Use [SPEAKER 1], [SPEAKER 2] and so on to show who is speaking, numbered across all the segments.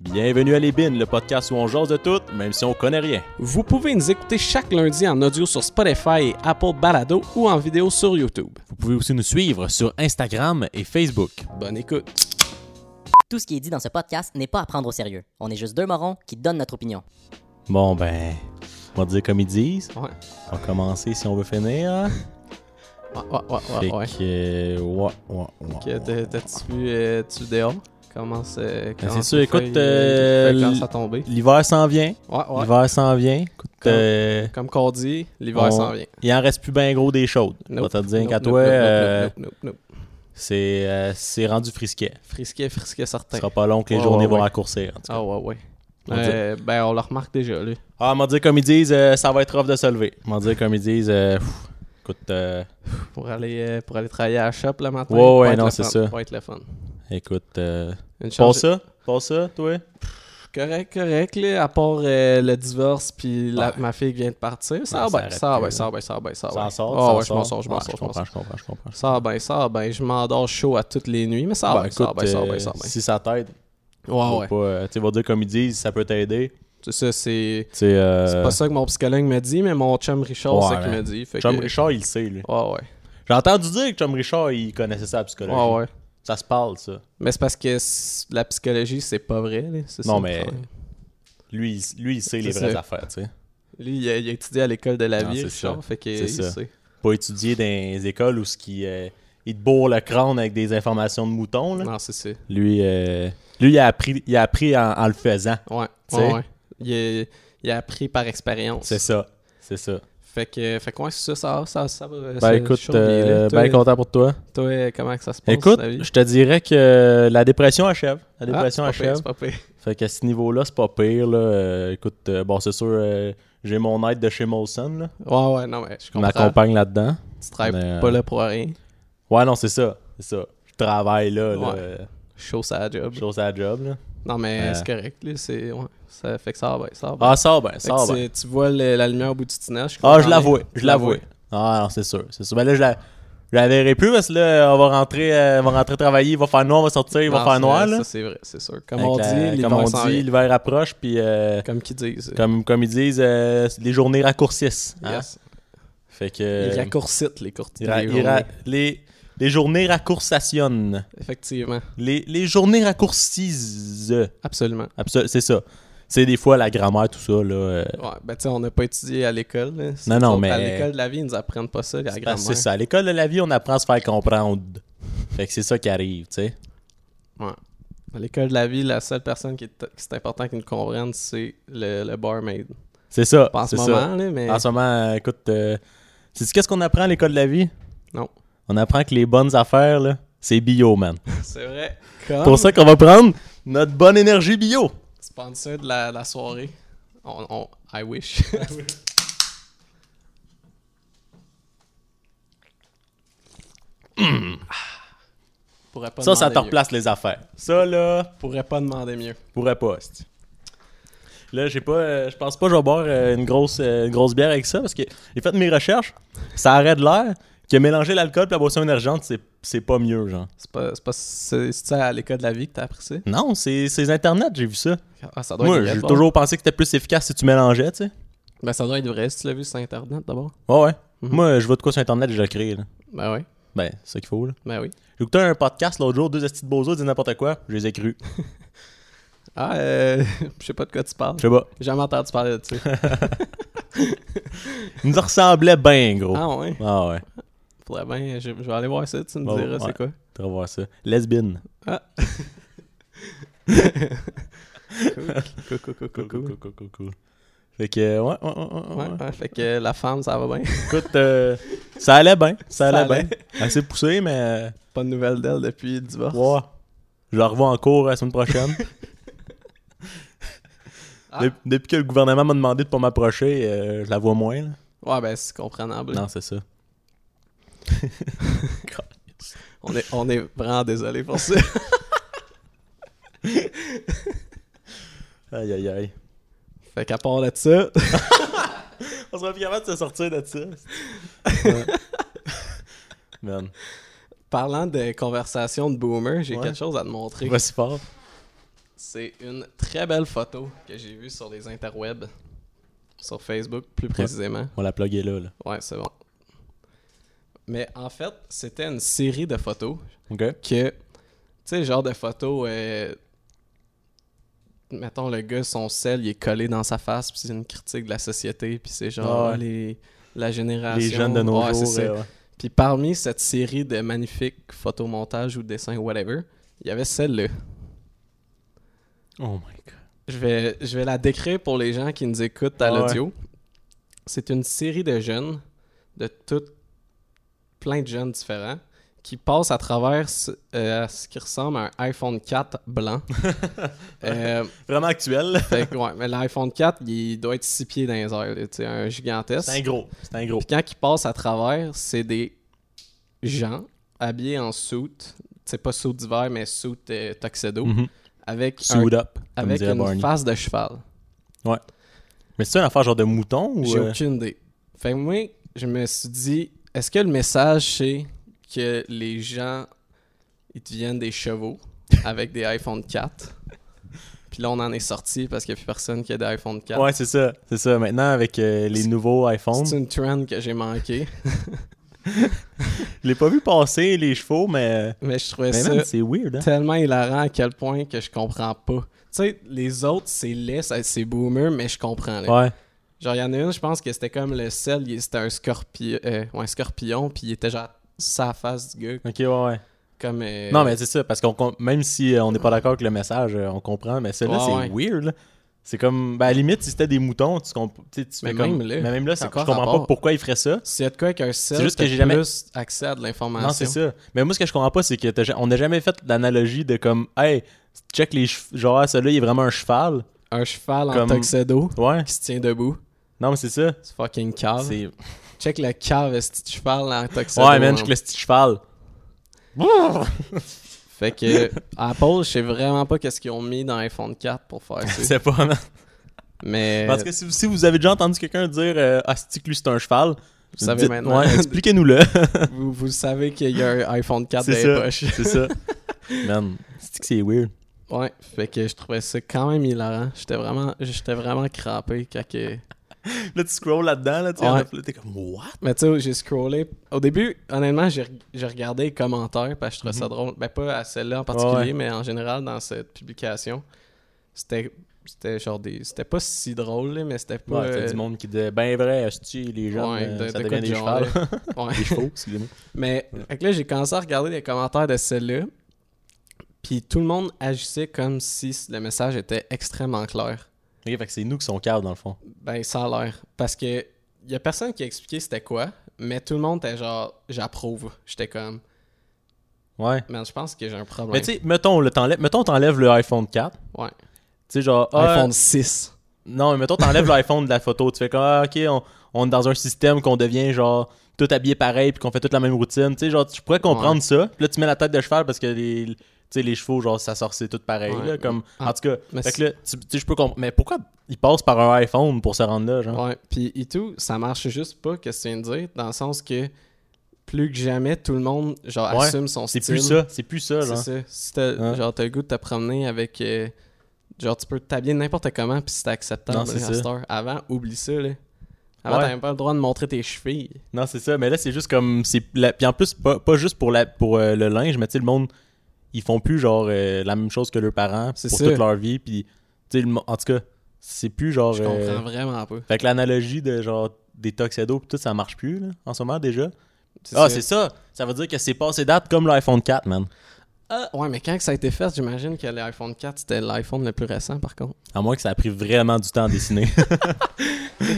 [SPEAKER 1] Bienvenue à Les Bines, le podcast où on jase de tout, même si on connaît rien.
[SPEAKER 2] Vous pouvez nous écouter chaque lundi en audio sur Spotify et Apple Balado ou en vidéo sur YouTube.
[SPEAKER 1] Vous pouvez aussi nous suivre sur Instagram et Facebook.
[SPEAKER 2] Bonne écoute.
[SPEAKER 3] Tout ce qui est dit dans ce podcast n'est pas à prendre au sérieux. On est juste deux morons qui donnent notre opinion.
[SPEAKER 1] Bon, ben, on va dire comme ils disent.
[SPEAKER 2] Ouais.
[SPEAKER 1] On va commencer si on veut finir. hein.
[SPEAKER 2] Ouais, ouais,
[SPEAKER 1] Fait
[SPEAKER 2] Ah, ouais, ouais.
[SPEAKER 1] que, ouais, ouais, ouais.
[SPEAKER 2] Ok, t'as- T'as-tu vu euh, tu dehors? Comment c'est. comment
[SPEAKER 1] Ben, c'est
[SPEAKER 2] tes
[SPEAKER 1] sûr, écoute,
[SPEAKER 2] feuilles,
[SPEAKER 1] euh,
[SPEAKER 2] tes feuilles
[SPEAKER 1] l-
[SPEAKER 2] quand ça a tombé.
[SPEAKER 1] L'hiver s'en vient.
[SPEAKER 2] Ouais, ouais.
[SPEAKER 1] L'hiver s'en vient. Écoute,
[SPEAKER 2] Comme-
[SPEAKER 1] euh,
[SPEAKER 2] Comme qu'on dit, l'hiver
[SPEAKER 1] on-
[SPEAKER 2] s'en vient.
[SPEAKER 1] il en reste plus bien gros des chaudes. On va
[SPEAKER 2] Nope,
[SPEAKER 1] te dire
[SPEAKER 2] nope,
[SPEAKER 1] qu'à
[SPEAKER 2] nope,
[SPEAKER 1] toi,
[SPEAKER 2] nope, nope,
[SPEAKER 1] euh,
[SPEAKER 2] nope, nope, nope, nope.
[SPEAKER 1] c'est euh, c'est rendu frisquet.
[SPEAKER 2] Frisquet, frisquet,
[SPEAKER 1] Ce
[SPEAKER 2] certain.
[SPEAKER 1] sera pas long que les
[SPEAKER 2] Ouais,
[SPEAKER 1] journées
[SPEAKER 2] ouais,
[SPEAKER 1] vont
[SPEAKER 2] ouais.
[SPEAKER 1] raccourcir. en tout cas.
[SPEAKER 2] Ah, ouais, ouais.
[SPEAKER 1] On dit-
[SPEAKER 2] Euh, ben, on le remarque déjà, là.
[SPEAKER 1] Ah, on va dire comme ils disent, euh, ça va être off de se lever. On va dire comme ils disent, euh, pff, écoute, euh,
[SPEAKER 2] Pour aller, euh, pour aller travailler à la shop le matin.
[SPEAKER 1] Ouais,
[SPEAKER 2] pas
[SPEAKER 1] ouais,
[SPEAKER 2] être
[SPEAKER 1] non,
[SPEAKER 2] le
[SPEAKER 1] c'est
[SPEAKER 2] fun,
[SPEAKER 1] ça.
[SPEAKER 2] Pas être le fun.
[SPEAKER 1] écoute, euh,
[SPEAKER 2] Une charge-
[SPEAKER 1] passe ça, passe ça, toi.
[SPEAKER 2] Correct, correct, là, à part euh, le divorce puis la-
[SPEAKER 1] Ouais.
[SPEAKER 2] ma fille vient de partir,
[SPEAKER 1] Ouais,
[SPEAKER 2] ça
[SPEAKER 1] ça
[SPEAKER 2] va bien,
[SPEAKER 1] arrête
[SPEAKER 2] ça va
[SPEAKER 1] plus,
[SPEAKER 2] bien, ça va bien, ça va bien, ça va
[SPEAKER 1] Ça
[SPEAKER 2] bien.
[SPEAKER 1] en sort,
[SPEAKER 2] Ah
[SPEAKER 1] ça en
[SPEAKER 2] ouais, je m'en
[SPEAKER 1] sort.
[SPEAKER 2] sors, je m'en
[SPEAKER 1] Ouais,
[SPEAKER 2] sors,
[SPEAKER 1] je
[SPEAKER 2] je m'en
[SPEAKER 1] comprends,
[SPEAKER 2] sors.
[SPEAKER 1] je comprends, je comprends.
[SPEAKER 2] Ça va bien, ça va bien, je m'endors chaud à toutes les nuits, mais ça va
[SPEAKER 1] Ben,
[SPEAKER 2] bien, ça va
[SPEAKER 1] écoute,
[SPEAKER 2] bien, ça va
[SPEAKER 1] euh,
[SPEAKER 2] bien, ça va bien.
[SPEAKER 1] Si ça t'aide,
[SPEAKER 2] Ouais,
[SPEAKER 1] faut
[SPEAKER 2] ouais,
[SPEAKER 1] pas, euh, tu vas dire comme ils disent, ça peut t'aider.
[SPEAKER 2] c'est ça, c'est...
[SPEAKER 1] Tu sais, euh,
[SPEAKER 2] C'est pas ça que mon psychologue me dit, mais mon chum Richard,
[SPEAKER 1] ouais,
[SPEAKER 2] c'est ce qu'il
[SPEAKER 1] man.
[SPEAKER 2] me dit. Fait
[SPEAKER 1] Chum
[SPEAKER 2] que...
[SPEAKER 1] Richard, il le sait, lui.
[SPEAKER 2] Ouais, ouais,
[SPEAKER 1] J'ai entendu dire que Chum Richard, il connaissait ça à la psychologie.
[SPEAKER 2] Ah ouais, ouais.
[SPEAKER 1] Ça se parle, ça.
[SPEAKER 2] Mais c'est parce que c- la psychologie, c'est pas vrai, là, c'est
[SPEAKER 1] Non,
[SPEAKER 2] ça,
[SPEAKER 1] mais-
[SPEAKER 2] le problème.
[SPEAKER 1] Lui, il, lui, il sait les
[SPEAKER 2] C'est
[SPEAKER 1] vraies
[SPEAKER 2] ça.
[SPEAKER 1] affaires, tu sais.
[SPEAKER 2] Lui, il a, il a étudié à l'école de la
[SPEAKER 1] Non,
[SPEAKER 2] vie,
[SPEAKER 1] c'est
[SPEAKER 2] Richard,
[SPEAKER 1] ça.
[SPEAKER 2] fait que...
[SPEAKER 1] C'est
[SPEAKER 2] il
[SPEAKER 1] ça.
[SPEAKER 2] sait.
[SPEAKER 1] Pas étudier dans les écoles où ce qui, euh, il te bourre le crâne avec des informations de moutons, là.
[SPEAKER 2] Non, c'est ça.
[SPEAKER 1] Lui, euh, lui, il a appris, il a appris en, en le faisant.
[SPEAKER 2] Ouais,
[SPEAKER 1] Tu sais?
[SPEAKER 2] ouais, ouais. Il, est- il a appris par expérience.
[SPEAKER 1] C'est ça. C'est ça.
[SPEAKER 2] Fait que, fait que ouais, c'est ça, ça, ça, ça va.
[SPEAKER 1] Ben
[SPEAKER 2] ça-
[SPEAKER 1] écoute,
[SPEAKER 2] chaud, il est là.
[SPEAKER 1] euh,
[SPEAKER 2] toi,
[SPEAKER 1] ben content pour toi.
[SPEAKER 2] toi, euh, comment que ça se passe?
[SPEAKER 1] Écoute,
[SPEAKER 2] la vie?
[SPEAKER 1] je te dirais que la dépression achève. La dépression
[SPEAKER 2] Ah, c'est pas pire,
[SPEAKER 1] achève.
[SPEAKER 2] c'est pas pire.
[SPEAKER 1] Fait qu'à ce niveau-là, c'est pas pire. Là. Euh, écoute, euh, bon, c'est sûr, euh, j'ai mon aide de chez Molson. Là.
[SPEAKER 2] Ouais, ouais, non, mais je
[SPEAKER 1] On
[SPEAKER 2] comprends.
[SPEAKER 1] m'accompagne là-dedans.
[SPEAKER 2] Tu travailles
[SPEAKER 1] Mais, euh,
[SPEAKER 2] pas là pour rien.
[SPEAKER 1] Ouais, non, c'est ça. C'est ça. Je travaille là. là
[SPEAKER 2] Ouais.
[SPEAKER 1] euh,
[SPEAKER 2] Chaud, ça la job.
[SPEAKER 1] Chose à la job. Là.
[SPEAKER 2] Non, mais
[SPEAKER 1] Euh.
[SPEAKER 2] c'est correct, là. C'est, ouais, ça fait que ça va, bien, ça va. bien.
[SPEAKER 1] Ah, ça va bien,
[SPEAKER 2] Fait
[SPEAKER 1] ça
[SPEAKER 2] que
[SPEAKER 1] va bien.
[SPEAKER 2] c'est- Tu vois le- la lumière au bout du tunnel. suis
[SPEAKER 1] Ah, je
[SPEAKER 2] content,
[SPEAKER 1] l'avoue.
[SPEAKER 2] mais-
[SPEAKER 1] Je l'avoue. Ah, non, c'est sûr. C'est sûr. Ben là, je la, je la verrai plus parce que là, on va rentrer, euh, on va rentrer travailler. Il va faire noir, on va sortir, il va
[SPEAKER 2] Non,
[SPEAKER 1] faire
[SPEAKER 2] c'est-
[SPEAKER 1] noir. Là.
[SPEAKER 2] Ça, c'est vrai, c'est sûr. Comme
[SPEAKER 1] Fait
[SPEAKER 2] on
[SPEAKER 1] que la-
[SPEAKER 2] dit,
[SPEAKER 1] comme on dit, l'hiver approche, puis euh,
[SPEAKER 2] Comme qu'ils disent.
[SPEAKER 1] comme, comme ils disent, euh, les journées raccourcissent. hein.
[SPEAKER 2] Yes.
[SPEAKER 1] Fait
[SPEAKER 2] Ils
[SPEAKER 1] que.
[SPEAKER 2] raccourcitent les courtiers.
[SPEAKER 1] euh, ils ra-
[SPEAKER 2] les
[SPEAKER 1] ils ra-
[SPEAKER 2] journées.
[SPEAKER 1] les, les journées raccourcitionnent.
[SPEAKER 2] Effectivement,
[SPEAKER 1] Les, les journées raccourcisent.
[SPEAKER 2] absolument.
[SPEAKER 1] Absol- c'est ça. C'est des fois la grammaire, tout ça. Là, euh,
[SPEAKER 2] Ouais, ben tu sais, on n'a pas étudié à l'école. là. C'est
[SPEAKER 1] Non, non,
[SPEAKER 2] sûr,
[SPEAKER 1] mais-
[SPEAKER 2] À l'école de la vie, ils nous apprennent pas ça, la
[SPEAKER 1] c'est-
[SPEAKER 2] grammaire.
[SPEAKER 1] c'est ça. À l'école de la vie, on apprend à se faire comprendre. Fait que c'est ça qui arrive, tu sais.
[SPEAKER 2] Ouais. À l'école de la vie, la seule personne qui est, qui c'est important qu'ils nous comprennent, c'est le, le barmaid.
[SPEAKER 1] C'est ça.
[SPEAKER 2] Pas en ce
[SPEAKER 1] c'est ça.
[SPEAKER 2] moment, là, mais.
[SPEAKER 1] En ce moment, euh, écoute, euh, sais-tu qu'est-ce qu'on apprend à l'école de la vie?
[SPEAKER 2] Non.
[SPEAKER 1] On apprend que les bonnes affaires, là, c'est bio, man.
[SPEAKER 2] C'est vrai. Comme
[SPEAKER 1] pour ça qu'on va prendre notre bonne énergie bio.
[SPEAKER 2] sponsor de la, la soirée. On, on- I wish. Ah. Pourrais pas
[SPEAKER 1] Ça, ça te
[SPEAKER 2] demander mieux.
[SPEAKER 1] replace les affaires. Ça, là,
[SPEAKER 2] Pourrais pas demander mieux.
[SPEAKER 1] pourrais pas. c'ti. Là, j'ai pas, euh, je pense pas que je vais boire euh, une, grosse, euh, une grosse bière avec ça parce que j'ai fait mes recherches. Ça arrête l'air que mélanger l'alcool et la boisson énergente, c'est- c'est pas mieux, genre.
[SPEAKER 2] C'est pas, c'est pas c'est, c'est à l'école de la vie que t'as appris ça.
[SPEAKER 1] Non, c'est c'est Internet, j'ai vu ça.
[SPEAKER 2] Ah, ça doit
[SPEAKER 1] Moi,
[SPEAKER 2] être
[SPEAKER 1] j'ai
[SPEAKER 2] vrai,
[SPEAKER 1] toujours pensé que c'était plus efficace si tu mélangeais, tu sais.
[SPEAKER 2] bon. Ben, ça doit être vrai si tu l'as vu sur Internet d'abord.
[SPEAKER 1] Ouais, ouais.
[SPEAKER 2] Mhm.
[SPEAKER 1] Moi, je vois de quoi sur Internet, je le crée, là.
[SPEAKER 2] Ben oui,
[SPEAKER 1] Ben, c'est ça qu'il faut, là.
[SPEAKER 2] ben oui.
[SPEAKER 1] J'écoutais un podcast l'autre jour, deux astis de bozos disent n'importe quoi, je les ai crus.
[SPEAKER 2] Ah, euh, je sais pas de quoi tu parles.
[SPEAKER 1] Je sais pas.
[SPEAKER 2] J'ai jamais entendu parler de ça.
[SPEAKER 1] Ils nous ressemblaient bien, gros.
[SPEAKER 2] ah ouais?
[SPEAKER 1] Ah ouais.
[SPEAKER 2] Faudrait bien, je, je vais aller voir ça, tu me
[SPEAKER 1] Bon,
[SPEAKER 2] diras
[SPEAKER 1] Oh, ouais.
[SPEAKER 2] c'est quoi.
[SPEAKER 1] Tu vas voir ça. Lesbienne.
[SPEAKER 2] Ah! cool, cool, cool, cool, cool, cool.
[SPEAKER 1] cool, cool, cool. Fait que, euh, ouais, ouais, ouais, ouais,
[SPEAKER 2] Ouais,
[SPEAKER 1] ouais.
[SPEAKER 2] ouais, fait que euh, la femme, ça va bien.
[SPEAKER 1] Écoute, euh, ça allait bien. Ça
[SPEAKER 2] Ça
[SPEAKER 1] allait
[SPEAKER 2] allait.
[SPEAKER 1] bien. Assez poussé, mais. euh,
[SPEAKER 2] Pas de nouvelles d'elle depuis le divorce.
[SPEAKER 1] Ouais. Je la revois en cours la semaine prochaine.
[SPEAKER 2] Ah.
[SPEAKER 1] Dep- Depuis que le gouvernement m'a demandé de pas m'approcher, euh, je la vois moins. là.
[SPEAKER 2] Ouais, ben c'est compréhensible.
[SPEAKER 1] Non, c'est ça.
[SPEAKER 2] On est, on est vraiment désolé pour ça.
[SPEAKER 1] Aïe, aïe, aïe.
[SPEAKER 2] fait qu'à part de ça,
[SPEAKER 1] On serait plus capable de se sortir de ça. Man,
[SPEAKER 2] parlant de conversation de boomer, j'ai
[SPEAKER 1] Ouais.
[SPEAKER 2] quelque chose à te montrer.
[SPEAKER 1] pas si fort.
[SPEAKER 2] C'est une très belle photo que j'ai vue sur les interwebs. Sur Facebook, plus précisément.
[SPEAKER 1] On l'a plugué là, là.
[SPEAKER 2] Ouais, c'est bon. Mais en fait, c'était une série de photos
[SPEAKER 1] OK?
[SPEAKER 2] que, tu sais, genre de photos, euh, mettons, le gars, son sel, il est collé dans sa face, puis c'est une critique de la société, puis c'est genre
[SPEAKER 1] Ah ouais.
[SPEAKER 2] les, la génération.
[SPEAKER 1] Les jeunes de nos
[SPEAKER 2] Ouais, c'est
[SPEAKER 1] jours.
[SPEAKER 2] ça.
[SPEAKER 1] euh, ouais.
[SPEAKER 2] Puis parmi cette série de magnifiques photomontages ou dessins, whatever, il y avait celle-là.
[SPEAKER 1] Oh my god.
[SPEAKER 2] Je vais, je vais la décrire pour les gens qui nous écoutent à
[SPEAKER 1] Ah ouais.
[SPEAKER 2] l'audio. C'est une série de jeunes, de toutes, plein de jeunes différents, qui passent à travers ce, euh, à ce qui ressemble à un iPhone 4 blanc. Euh,
[SPEAKER 1] Vraiment actuel.
[SPEAKER 2] fait que, ouais, mais l'iPhone 4, il doit être 6 pieds dans les airs, là, tu sais, un gigantesque.
[SPEAKER 1] C'est un gros. C'est un gros.
[SPEAKER 2] Puis quand ils passent à travers, c'est des gens habillés en soute, c'est pas soute d'hiver, mais soute tuxedo,
[SPEAKER 1] Mhm.
[SPEAKER 2] avec, un-
[SPEAKER 1] Suit up. comme
[SPEAKER 2] avec
[SPEAKER 1] dirait
[SPEAKER 2] une
[SPEAKER 1] Barney.
[SPEAKER 2] face de cheval.
[SPEAKER 1] Mais c'est une affaire genre de mouton ou.
[SPEAKER 2] J'ai
[SPEAKER 1] euh,
[SPEAKER 2] aucune idée. Fait que moi, je me suis dit, est-ce que le message c'est que les gens, ils deviennent des chevaux avec des iPhone 4? Puis là, on en est sorti parce qu'il n'y a plus personne qui a des iPhone 4.
[SPEAKER 1] Ouais, c'est ça. C'est ça. Maintenant, avec euh, les nouveaux iPhones.
[SPEAKER 2] C'est une trend que j'ai manqué,
[SPEAKER 1] Je l'ai pas vu passer les chevaux, mais. euh,
[SPEAKER 2] mais je trouvais
[SPEAKER 1] Mais
[SPEAKER 2] ça
[SPEAKER 1] man, c'est weird, hein?
[SPEAKER 2] tellement hilarant à quel point que je comprends pas. Tu sais, les autres, c'est laid, ça- c'est boomer, mais je comprends. là.
[SPEAKER 1] Ouais.
[SPEAKER 2] Genre, il y en a une, je pense que c'était comme le sel, il- c'était un scorpion, euh, ouais, un scorpion, puis il était genre sa face du gars,
[SPEAKER 1] Ok, ouais, ouais.
[SPEAKER 2] comme... euh,
[SPEAKER 1] Non, mais c'est ça, parce qu'on com- même si euh, on n'est pas d'accord avec le message, euh, on comprend, mais celui-là,
[SPEAKER 2] Ouais,
[SPEAKER 1] c'est weird. là. C'est comme, ben, à la limite, si c'était des moutons, tu, comp- tu sais, tu fais
[SPEAKER 2] Mais
[SPEAKER 1] comme.
[SPEAKER 2] même là,
[SPEAKER 1] mais même là,
[SPEAKER 2] c'est
[SPEAKER 1] c'est
[SPEAKER 2] quoi
[SPEAKER 1] je comprends
[SPEAKER 2] rapport?
[SPEAKER 1] pas pourquoi ils feraient ça.
[SPEAKER 2] S'il y a de quoi avec un sel,
[SPEAKER 1] C'est juste que
[SPEAKER 2] t'as
[SPEAKER 1] j'ai jamais-
[SPEAKER 2] plus accès à de l'information.
[SPEAKER 1] Non, c'est ça. Mais moi, ce que je comprends pas, c'est que t'as ja- on n'a jamais fait l'analogie de comme, hey, check les chevaux. Genre, ah, celui-là, il est vraiment un cheval.
[SPEAKER 2] Un cheval en
[SPEAKER 1] Comme-
[SPEAKER 2] tuxedo
[SPEAKER 1] Ouais.
[SPEAKER 2] qui se tient debout.
[SPEAKER 1] Non, mais c'est ça.
[SPEAKER 2] C'est fucking cave.
[SPEAKER 1] C'est.
[SPEAKER 2] Check le cave, ce petit cheval en tuxedo.
[SPEAKER 1] Ouais, man,
[SPEAKER 2] hein.
[SPEAKER 1] check le petit cheval.
[SPEAKER 2] Fait que Apple, je sais vraiment pas qu'est-ce qu'ils ont mis dans iPhone 4 pour faire ça.
[SPEAKER 1] C'est pas, man.
[SPEAKER 2] Mais
[SPEAKER 1] Parce que si, si vous avez déjà entendu quelqu'un dire euh, Ah, c'est-tu que lui, c'est un cheval,
[SPEAKER 2] vous savez
[SPEAKER 1] dites-
[SPEAKER 2] maintenant.
[SPEAKER 1] ouais, expliquez-nous-le.
[SPEAKER 2] vous, vous savez qu'il y a un iPhone 4 dans
[SPEAKER 1] c'est
[SPEAKER 2] les
[SPEAKER 1] ça.
[SPEAKER 2] poches.
[SPEAKER 1] C'est ça. Man, c'est que c'est weird.
[SPEAKER 2] Ouais, fait que je trouvais ça quand même hilarant. J'étais vraiment, j'étais vraiment crampé quand que...
[SPEAKER 1] Là, tu scrolls là-dedans, là, tu sais,
[SPEAKER 2] Ouais.
[SPEAKER 1] en fait, là, t'es comme, what?
[SPEAKER 2] Mais tu sais, j'ai scrollé. Au début, honnêtement, j'ai j'ai regardé les commentaires parce que je trouvais ça drôle. Ben, pas à celle-là en particulier,
[SPEAKER 1] Mhm. Ouais.
[SPEAKER 2] mais en général, dans cette publication, c'était c'était genre des. C'était pas si drôle, là, mais c'était pas.
[SPEAKER 1] Ouais, t'as
[SPEAKER 2] euh,
[SPEAKER 1] du monde qui dit, ben vrai, hostie, les gens,
[SPEAKER 2] Ouais,
[SPEAKER 1] euh,
[SPEAKER 2] de-
[SPEAKER 1] ça
[SPEAKER 2] de quoi
[SPEAKER 1] devient
[SPEAKER 2] de
[SPEAKER 1] des
[SPEAKER 2] genre,
[SPEAKER 1] chevals.
[SPEAKER 2] ouais.
[SPEAKER 1] des chevaux, excusez-moi.
[SPEAKER 2] Mais fait que là, j'ai commencé à regarder les commentaires de celle-là. Puis tout le monde agissait comme si le message était extrêmement clair.
[SPEAKER 1] Ok, fait que c'est nous qui sommes caves, dans le fond.
[SPEAKER 2] Ben, ça a l'air. Parce que y a personne qui a expliqué c'était quoi, mais tout le monde était genre, j'approuve. J'étais comme,
[SPEAKER 1] Ouais.
[SPEAKER 2] man, je pense que j'ai un problème.
[SPEAKER 1] Mais tu sais, mettons, le t'enlèves- mettons, t'enlèves le iPhone 4. Tu
[SPEAKER 2] ouais.
[SPEAKER 1] sais, genre, ah,
[SPEAKER 2] iPhone 6.
[SPEAKER 1] Non, mais mettons, t'enlèves l'iPhone de la photo. Tu fais comme, ah, ok, on, on est dans un système qu'on devient genre tout habillé pareil puis qu'on fait toute la même routine. Tu sais, genre, tu pourrais comprendre
[SPEAKER 2] Ouais.
[SPEAKER 1] ça. Puis là, tu mets la tête de cheval parce que les, tu sais, les chevaux, genre, ça sort, c'est tout pareil.
[SPEAKER 2] Ouais.
[SPEAKER 1] là, comme,
[SPEAKER 2] Ah.
[SPEAKER 1] en tout cas,
[SPEAKER 2] Mais
[SPEAKER 1] fait que
[SPEAKER 2] c'est-
[SPEAKER 1] là, tu tu sais, je peux comprendre. Mais pourquoi ils passent par un iPhone pour se rendre là, genre?
[SPEAKER 2] Ouais, puis et tout, ça marche juste pas, qu'est-ce que tu viens de dire, dans le sens que plus que jamais, tout le monde, genre,
[SPEAKER 1] Ouais,
[SPEAKER 2] assume son
[SPEAKER 1] C'est
[SPEAKER 2] style.
[SPEAKER 1] plus ça, c'est plus ça,
[SPEAKER 2] C'est
[SPEAKER 1] genre.
[SPEAKER 2] ça. Si t'as,
[SPEAKER 1] Hein?
[SPEAKER 2] genre, t'as le goût de te promener avec... euh, genre, tu peux t'habiller n'importe comment, puis c'est acceptable
[SPEAKER 1] Non, c'est
[SPEAKER 2] là, à
[SPEAKER 1] ça.
[SPEAKER 2] cette heure. Avant, oublie ça, là. Avant,
[SPEAKER 1] Ouais.
[SPEAKER 2] t'avais pas le droit de montrer tes chevilles.
[SPEAKER 1] Non, c'est ça, mais là, c'est juste comme. c'est la- Puis en plus, pas, pas juste pour, la, pour euh, le linge, mais tu sais, le monde, ils font plus genre euh, la même chose que leurs parents
[SPEAKER 2] C'est
[SPEAKER 1] pour
[SPEAKER 2] ça.
[SPEAKER 1] toute leur vie. Puis, tu sais, le mo- en tout cas, c'est plus genre.
[SPEAKER 2] Je
[SPEAKER 1] euh,
[SPEAKER 2] comprends vraiment pas.
[SPEAKER 1] Fait que l'analogie de genre des tuxedos pis tout, ça marche plus là, en ce moment déjà.
[SPEAKER 2] C'est
[SPEAKER 1] Ah,
[SPEAKER 2] ça.
[SPEAKER 1] c'est ça! Ça veut dire que c'est passé date comme l'iPhone 4, man.
[SPEAKER 2] Ah, ouais, mais quand que ça a été fait, j'imagine que l'iPhone 4, c'était l'iPhone le plus récent, par contre.
[SPEAKER 1] À moins que ça a pris vraiment du temps à dessiner.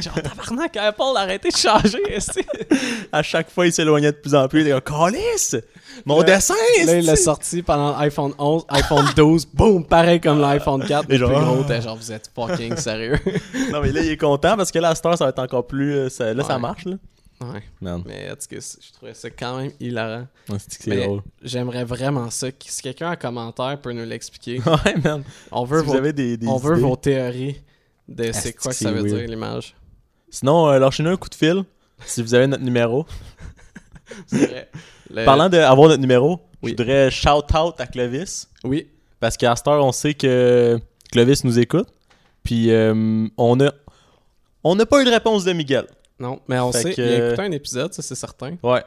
[SPEAKER 2] genre, tabarnak, Apple, arrêtez de changer, esti.
[SPEAKER 1] à chaque fois, il s'éloignait de plus en plus. Il était comme, Calisse! Mon
[SPEAKER 2] Là-
[SPEAKER 1] dessin!
[SPEAKER 2] Là, il l'a
[SPEAKER 1] esti!
[SPEAKER 2] sorti pendant l'iPhone 11, iPhone 12, boum, pareil comme l'iPhone 4.
[SPEAKER 1] Et
[SPEAKER 2] Le
[SPEAKER 1] genre- ah.
[SPEAKER 2] plus gros, t'es genre, vous êtes fucking sérieux.
[SPEAKER 1] Non, mais là, il est content parce que là, à cette heure, ça va être encore plus. euh, ça- Là, ça
[SPEAKER 2] Ouais.
[SPEAKER 1] marche, là.
[SPEAKER 2] ouais,
[SPEAKER 1] Man,
[SPEAKER 2] mais en tout cas, je trouvais ça quand même hilarant.
[SPEAKER 1] on se dit que c'est
[SPEAKER 2] Mais
[SPEAKER 1] drôle.
[SPEAKER 2] J'aimerais vraiment ça. que- Si quelqu'un en commentaire peut nous l'expliquer,
[SPEAKER 1] ouais, man.
[SPEAKER 2] on veut,
[SPEAKER 1] Si vous
[SPEAKER 2] vos,
[SPEAKER 1] avez des, des
[SPEAKER 2] on veut
[SPEAKER 1] idées.
[SPEAKER 2] vos théories de c'est
[SPEAKER 1] Asti
[SPEAKER 2] quoi
[SPEAKER 1] que
[SPEAKER 2] que ça
[SPEAKER 1] c'est
[SPEAKER 2] veut
[SPEAKER 1] weird.
[SPEAKER 2] dire l'image.
[SPEAKER 1] Sinon, euh, lâchez-nous un coup de fil si vous avez notre numéro.
[SPEAKER 2] C'est vrai. Le-
[SPEAKER 1] Parlant d'avoir notre numéro,
[SPEAKER 2] Euh, oui.
[SPEAKER 1] je voudrais shout-out à Clovis.
[SPEAKER 2] Oui,
[SPEAKER 1] Parce qu'à cette heure, on sait que Clovis nous écoute. Puis euh, on a on n'a pas eu de réponse de Miguel.
[SPEAKER 2] Non, mais on
[SPEAKER 1] Fait
[SPEAKER 2] sait,
[SPEAKER 1] que-
[SPEAKER 2] il a écouté un épisode, ça c'est certain.
[SPEAKER 1] Ouais.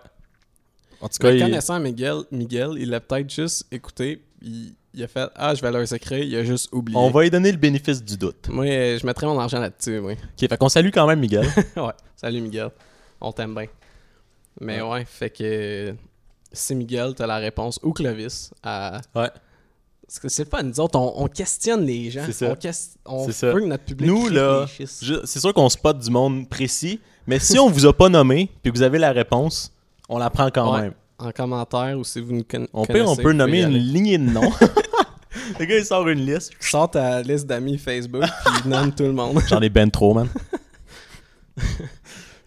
[SPEAKER 1] En tout cas,
[SPEAKER 2] Mais
[SPEAKER 1] il-
[SPEAKER 2] connaissant Miguel, Miguel, il l'a peut-être juste écouté, il, il a fait Ah, je vais leur écrire, il a juste oublié.
[SPEAKER 1] on va lui donner le bénéfice du doute.
[SPEAKER 2] Moi, euh, je mettrais mon argent là-dessus, oui.
[SPEAKER 1] Ok, fait qu'on salue quand même Miguel.
[SPEAKER 2] ouais. Salut Miguel, on t'aime bien. Mais ouais. fait que si Miguel, t'as la réponse, ou Clovis, à.
[SPEAKER 1] Ouais.
[SPEAKER 2] Parce que c'est pas nous autres, on, on questionne les gens.
[SPEAKER 1] C'est ça.
[SPEAKER 2] On, ques- on
[SPEAKER 1] C'est
[SPEAKER 2] veut
[SPEAKER 1] ça.
[SPEAKER 2] que notre public
[SPEAKER 1] Nous, là,
[SPEAKER 2] réfléchisse.
[SPEAKER 1] Je- C'est sûr qu'on spot du monde précis, mais si on vous a pas nommé puis que vous avez la réponse, on la prend quand
[SPEAKER 2] Ouais.
[SPEAKER 1] même.
[SPEAKER 2] En commentaire, ou si vous nous conna-
[SPEAKER 1] On peut,
[SPEAKER 2] connaissez,
[SPEAKER 1] on
[SPEAKER 2] vous
[SPEAKER 1] peut
[SPEAKER 2] pouvez y
[SPEAKER 1] nommer une
[SPEAKER 2] aller.
[SPEAKER 1] lignée de noms. le gars, il sort une liste.
[SPEAKER 2] Sors ta liste d'amis Facebook, puis nomme tout le monde.
[SPEAKER 1] J'en ai ben trop, man.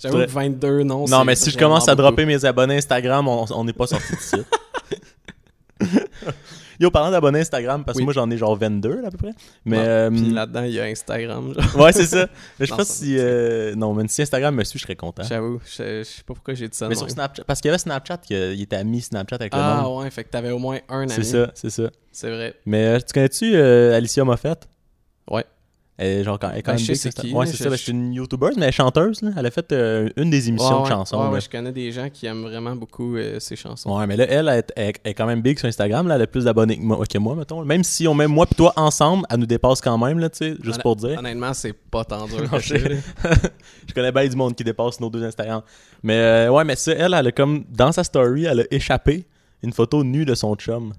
[SPEAKER 2] J'avoue que 22
[SPEAKER 1] Non,
[SPEAKER 2] noms. c'est
[SPEAKER 1] mais si je
[SPEAKER 2] vraiment
[SPEAKER 1] commence à
[SPEAKER 2] beaucoup.
[SPEAKER 1] dropper mes abonnés Instagram, on on n'est pas sorti de site. Yo, parlant d'abonnés Instagram, parce que
[SPEAKER 2] Oui.
[SPEAKER 1] moi j'en ai genre 22 là, à peu près. Mais
[SPEAKER 2] Ouais.
[SPEAKER 1] euh,
[SPEAKER 2] Puis là-dedans, il y a Instagram. genre.
[SPEAKER 1] ouais, c'est ça. Mais je sais
[SPEAKER 2] Non,
[SPEAKER 1] pas
[SPEAKER 2] ça,
[SPEAKER 1] si euh, non, mais si Instagram me suit, je serais content.
[SPEAKER 2] J'avoue, je je sais pas pourquoi j'ai dit ça.
[SPEAKER 1] Mais
[SPEAKER 2] non.
[SPEAKER 1] sur Snapchat, parce qu'il y avait Snapchat, qu'il était ami Snapchat avec le
[SPEAKER 2] Ah
[SPEAKER 1] monde.
[SPEAKER 2] ouais, fait que t'avais au moins un ami.
[SPEAKER 1] c'est ça, c'est ça.
[SPEAKER 2] C'est vrai.
[SPEAKER 1] Mais euh, tu connais-tu euh, Alicia Moffett?
[SPEAKER 2] Ouais.
[SPEAKER 1] Elle est genre quand, elle est quand
[SPEAKER 2] Ben,
[SPEAKER 1] même
[SPEAKER 2] je sais
[SPEAKER 1] big,
[SPEAKER 2] c'est
[SPEAKER 1] ça.
[SPEAKER 2] qui,
[SPEAKER 1] Ouais,
[SPEAKER 2] là,
[SPEAKER 1] c'est
[SPEAKER 2] je-
[SPEAKER 1] ça. ben, C'est une YouTuber, mais elle est chanteuse. là. Elle a fait euh, une des émissions
[SPEAKER 2] Ouais,
[SPEAKER 1] de
[SPEAKER 2] ouais.
[SPEAKER 1] chansons.
[SPEAKER 2] Ouais,
[SPEAKER 1] là.
[SPEAKER 2] ouais, je connais des gens qui aiment vraiment beaucoup euh, ces chansons.
[SPEAKER 1] Ouais, mais là, elle, elle, est- elle est quand même big sur Instagram. Là, elle a plus d'abonnés que moi, que moi, mettons. Même si on met moi et toi ensemble, elle nous dépasse quand même, là, tu sais, juste
[SPEAKER 2] Honn-
[SPEAKER 1] pour dire.
[SPEAKER 2] Honnêtement, c'est pas tant dur.
[SPEAKER 1] Non,
[SPEAKER 2] que
[SPEAKER 1] je,
[SPEAKER 2] ça, là.
[SPEAKER 1] je connais bien du monde qui dépasse nos deux Instagram. Mais euh, ouais, mais ça, elle, elle a comme, dans sa story, elle a échappé une photo nue de son chum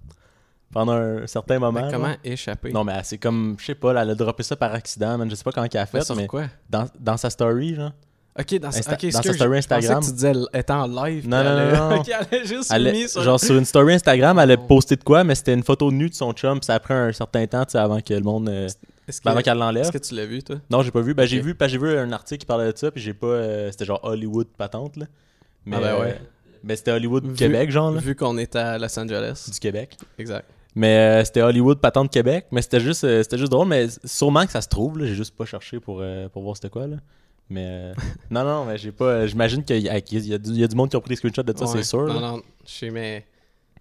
[SPEAKER 1] pendant un certain moment.
[SPEAKER 2] Mais
[SPEAKER 1] là.
[SPEAKER 2] Ben, comment échapper
[SPEAKER 1] Non, mais elle, c'est comme, je sais pas, là, elle a droppé ça par accident, man. Je sais pas quand elle a
[SPEAKER 2] Mais
[SPEAKER 1] fait,
[SPEAKER 2] Ben, sur
[SPEAKER 1] mais
[SPEAKER 2] quoi
[SPEAKER 1] dans, dans sa story, genre.
[SPEAKER 2] Ok, dans, sa-
[SPEAKER 1] Insta-
[SPEAKER 2] ok,
[SPEAKER 1] dans sa
[SPEAKER 2] excuse,
[SPEAKER 1] story
[SPEAKER 2] je pensais
[SPEAKER 1] Instagram.
[SPEAKER 2] que tu disais elle était en live.
[SPEAKER 1] Non,
[SPEAKER 2] puis
[SPEAKER 1] non,
[SPEAKER 2] elle a-
[SPEAKER 1] non, non.
[SPEAKER 2] ok, elle a juste
[SPEAKER 1] Elle a-
[SPEAKER 2] mis sur.
[SPEAKER 1] Genre sur une story Instagram, elle a
[SPEAKER 2] Oh.
[SPEAKER 1] posté de quoi, mais c'était une photo nue de son chum, puis ça a pris un certain temps, tu sais, avant que le monde. euh,
[SPEAKER 2] Est-ce que,
[SPEAKER 1] ben, avant qu'elle l'enlève.
[SPEAKER 2] est-ce que tu l'as vu, toi
[SPEAKER 1] Non, j'ai pas vu. Ben, j'ai
[SPEAKER 2] Ok.
[SPEAKER 1] vu, parce que j'ai vu un article qui parlait de ça, puis j'ai pas. euh, c'était genre Hollywood patente, là. Mais,
[SPEAKER 2] Ah ben
[SPEAKER 1] euh,
[SPEAKER 2] ouais.
[SPEAKER 1] ben, c'était Hollywood
[SPEAKER 2] Vu-
[SPEAKER 1] Québec, genre, là.
[SPEAKER 2] Vu qu'on est à Los Angeles.
[SPEAKER 1] Du Québec.
[SPEAKER 2] Exact.
[SPEAKER 1] Mais euh, c'était Hollywood patente Québec. Mais c'était juste, euh, c'était juste drôle, mais sûrement que ça se trouve, là. J'ai juste pas cherché pour, euh, pour voir c'était quoi, là. Mais euh, non, non, mais j'ai pas. euh, J'imagine qu'il y, a- qu'il y a du- il y a du monde qui a pris des screenshots de ça,
[SPEAKER 2] Ouais.
[SPEAKER 1] c'est sûr. là.
[SPEAKER 2] Non, non, je sais, mais.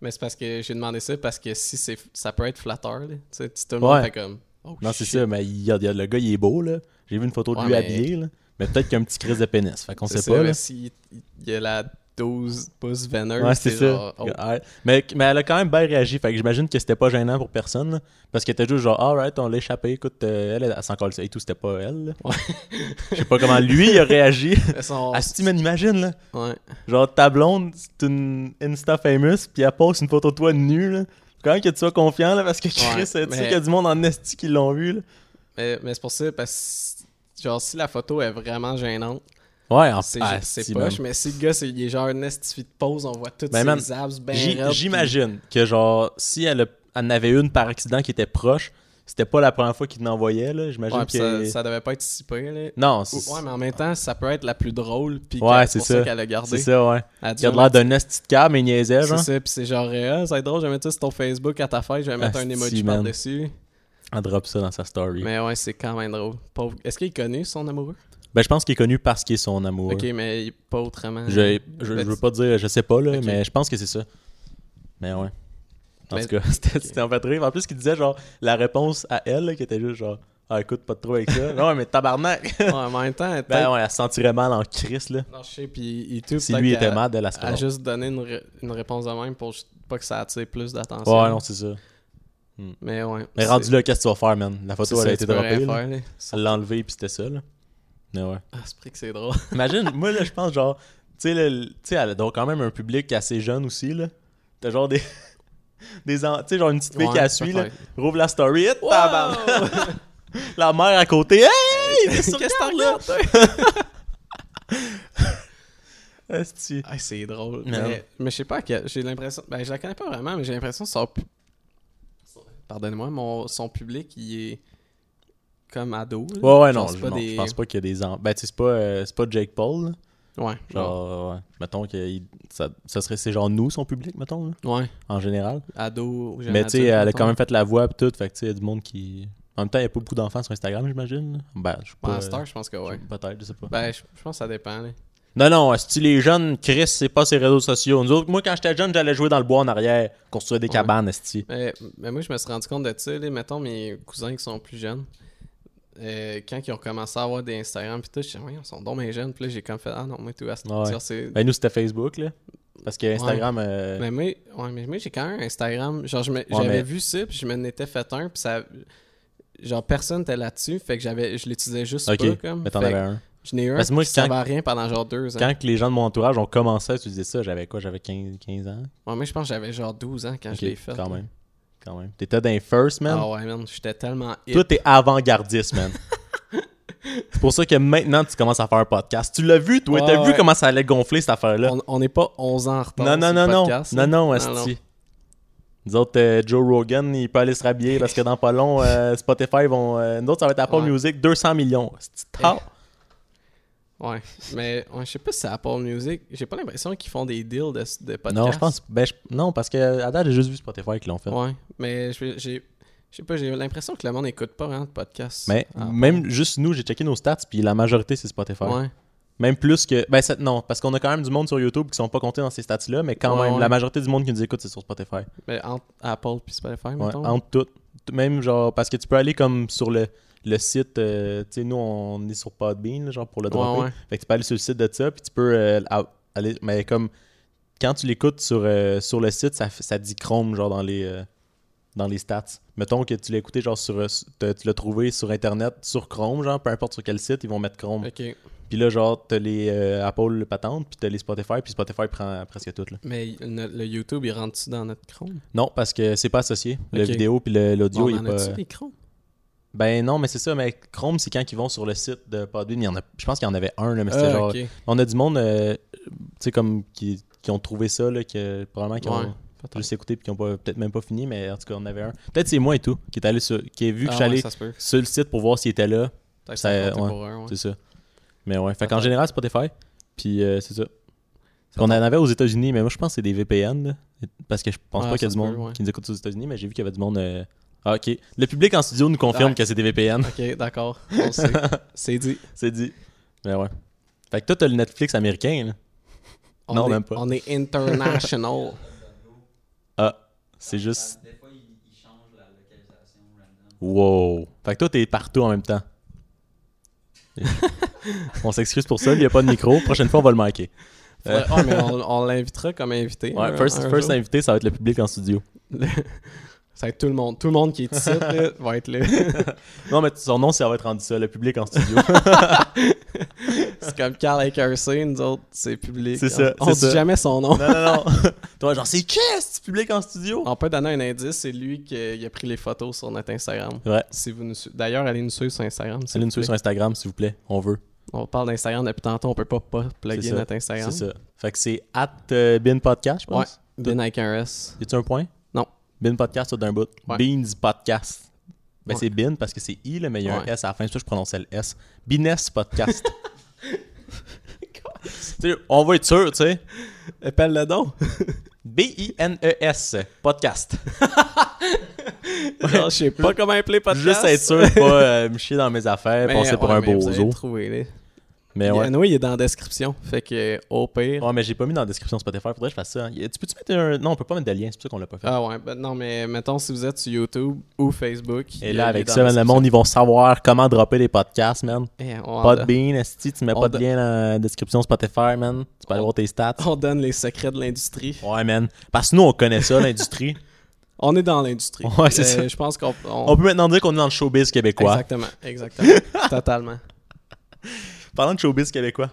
[SPEAKER 2] Mais c'est parce que j'ai demandé ça parce que si c'est ça peut être flatteur, là. Tu sais, tout le monde
[SPEAKER 1] Ouais.
[SPEAKER 2] fait comme. Oh,
[SPEAKER 1] Non, c'est
[SPEAKER 2] shit.
[SPEAKER 1] ça, mais il y a- il y a- le gars, il est beau, là. J'ai vu une photo de
[SPEAKER 2] Ouais,
[SPEAKER 1] lui
[SPEAKER 2] mais-
[SPEAKER 1] habillé, là. Mais peut-être qu'il y a un petit crise de pénis. Fait qu'on
[SPEAKER 2] C'est
[SPEAKER 1] sait
[SPEAKER 2] ça,
[SPEAKER 1] pas.
[SPEAKER 2] mais
[SPEAKER 1] là.
[SPEAKER 2] si il y a la 12 pouces veineuse,
[SPEAKER 1] Ouais, c'est ça.
[SPEAKER 2] genre, oh,
[SPEAKER 1] Ouais. Mais, mais elle a quand même bien réagi. Fait que j'imagine que c'était pas gênant pour personne. là. parce qu'elle était juste genre, alright, on l'a échappé. Écoute, euh, elle, elle, s'en colle et tout, c'était pas elle. là. Je sais pas comment lui, il a réagi.
[SPEAKER 2] elles sont-
[SPEAKER 1] Asti, man, imagine, là.
[SPEAKER 2] ouais.
[SPEAKER 1] Genre, ta blonde, c'est une Insta famous, puis elle poste une photo de toi nue, là. Faut Quand même que tu sois confiant, là, parce que Chris,
[SPEAKER 2] Ouais,
[SPEAKER 1] euh, tu sais
[SPEAKER 2] mais-
[SPEAKER 1] qu'il y a du monde en Esti qui l'ont vu, là.
[SPEAKER 2] Mais, mais c'est pour ça, parce que genre, si la photo est vraiment gênante,
[SPEAKER 1] Ouais, en Asti,
[SPEAKER 2] c'est ah, c'est
[SPEAKER 1] Ah, man.
[SPEAKER 2] poche, mais si le gars, c'est- il est genre une estifie de pose, on voit toutes
[SPEAKER 1] Ben,
[SPEAKER 2] ses
[SPEAKER 1] man,
[SPEAKER 2] abs ben
[SPEAKER 1] J-
[SPEAKER 2] raides,
[SPEAKER 1] J'imagine que, genre, si elle, a- elle en avait une par accident qui était proche, c'était pas la première fois qu'il l'envoyait, là.
[SPEAKER 2] puis-
[SPEAKER 1] J'imagine
[SPEAKER 2] Ouais, puis
[SPEAKER 1] que.
[SPEAKER 2] ça, ça devait pas être si pire, là.
[SPEAKER 1] Non,
[SPEAKER 2] Ou-
[SPEAKER 1] c'est
[SPEAKER 2] Ouais, mais en même temps, ça peut être la plus drôle, puis
[SPEAKER 1] Ouais, c'est
[SPEAKER 2] que- c'est pour ça,
[SPEAKER 1] ça.
[SPEAKER 2] qu'elle a
[SPEAKER 1] c'est
[SPEAKER 2] gardé.
[SPEAKER 1] ça, ouais.
[SPEAKER 2] Elle a dit,
[SPEAKER 1] Il a
[SPEAKER 2] genre,
[SPEAKER 1] de hein. l'air d'un esti de câble, mais il niaisait,
[SPEAKER 2] C'est
[SPEAKER 1] genre.
[SPEAKER 2] ça, puis c'est genre, ah, ça va être drôle, je vais mettre ça sur ton Facebook à ta fête, je vais mettre un
[SPEAKER 1] Asti,
[SPEAKER 2] emoji
[SPEAKER 1] Ah, man.
[SPEAKER 2] par-dessus.
[SPEAKER 1] On drop ça dans sa story.
[SPEAKER 2] Mais ouais, c'est quand même drôle. Pauvre- Est-ce qu'il est connu, son amoureux?
[SPEAKER 1] Ben, je pense qu'il est connu parce qu'il est son amour.
[SPEAKER 2] Ok, mais il- pas autrement.
[SPEAKER 1] Je, je, je
[SPEAKER 2] Ben,
[SPEAKER 1] veux pas dire, je sais pas, là,
[SPEAKER 2] Ok.
[SPEAKER 1] mais je pense que c'est ça. Mais ouais. En
[SPEAKER 2] Mais-
[SPEAKER 1] tout cas, c'était c'était en fait rire. En plus, qu'il disait, genre, la réponse à elle, là, qui était juste genre, ah, écoute, pas de trop avec ça. non, mais tabarnak.
[SPEAKER 2] Ouais, en même temps, peut-être.
[SPEAKER 1] ben, ouais, elle se sentirait mal en Chris, là.
[SPEAKER 2] Non, je sais, puis et tout.
[SPEAKER 1] Si
[SPEAKER 2] peut-être
[SPEAKER 1] lui était
[SPEAKER 2] qu'elle-
[SPEAKER 1] mal de la
[SPEAKER 2] Elle a juste donné une, ré- une réponse de même pour juste pas que ça attire plus d'attention.
[SPEAKER 1] Ouais, non, c'est ça.
[SPEAKER 2] Mais ouais.
[SPEAKER 1] Mais rendu là, qu'est-ce que tu vas faire, man? La
[SPEAKER 2] c'est
[SPEAKER 1] photo,
[SPEAKER 2] ça,
[SPEAKER 1] elle a
[SPEAKER 2] tu
[SPEAKER 1] été
[SPEAKER 2] peux
[SPEAKER 1] droppée.
[SPEAKER 2] rien
[SPEAKER 1] là.
[SPEAKER 2] faire, là.
[SPEAKER 1] Elle l'a enlevée, puis c'était ça, là. Mais ouais.
[SPEAKER 2] Ah, c'est vrai que c'est drôle.
[SPEAKER 1] Imagine, moi, là, je pense, genre, tu sais, le- le- tu sais, elle a donc quand même un public assez jeune aussi, là. T'as genre des. des en- Tu sais, genre une petite fille
[SPEAKER 2] Ouais,
[SPEAKER 1] qui la suit, là.
[SPEAKER 2] peut-être.
[SPEAKER 1] Rouvre la story, hit, tabarnak.
[SPEAKER 2] Wow!
[SPEAKER 1] La mère à côté, hey! Qu'est-ce
[SPEAKER 2] Qu'est-ce
[SPEAKER 1] que
[SPEAKER 2] que t'en
[SPEAKER 1] tu là?
[SPEAKER 2] regardes, toi?
[SPEAKER 1] Esti.
[SPEAKER 2] Ah, c'est drôle.
[SPEAKER 1] Non.
[SPEAKER 2] Mais, mais je sais pas, que j'ai l'impression. Ben, je la connais pas vraiment, mais j'ai l'impression que son. pu- Pardonnez-moi, mon... son public, il est comme ado. là.
[SPEAKER 1] Ouais, ouais,
[SPEAKER 2] Genre,
[SPEAKER 1] non,
[SPEAKER 2] c'est
[SPEAKER 1] je,
[SPEAKER 2] pas
[SPEAKER 1] non,
[SPEAKER 2] des-
[SPEAKER 1] je pense pas qu'il y a des. en- Ben, tu sais, c'est pas, euh, c'est pas Jake Paul, là.
[SPEAKER 2] Ouais, genre.
[SPEAKER 1] Genre, ouais. Mettons que il- ça, ça serait, c'est genre nous, son public, mettons, là,
[SPEAKER 2] Ouais,
[SPEAKER 1] en général.
[SPEAKER 2] ado. jeune
[SPEAKER 1] Mais tu sais,
[SPEAKER 2] adulte,
[SPEAKER 1] elle a
[SPEAKER 2] mettons.
[SPEAKER 1] quand même fait la voix pis tout, fait que tu sais, il y a du monde qui. En même temps, il n'y a pas beaucoup d'enfants sur Instagram, j'imagine. là. Ben, je sais
[SPEAKER 2] Ouais,
[SPEAKER 1] pas.
[SPEAKER 2] à cette heure, je pense que ouais.
[SPEAKER 1] Peut-être, je sais pas.
[SPEAKER 2] Ben, je, je pense que ça dépend. là.
[SPEAKER 1] Non, non, si les jeunes, Chris, c'est pas ses réseaux sociaux. Nous autres, moi, quand j'étais jeune, j'allais jouer dans le bois en arrière, construire des cabanes, esti.
[SPEAKER 2] Mais, mais moi, je me suis rendu compte de ça, là, mettons mes cousins qui sont plus jeunes. euh, quand ils ont commencé à avoir des Instagram pis tout, je me suis dit, ils sont donc bien jeunes. Puis là, j'ai comme fait, ah non, moi, tout à ce
[SPEAKER 1] Ouais.
[SPEAKER 2] ça, c'est-
[SPEAKER 1] Ben, nous, c'était Facebook, là. Parce que Instagram. euh,
[SPEAKER 2] Mais moi, ouais, mais moi, j'ai quand même un Instagram. Genre, je me-
[SPEAKER 1] Ouais,
[SPEAKER 2] j'avais
[SPEAKER 1] mais-
[SPEAKER 2] vu ça, puis je m'en étais fait un, puis ça. Genre, personne n'était là-dessus, fait que j'avais, je l'utilisais juste
[SPEAKER 1] ok,
[SPEAKER 2] pas, comme.
[SPEAKER 1] mais t'en
[SPEAKER 2] Fait
[SPEAKER 1] avais
[SPEAKER 2] que
[SPEAKER 1] un.
[SPEAKER 2] Je n'ai eu un,
[SPEAKER 1] Parce que moi,
[SPEAKER 2] puis ça
[SPEAKER 1] quand-
[SPEAKER 2] va à rien pendant genre deux ans.
[SPEAKER 1] Quand que les gens de mon entourage ont commencé à utiliser ça, j'avais quoi J'avais 15, 15 ans
[SPEAKER 2] Ouais, moi, je pense que j'avais genre 12 ans quand
[SPEAKER 1] Ok,
[SPEAKER 2] je l'ai fait.
[SPEAKER 1] Quand même. Quand même. T'étais dans les first, man.
[SPEAKER 2] Ah ouais, man, j'étais tellement hip.
[SPEAKER 1] Toi, t'es avant-gardiste, man. c'est pour ça que maintenant, tu commences à faire un podcast. Tu l'as vu, toi.
[SPEAKER 2] Ouais,
[SPEAKER 1] T'as vu
[SPEAKER 2] ouais.
[SPEAKER 1] comment ça allait gonfler, cette affaire-là.
[SPEAKER 2] On- On n'est pas 11 ans en retard.
[SPEAKER 1] Non, non,
[SPEAKER 2] sur
[SPEAKER 1] non,
[SPEAKER 2] le
[SPEAKER 1] non.
[SPEAKER 2] podcast,
[SPEAKER 1] non,
[SPEAKER 2] là.
[SPEAKER 1] non, esti. Nous autres, euh, Joe Rogan, il peut aller se rhabiller parce que dans pas long, euh, Spotify vont. euh, nous autres, ça va être Apple
[SPEAKER 2] Ouais.
[SPEAKER 1] Music, 200 millions. esti.
[SPEAKER 2] Eh. Ouais, mais ouais, je sais pas si c'est Apple Music. J'ai pas l'impression qu'ils font des deals de, de podcast.
[SPEAKER 1] Non, je pense. Ben, je- non, parce que euh, à date, j'ai juste vu Spotify qui l'ont fait.
[SPEAKER 2] Ouais, mais je j'ai- je sais pas, j'ai l'impression que le monde n'écoute pas vraiment de podcast.
[SPEAKER 1] Mais
[SPEAKER 2] Ah,
[SPEAKER 1] même juste nous, j'ai checké nos stats, puis la majorité, c'est Spotify.
[SPEAKER 2] Ouais.
[SPEAKER 1] Même plus que. Ben, c'est- non, parce qu'on a quand même du monde sur YouTube qui sont pas comptés dans ces stats-là, mais quand
[SPEAKER 2] Ouais,
[SPEAKER 1] même,
[SPEAKER 2] ouais.
[SPEAKER 1] la majorité du monde qui nous écoute, c'est sur Spotify.
[SPEAKER 2] Mais entre Apple puis Spotify,
[SPEAKER 1] Ouais,
[SPEAKER 2] mettons.
[SPEAKER 1] entre toutes. T- Même genre, parce que tu peux aller comme sur le, le site, euh, tu sais, nous on est sur Podbean, là, genre pour le
[SPEAKER 2] Ouais,
[SPEAKER 1] dropper.
[SPEAKER 2] ouais.
[SPEAKER 1] Fait que tu peux aller sur le site de ça, puis tu peux euh, à- aller, mais comme quand tu l'écoutes sur, euh, sur le site, ça, fait- ça dit Chrome, genre dans les, euh, dans les stats. Mettons que tu l'as écouté, genre sur, euh, s- t'as- tu l'as trouvé sur Internet, sur Chrome, genre peu importe sur quel site, ils vont mettre Chrome.
[SPEAKER 2] Ok.
[SPEAKER 1] Puis là, genre, t'as les euh, Apple patentes, puis t'as les Spotify, puis Spotify prend presque tout, là.
[SPEAKER 2] Mais il- no- le YouTube, il rentre-tu dans notre Chrome
[SPEAKER 1] Non, parce que c'est pas associé. La
[SPEAKER 2] Ok.
[SPEAKER 1] vidéo puis le- l'audio,
[SPEAKER 2] On
[SPEAKER 1] il est
[SPEAKER 2] en
[SPEAKER 1] pas...
[SPEAKER 2] a-tu des Chrome
[SPEAKER 1] Ben non, mais c'est ça, mais Chrome, c'est quand ils vont sur le site de Podbean, il y en a, je pense qu'il y en avait un, là, mais c'était
[SPEAKER 2] Ah,
[SPEAKER 1] genre...
[SPEAKER 2] ok.
[SPEAKER 1] On a du monde, euh, tu sais, comme, qui, qui ont trouvé ça, là, que probablement qui
[SPEAKER 2] Ouais,
[SPEAKER 1] ont juste écouté puis qui ont pas- peut-être même pas fini, mais en tout cas, on en avait un. Peut-être c'est moi et tout, qui est allé sur... qui est vu que
[SPEAKER 2] Ah,
[SPEAKER 1] je suis allé
[SPEAKER 2] ouais, ça se peut.
[SPEAKER 1] sur le site pour voir s'il était là,
[SPEAKER 2] Peut-être
[SPEAKER 1] ça-
[SPEAKER 2] que ça comptait
[SPEAKER 1] ouais.
[SPEAKER 2] pour un, ouais.
[SPEAKER 1] c'est ça. Mais ouais, fait
[SPEAKER 2] Peut-être.
[SPEAKER 1] qu'en général, Spotify, puis euh, c'est ça. On en avait aux États-Unis, mais moi, je pense que c'est des VPN, là, parce que je pense
[SPEAKER 2] Ah,
[SPEAKER 1] pas qu'il y a du
[SPEAKER 2] ça se
[SPEAKER 1] monde
[SPEAKER 2] peut, ouais.
[SPEAKER 1] qui nous écoute aux États-Unis, mais j'ai vu qu'il y avait du monde... euh, Ah, ok. Le public en studio nous confirme
[SPEAKER 2] Ouais.
[SPEAKER 1] que c'est des VPN.
[SPEAKER 2] Ok, d'accord. On sait. C'est dit.
[SPEAKER 1] C'est dit. Ben ouais. Fait que toi, t'as le Netflix américain, là.
[SPEAKER 2] On
[SPEAKER 1] Non,
[SPEAKER 2] est,
[SPEAKER 1] même pas.
[SPEAKER 2] On est international.
[SPEAKER 1] Ah, c'est juste.
[SPEAKER 4] Des fois, ils ils changent la localisation random.
[SPEAKER 1] Wow. Fait que toi, t'es partout en même temps. on s'excuse pour ça, il n'y a pas de micro. Prochaine fois, on va le manquer.
[SPEAKER 2] Faudrait- ah, mais on, on l'invitera comme invité.
[SPEAKER 1] Ouais,
[SPEAKER 2] un-
[SPEAKER 1] first,
[SPEAKER 2] un
[SPEAKER 1] first
[SPEAKER 2] jour.
[SPEAKER 1] invité, ça va être le public en studio.
[SPEAKER 2] Ça va être tout le monde. Tout le monde qui est ici là, va être là.
[SPEAKER 1] Non, mais son nom, ça va être rendu ça, le public en studio.
[SPEAKER 2] C'est comme Carl avec un C, nous autres, c'est public.
[SPEAKER 1] C'est ça,
[SPEAKER 2] On, on
[SPEAKER 1] c'est ça.
[SPEAKER 2] dit jamais son nom.
[SPEAKER 1] non, non, non. Toi, genre, c'est Chess, public en studio.
[SPEAKER 2] On peut donner un indice, c'est lui qui a, il a pris les photos sur notre Instagram.
[SPEAKER 1] Ouais.
[SPEAKER 2] Si vous nous su- D'ailleurs, allez nous suivre sur Instagram. s'il
[SPEAKER 1] Allez nous
[SPEAKER 2] vous
[SPEAKER 1] suivre sur
[SPEAKER 2] plaît.
[SPEAKER 1] Instagram, s'il vous plaît. On veut.
[SPEAKER 2] On parle d'Instagram depuis tantôt, on peut pas pas
[SPEAKER 1] C'est
[SPEAKER 2] plugger
[SPEAKER 1] ça,
[SPEAKER 2] notre Instagram.
[SPEAKER 1] C'est ça. Fait que c'est at euh, Bin Podcast, je pense.
[SPEAKER 2] Bin avec un S.
[SPEAKER 1] Y a-tu un point?
[SPEAKER 2] Non.
[SPEAKER 1] Bin Podcast, ça, d'un bout.
[SPEAKER 2] Ouais.
[SPEAKER 1] Beans Podcast. Ben,
[SPEAKER 2] Ouais.
[SPEAKER 1] c'est Bin parce que c'est I, là, mais il y a un
[SPEAKER 2] Ouais.
[SPEAKER 1] S à la fin. C'est pour ça que je prononçais le S. Bines Podcast. Tu sais, on va être sûr, tu sais.
[SPEAKER 2] Appelle le don.
[SPEAKER 1] B-I-N-E-S E Podcast.
[SPEAKER 2] Genre, je sais pas comment appeler podcast.
[SPEAKER 1] Juste être sûr de pas euh, me chier dans mes affaires,
[SPEAKER 2] Mais,
[SPEAKER 1] penser pour
[SPEAKER 2] Ben, ouais,
[SPEAKER 1] un
[SPEAKER 2] mais vous allez
[SPEAKER 1] bozo.
[SPEAKER 2] le trouver, là.
[SPEAKER 1] Mais
[SPEAKER 2] Il y a-
[SPEAKER 1] Eh ouais.
[SPEAKER 2] Noé, il est dans la description. Fait que, euh, au pire.
[SPEAKER 1] Ouais, mais j'ai pas mis dans la description Spotify. Faudrait que je fasse ça. hein. Y a- Tu peux-tu mettre un. Non, on peut pas mettre de lien, c'est pour ça qu'on l'a pas fait.
[SPEAKER 2] Ah ouais, ben non, mais mettons si vous êtes sur YouTube ou Facebook.
[SPEAKER 1] Et
[SPEAKER 2] Ah, il-
[SPEAKER 1] là,
[SPEAKER 2] il est
[SPEAKER 1] avec
[SPEAKER 2] dans
[SPEAKER 1] ça,
[SPEAKER 2] la
[SPEAKER 1] man, le monde, ils vont savoir comment dropper des podcasts, man.
[SPEAKER 2] description. Eh, on,
[SPEAKER 1] Pas
[SPEAKER 2] don-
[SPEAKER 1] de bean, esti, tu mets
[SPEAKER 2] on
[SPEAKER 1] pas de
[SPEAKER 2] do-
[SPEAKER 1] lien dans la description Spotify, man. Tu peux aller
[SPEAKER 2] On-
[SPEAKER 1] voir tes stats.
[SPEAKER 2] on donne les secrets de l'industrie.
[SPEAKER 1] Ouais, man. Parce que nous, on connaît ça, l'industrie.
[SPEAKER 2] On est dans l'industrie. Euh,
[SPEAKER 1] Ouais, c'est ça.
[SPEAKER 2] Je pense qu'on. on-
[SPEAKER 1] On peut maintenant dire qu'on est dans le showbiz québécois.
[SPEAKER 2] Exactement, exactement. Totalement.
[SPEAKER 1] Parlant de showbiz québécois,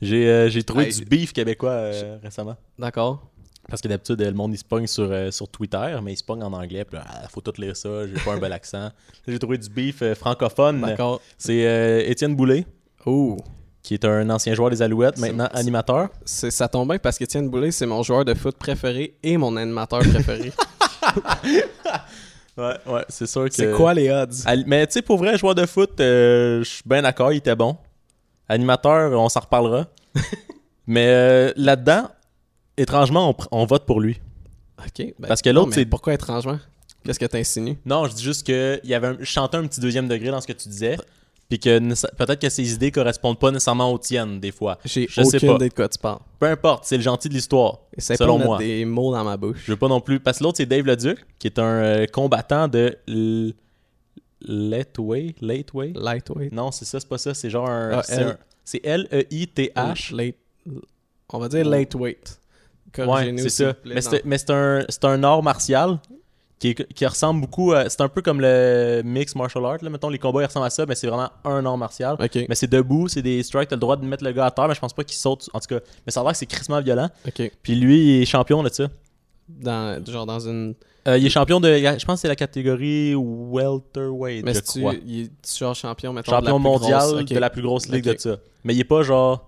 [SPEAKER 1] j'ai euh, j'ai trouvé
[SPEAKER 2] Hey,
[SPEAKER 1] du beef québécois euh, récemment.
[SPEAKER 2] D'accord.
[SPEAKER 1] Parce que d'habitude, euh, le monde, il se pogne sur, euh, sur Twitter, mais il se pogne en anglais. Puis là, Ah, faut tout lire ça, j'ai pas un bel accent. Là, J'ai trouvé du beef euh, francophone.
[SPEAKER 2] D'accord.
[SPEAKER 1] C'est euh, Étienne Boulay,
[SPEAKER 2] Oh.
[SPEAKER 1] qui est un ancien joueur des Alouettes,
[SPEAKER 2] C'est-
[SPEAKER 1] maintenant
[SPEAKER 2] c'est-
[SPEAKER 1] animateur.
[SPEAKER 2] C'est, ça tombe bien parce qu'Étienne Boulay, c'est mon joueur de foot préféré et mon animateur préféré.
[SPEAKER 1] Ouais, ouais, c'est sûr que...
[SPEAKER 2] c'est quoi les odds?
[SPEAKER 1] Ali- Mais tu sais, pour vrai, joueur de foot, euh, je suis bien d'accord, il était bon. Animateur, on s'en reparlera. Mais euh, là-dedans, étrangement, on, pr- on vote pour lui.
[SPEAKER 2] Ok. ben,
[SPEAKER 1] Parce que
[SPEAKER 2] non,
[SPEAKER 1] l'autre,
[SPEAKER 2] mais
[SPEAKER 1] c'est-
[SPEAKER 2] Pourquoi étrangement? Qu'est-ce que t'insinues?
[SPEAKER 1] Non, je dis juste que il y avait un, je chantais un petit deuxième degré dans ce que tu disais. puis que nécess- peut-être que ses idées correspondent pas nécessairement aux tiennes, des fois.
[SPEAKER 2] J'ai
[SPEAKER 1] Je sais
[SPEAKER 2] aucune
[SPEAKER 1] pas.
[SPEAKER 2] idée de quoi tu parles.
[SPEAKER 1] Peu importe, c'est le gentil de l'histoire,
[SPEAKER 2] Essaye pas de
[SPEAKER 1] selon
[SPEAKER 2] mettre
[SPEAKER 1] moi.
[SPEAKER 2] des mots dans ma bouche.
[SPEAKER 1] Je veux pas non plus. Parce que l'autre, c'est Dave Leduc, qui est un euh, combattant de l- Lightway. Lightway
[SPEAKER 2] Lightweight.
[SPEAKER 1] Non, c'est ça, c'est pas ça. C'est genre un.
[SPEAKER 2] Ah,
[SPEAKER 1] c'est
[SPEAKER 2] L.
[SPEAKER 1] un- c'est L-E-I-T-H.
[SPEAKER 2] Late- On va dire lightweight.
[SPEAKER 1] Ouais,
[SPEAKER 2] Corrigez-nous,
[SPEAKER 1] c'est
[SPEAKER 2] s'il
[SPEAKER 1] ça.
[SPEAKER 2] vous plaît,
[SPEAKER 1] Mais
[SPEAKER 2] dans-
[SPEAKER 1] c'est mais c'est un, c'est un art martial qui, est- qui ressemble beaucoup. à- C'est un peu comme le mix martial art. Là. Mettons, les combats, ils ressemblent à ça, mais c'est vraiment un art martial.
[SPEAKER 2] Ok,
[SPEAKER 1] Mais c'est debout, c'est des strikes, t'as le droit de mettre le gars à terre, mais je pense pas qu'il saute. En tout cas, mais ça a l'air que c'est crissement violent.
[SPEAKER 2] ok.
[SPEAKER 1] Puis lui, il est champion de ça.
[SPEAKER 2] Dans, genre dans une.
[SPEAKER 1] Euh, il est champion de. Je pense que c'est la catégorie welterweight.
[SPEAKER 2] Mais
[SPEAKER 1] je
[SPEAKER 2] si tu,
[SPEAKER 1] crois.
[SPEAKER 2] il est genre champion, mettons,
[SPEAKER 1] champion
[SPEAKER 2] de la plus
[SPEAKER 1] mondial
[SPEAKER 2] grosse- ok.
[SPEAKER 1] de la plus grosse ligue
[SPEAKER 2] Ok.
[SPEAKER 1] de ça. Mais il est pas genre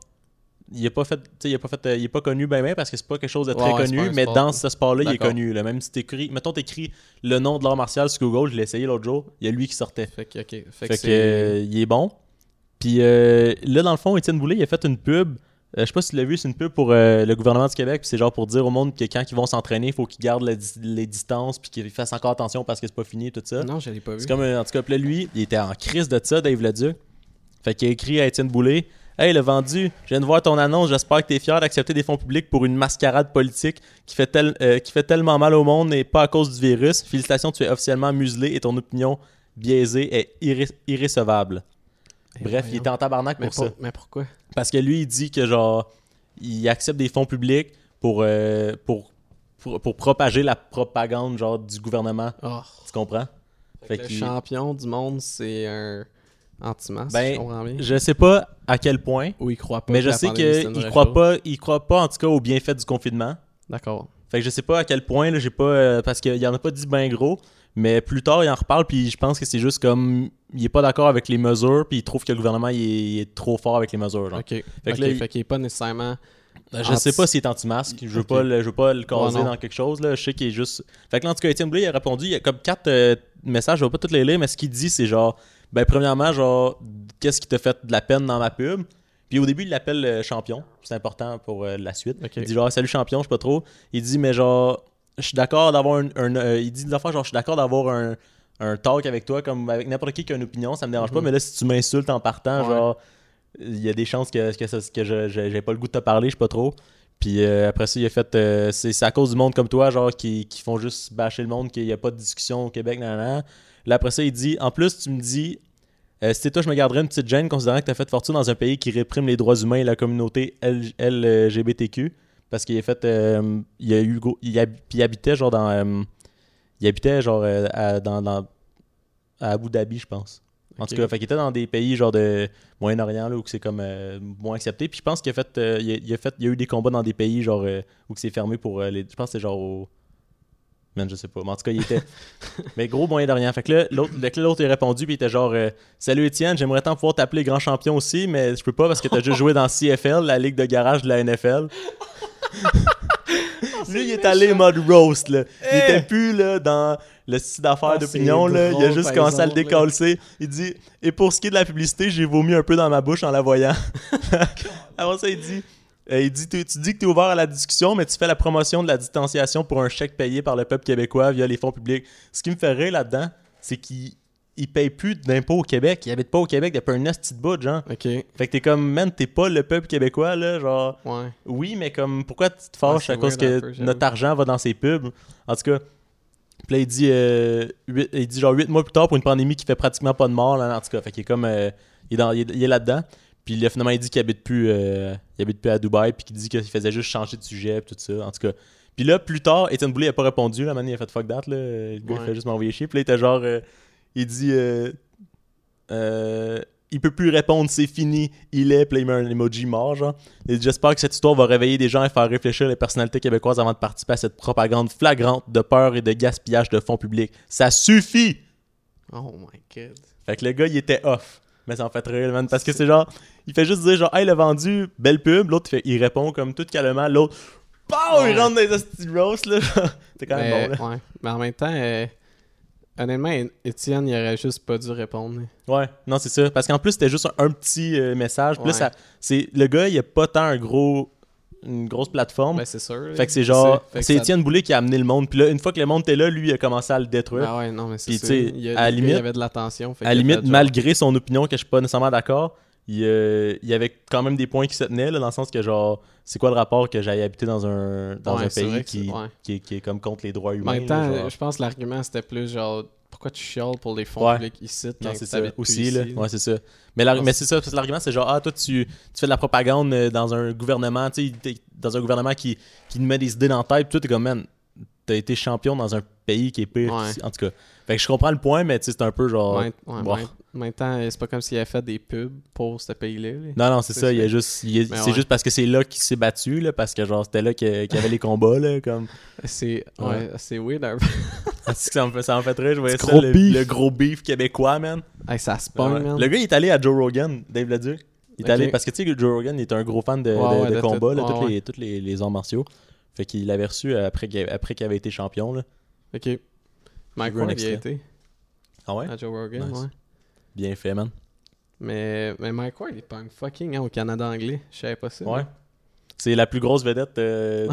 [SPEAKER 1] il est pas fait tu sais il est pas fait euh, il est pas connu ben ben parce que c'est pas quelque chose de très
[SPEAKER 2] Ouais, ouais, c'est
[SPEAKER 1] connu
[SPEAKER 2] pas un
[SPEAKER 1] mais
[SPEAKER 2] sport.
[SPEAKER 1] dans ce sport-là il est
[SPEAKER 2] D'accord.
[SPEAKER 1] connu là. même si t'écris mettons t'écris le nom de l'art martial sur Google je l'ai essayé l'autre jour il y a lui qui sortait
[SPEAKER 2] Fait que, ok. Fait
[SPEAKER 1] fait,
[SPEAKER 2] que
[SPEAKER 1] que
[SPEAKER 2] c'est-
[SPEAKER 1] euh, il est bon puis euh, là dans le fond Étienne Boulay il a fait une pub euh, je sais pas si tu l'as vu c'est une pub pour euh, le gouvernement du Québec puis c'est genre pour dire au monde que quand ils vont s'entraîner il faut qu'ils gardent la dis- les distances puis qu'ils fassent encore attention parce que c'est pas fini tout ça
[SPEAKER 2] Non, je l'ai pas vu.
[SPEAKER 1] euh, c'est comme, un- en tout cas, puis là, lui, il était en crise de ça, Dave Leduc. Fait qu'il a écrit à Étienne Boulay Hey, le vendu, je viens de voir ton annonce, j'espère que t'es fier d'accepter des fonds publics pour une mascarade politique qui fait, tel- euh, qui fait tellement mal au monde et pas à cause du virus. Félicitations, tu es officiellement muselé et ton opinion biaisée est irré- irrécevable.
[SPEAKER 2] Eh,
[SPEAKER 1] Bref, il
[SPEAKER 2] voyons.
[SPEAKER 1] était en tabarnak
[SPEAKER 2] mais,
[SPEAKER 1] pour ça.
[SPEAKER 2] pour- mais pourquoi
[SPEAKER 1] Parce que lui, il dit que genre, il accepte des fonds publics pour, euh, pour, pour, pour propager la propagande genre du gouvernement.
[SPEAKER 2] Oh.
[SPEAKER 1] Tu comprends?
[SPEAKER 2] Fait que le
[SPEAKER 1] qu'il-
[SPEAKER 2] champion du monde, c'est un anti-masque,
[SPEAKER 1] Ben,
[SPEAKER 2] je comprends bien.
[SPEAKER 1] Je sais pas à quel point,
[SPEAKER 2] Ou il croit pas.
[SPEAKER 1] mais
[SPEAKER 2] que
[SPEAKER 1] je
[SPEAKER 2] la
[SPEAKER 1] sais
[SPEAKER 2] pandémie, c'est une
[SPEAKER 1] qu'il
[SPEAKER 2] vraie
[SPEAKER 1] croit
[SPEAKER 2] chose.
[SPEAKER 1] pas, il croit pas en tout cas aux bienfaits du confinement.
[SPEAKER 2] D'accord.
[SPEAKER 1] Fait que je sais pas à quel point là, j'ai pas euh, parce qu'il y en a pas dit ben gros, mais plus tard il en reparle puis je pense que c'est juste comme il est pas d'accord avec les mesures puis il trouve que le gouvernement il est, il est trop fort avec les mesures. genre.
[SPEAKER 2] Ok. Fait,
[SPEAKER 1] que là, il-
[SPEAKER 2] fait qu'il est pas nécessairement.
[SPEAKER 1] Ben, Je
[SPEAKER 2] Anti-
[SPEAKER 1] sais pas s'il est anti-masque, je veux
[SPEAKER 2] Ah, Ok.
[SPEAKER 1] pas le, je veux pas le caser
[SPEAKER 2] Ouais, non.
[SPEAKER 1] dans quelque chose là, je sais qu'il est juste Fait que là, en tout cas Étienne Blais il a répondu, il y a comme quatre euh, messages, je vais pas tous les lire mais ce qu'il dit c'est genre ben premièrement genre qu'est-ce qui t'a fait de la peine dans ma pub Puis au début il l'appelle euh, champion, c'est important pour euh, la suite.
[SPEAKER 2] Ok.
[SPEAKER 1] Il dit genre salut champion, je sais pas trop. Il dit mais genre je suis d'accord d'avoir un, un, euh, il dit de l'affaire genre je suis d'accord d'avoir un un talk avec toi comme avec n'importe qui qui a une opinion, ça me dérange pas
[SPEAKER 2] Mhm.
[SPEAKER 1] mais là si tu m'insultes en partant
[SPEAKER 2] Ouais.
[SPEAKER 1] genre il y a des chances que, que, ça- que je- je- j'ai pas le goût de te parler, je sais pas trop. Puis euh, après ça, il a fait. euh, c'est c'est à cause du monde comme toi, genre, qui, qui font juste bâcher le monde, qu'il n'y a pas de discussion au Québec, nan, nan, nan. Là, après ça, il dit En plus, tu me dis, euh, si t'es toi, je me garderais une petite gêne, considérant que t'as fait fortune dans un pays qui réprime les droits humains et la communauté L- LGBTQ. Parce qu'il a fait. euh, il, a eu, gros- il, hab- il habitait, genre, dans. euh, il habitait, genre, euh, à, dans, dans- à Abu Dhabi, je pense. En
[SPEAKER 2] Ok.
[SPEAKER 1] tout cas, fait qu'il était dans des pays, genre, de. Moyen-Orient là, où que c'est comme euh, moins accepté. Puis je pense qu'il a fait, euh, il a, il a fait, il y a eu des combats dans des pays genre euh, où que c'est fermé pour euh, les. Je pense que c'est genre au. Man, je sais pas. Mais en tout cas, il était. mais gros Moyen-Orient. Fait que là, l'autre, fait que là, l'autre il a répondu puis il était genre euh, Salut Étienne, j'aimerais tant pouvoir t'appeler grand champion aussi, mais je peux pas parce que t'as juste joué dans CFL, la ligue de garage de la NFL. Lui, il est allé en mode roast, là. Il
[SPEAKER 2] Eh!
[SPEAKER 1] était plus, là, dans le site d'affaires
[SPEAKER 2] Ah,
[SPEAKER 1] d'opinion,
[SPEAKER 2] c'est
[SPEAKER 1] là. Il a
[SPEAKER 2] drôle,
[SPEAKER 1] juste
[SPEAKER 2] par
[SPEAKER 1] commencé à le
[SPEAKER 2] exemple, là.
[SPEAKER 1] décoller. C'est- Il dit Et pour ce qui est de la publicité, j'ai vomi un peu dans ma bouche en la voyant. Avant ça, il dit euh, il dit, tu, tu dis que tu es ouvert à la discussion, mais tu fais la promotion de la distanciation pour un chèque payé par le peuple québécois via les fonds publics. Ce qui me fait rire là-dedans, c'est qu'il il paye plus d'impôts au Québec. Il habite pas au Québec depuis un esti de bout, genre.
[SPEAKER 2] Ok. Ouais.
[SPEAKER 1] Fait que t'es comme, man, t'es pas le peuple québécois, là. Genre, oui, mais comme, pourquoi tu te fâches
[SPEAKER 2] Ouais, c'est
[SPEAKER 1] à cause
[SPEAKER 2] weird
[SPEAKER 1] que
[SPEAKER 2] un peu, j'avoue.
[SPEAKER 1] notre argent va dans ses pubs? En tout cas, puis là, il dit, euh, huit- il dit genre 8 mois plus tard pour une pandémie qui fait pratiquement pas de mort, là, en tout cas. Fait qu'il est comme, euh, il est, dans- il est- il est là-dedans. Puis là, finalement, il dit qu'il habite plus, euh, il habite plus à Dubaï, puis qu'il dit qu'il faisait juste changer de sujet, puis tout ça, en tout cas. Puis là, plus tard, Étienne Boulay, il a pas répondu, la man, il a fait fuck that, là. Le gars,
[SPEAKER 2] Ouais.
[SPEAKER 1] il fait juste m'envoyer chier. Puis là, il était genre, euh, il dit, euh, euh, il peut plus répondre, c'est fini, il est, puis là, il met un emoji mort, genre. Il dit, J'espère que cette histoire va réveiller des gens et faire réfléchir les personnalités québécoises avant de participer à cette propagande flagrante de peur et de gaspillage de fonds publics. Ça suffit!
[SPEAKER 2] Oh my god.
[SPEAKER 1] Fait que le gars, il était off. Mais ça en fait rire, man. Parce que c'est genre, il fait juste dire, genre, hey, le vendu, belle pub. L'autre, il fait- il répond comme tout calmement. L'autre, pow,
[SPEAKER 2] Ouais.
[SPEAKER 1] il rentre dans les hosties de roast, là. genre. C'est quand même
[SPEAKER 2] mais,
[SPEAKER 1] bon, là.
[SPEAKER 2] ouais. mais en même temps, euh, honnêtement, Étienne, il aurait juste pas dû répondre.
[SPEAKER 1] Ouais, non, c'est ça. Parce qu'en plus, c'était juste un, un petit euh, message. Puis là,
[SPEAKER 2] Ouais.
[SPEAKER 1] ça- c'est, le gars, il a pas tant un gros une grosse plateforme.
[SPEAKER 2] Ben, c'est sûr.
[SPEAKER 1] fait que c'est genre.
[SPEAKER 2] Fait que
[SPEAKER 1] C'est
[SPEAKER 2] ça-
[SPEAKER 1] Étienne Boulay qui a amené le monde. Puis là, une fois que le monde était là, lui, il a commencé à le détruire.
[SPEAKER 2] Ah ouais, non, mais c'est
[SPEAKER 1] Puis,
[SPEAKER 2] sûr.
[SPEAKER 1] tu sais,
[SPEAKER 2] Il y a-
[SPEAKER 1] à la
[SPEAKER 2] il y
[SPEAKER 1] limite-
[SPEAKER 2] avait de l'attention. fait
[SPEAKER 1] à la
[SPEAKER 2] qu'il a
[SPEAKER 1] limite,
[SPEAKER 2] fait genre-
[SPEAKER 1] malgré son opinion, que je suis pas nécessairement d'accord, il, euh, il y avait quand même des points qui se tenaient, là, dans le sens que, genre, c'est quoi le rapport que j'aille habiter dans un, dans
[SPEAKER 2] Ouais,
[SPEAKER 1] un
[SPEAKER 2] c'est
[SPEAKER 1] pays
[SPEAKER 2] vrai que c'est-
[SPEAKER 1] qui,
[SPEAKER 2] ouais.
[SPEAKER 1] qui, est- qui est comme contre les droits
[SPEAKER 2] En
[SPEAKER 1] humains?
[SPEAKER 2] même
[SPEAKER 1] là,
[SPEAKER 2] temps,
[SPEAKER 1] genre.
[SPEAKER 2] je pense que l'argument c'était plus genre pourquoi tu chiales pour les fonds
[SPEAKER 1] Ouais.
[SPEAKER 2] publics ici
[SPEAKER 1] Non,
[SPEAKER 2] quand
[SPEAKER 1] c'est ça.
[SPEAKER 2] t'habites plus
[SPEAKER 1] Aussi,
[SPEAKER 2] ici,
[SPEAKER 1] là. Ouais, c'est ça. Mais, la-
[SPEAKER 2] Non,
[SPEAKER 1] mais
[SPEAKER 2] c'est-
[SPEAKER 1] c'est ça, parce que l'argument, c'est genre, ah, toi, tu, tu fais de la propagande euh, dans un gouvernement, tu sais, t'es dans un gouvernement qui, qui te met des idées dans la tête, puis toi, t'es comme, man, t'as été champion dans un pays qui est pire.
[SPEAKER 2] Ouais.
[SPEAKER 1] En tout cas, fait que je comprends le point, mais tu sais, c'est un peu genre.
[SPEAKER 2] Ouais, ouais,
[SPEAKER 1] Bon.
[SPEAKER 2] mais- en même temps, c'est pas comme s'il avait fait des pubs pour ce pays-là. là.
[SPEAKER 1] Non, non, c'est
[SPEAKER 2] C'est
[SPEAKER 1] ça.
[SPEAKER 2] ça.
[SPEAKER 1] Il y a juste, il y a-
[SPEAKER 2] Mais
[SPEAKER 1] c'est
[SPEAKER 2] ouais.
[SPEAKER 1] juste parce que c'est là qu'il s'est battu, là, parce que genre c'était là que- qu'il y avait les combats, là, comme.
[SPEAKER 2] C'est ouais,
[SPEAKER 1] Ouais.
[SPEAKER 2] c'est weird un peu.
[SPEAKER 1] Ah, c'est que ça me fait, ça me fait très, je voyais
[SPEAKER 2] Du
[SPEAKER 1] ça,
[SPEAKER 2] gros
[SPEAKER 1] le,
[SPEAKER 2] beef.
[SPEAKER 1] le gros beef québécois, man.
[SPEAKER 2] Hey, ça se pogne,
[SPEAKER 1] Ouais.
[SPEAKER 2] man.
[SPEAKER 1] Le gars, il est allé à Joe Rogan, Dave Leduc. Il est
[SPEAKER 2] Ok.
[SPEAKER 1] allé parce que tu sais que Joe Rogan il est un gros fan de, de-
[SPEAKER 2] Ouais, ouais,
[SPEAKER 1] de
[SPEAKER 2] de
[SPEAKER 1] combat,
[SPEAKER 2] tout.
[SPEAKER 1] là,
[SPEAKER 2] Ouais,
[SPEAKER 1] tous les, tous les, les arts martiaux. Fait qu'il l'avait reçu après qu'il après qu'il avait été champion, là.
[SPEAKER 2] Ok. Mike
[SPEAKER 1] Je veux un
[SPEAKER 2] Ward, il a
[SPEAKER 1] extrait.
[SPEAKER 2] été
[SPEAKER 1] Ah ouais?
[SPEAKER 2] à Joe Rogan,
[SPEAKER 1] Nice.
[SPEAKER 2] ouais.
[SPEAKER 1] Bien fait, man.
[SPEAKER 2] Mais, mais Mike Ward, il pogne fucking hein, au Canada anglais. Je savais pas ça.
[SPEAKER 1] Ouais. C'est la plus grosse vedette. euh,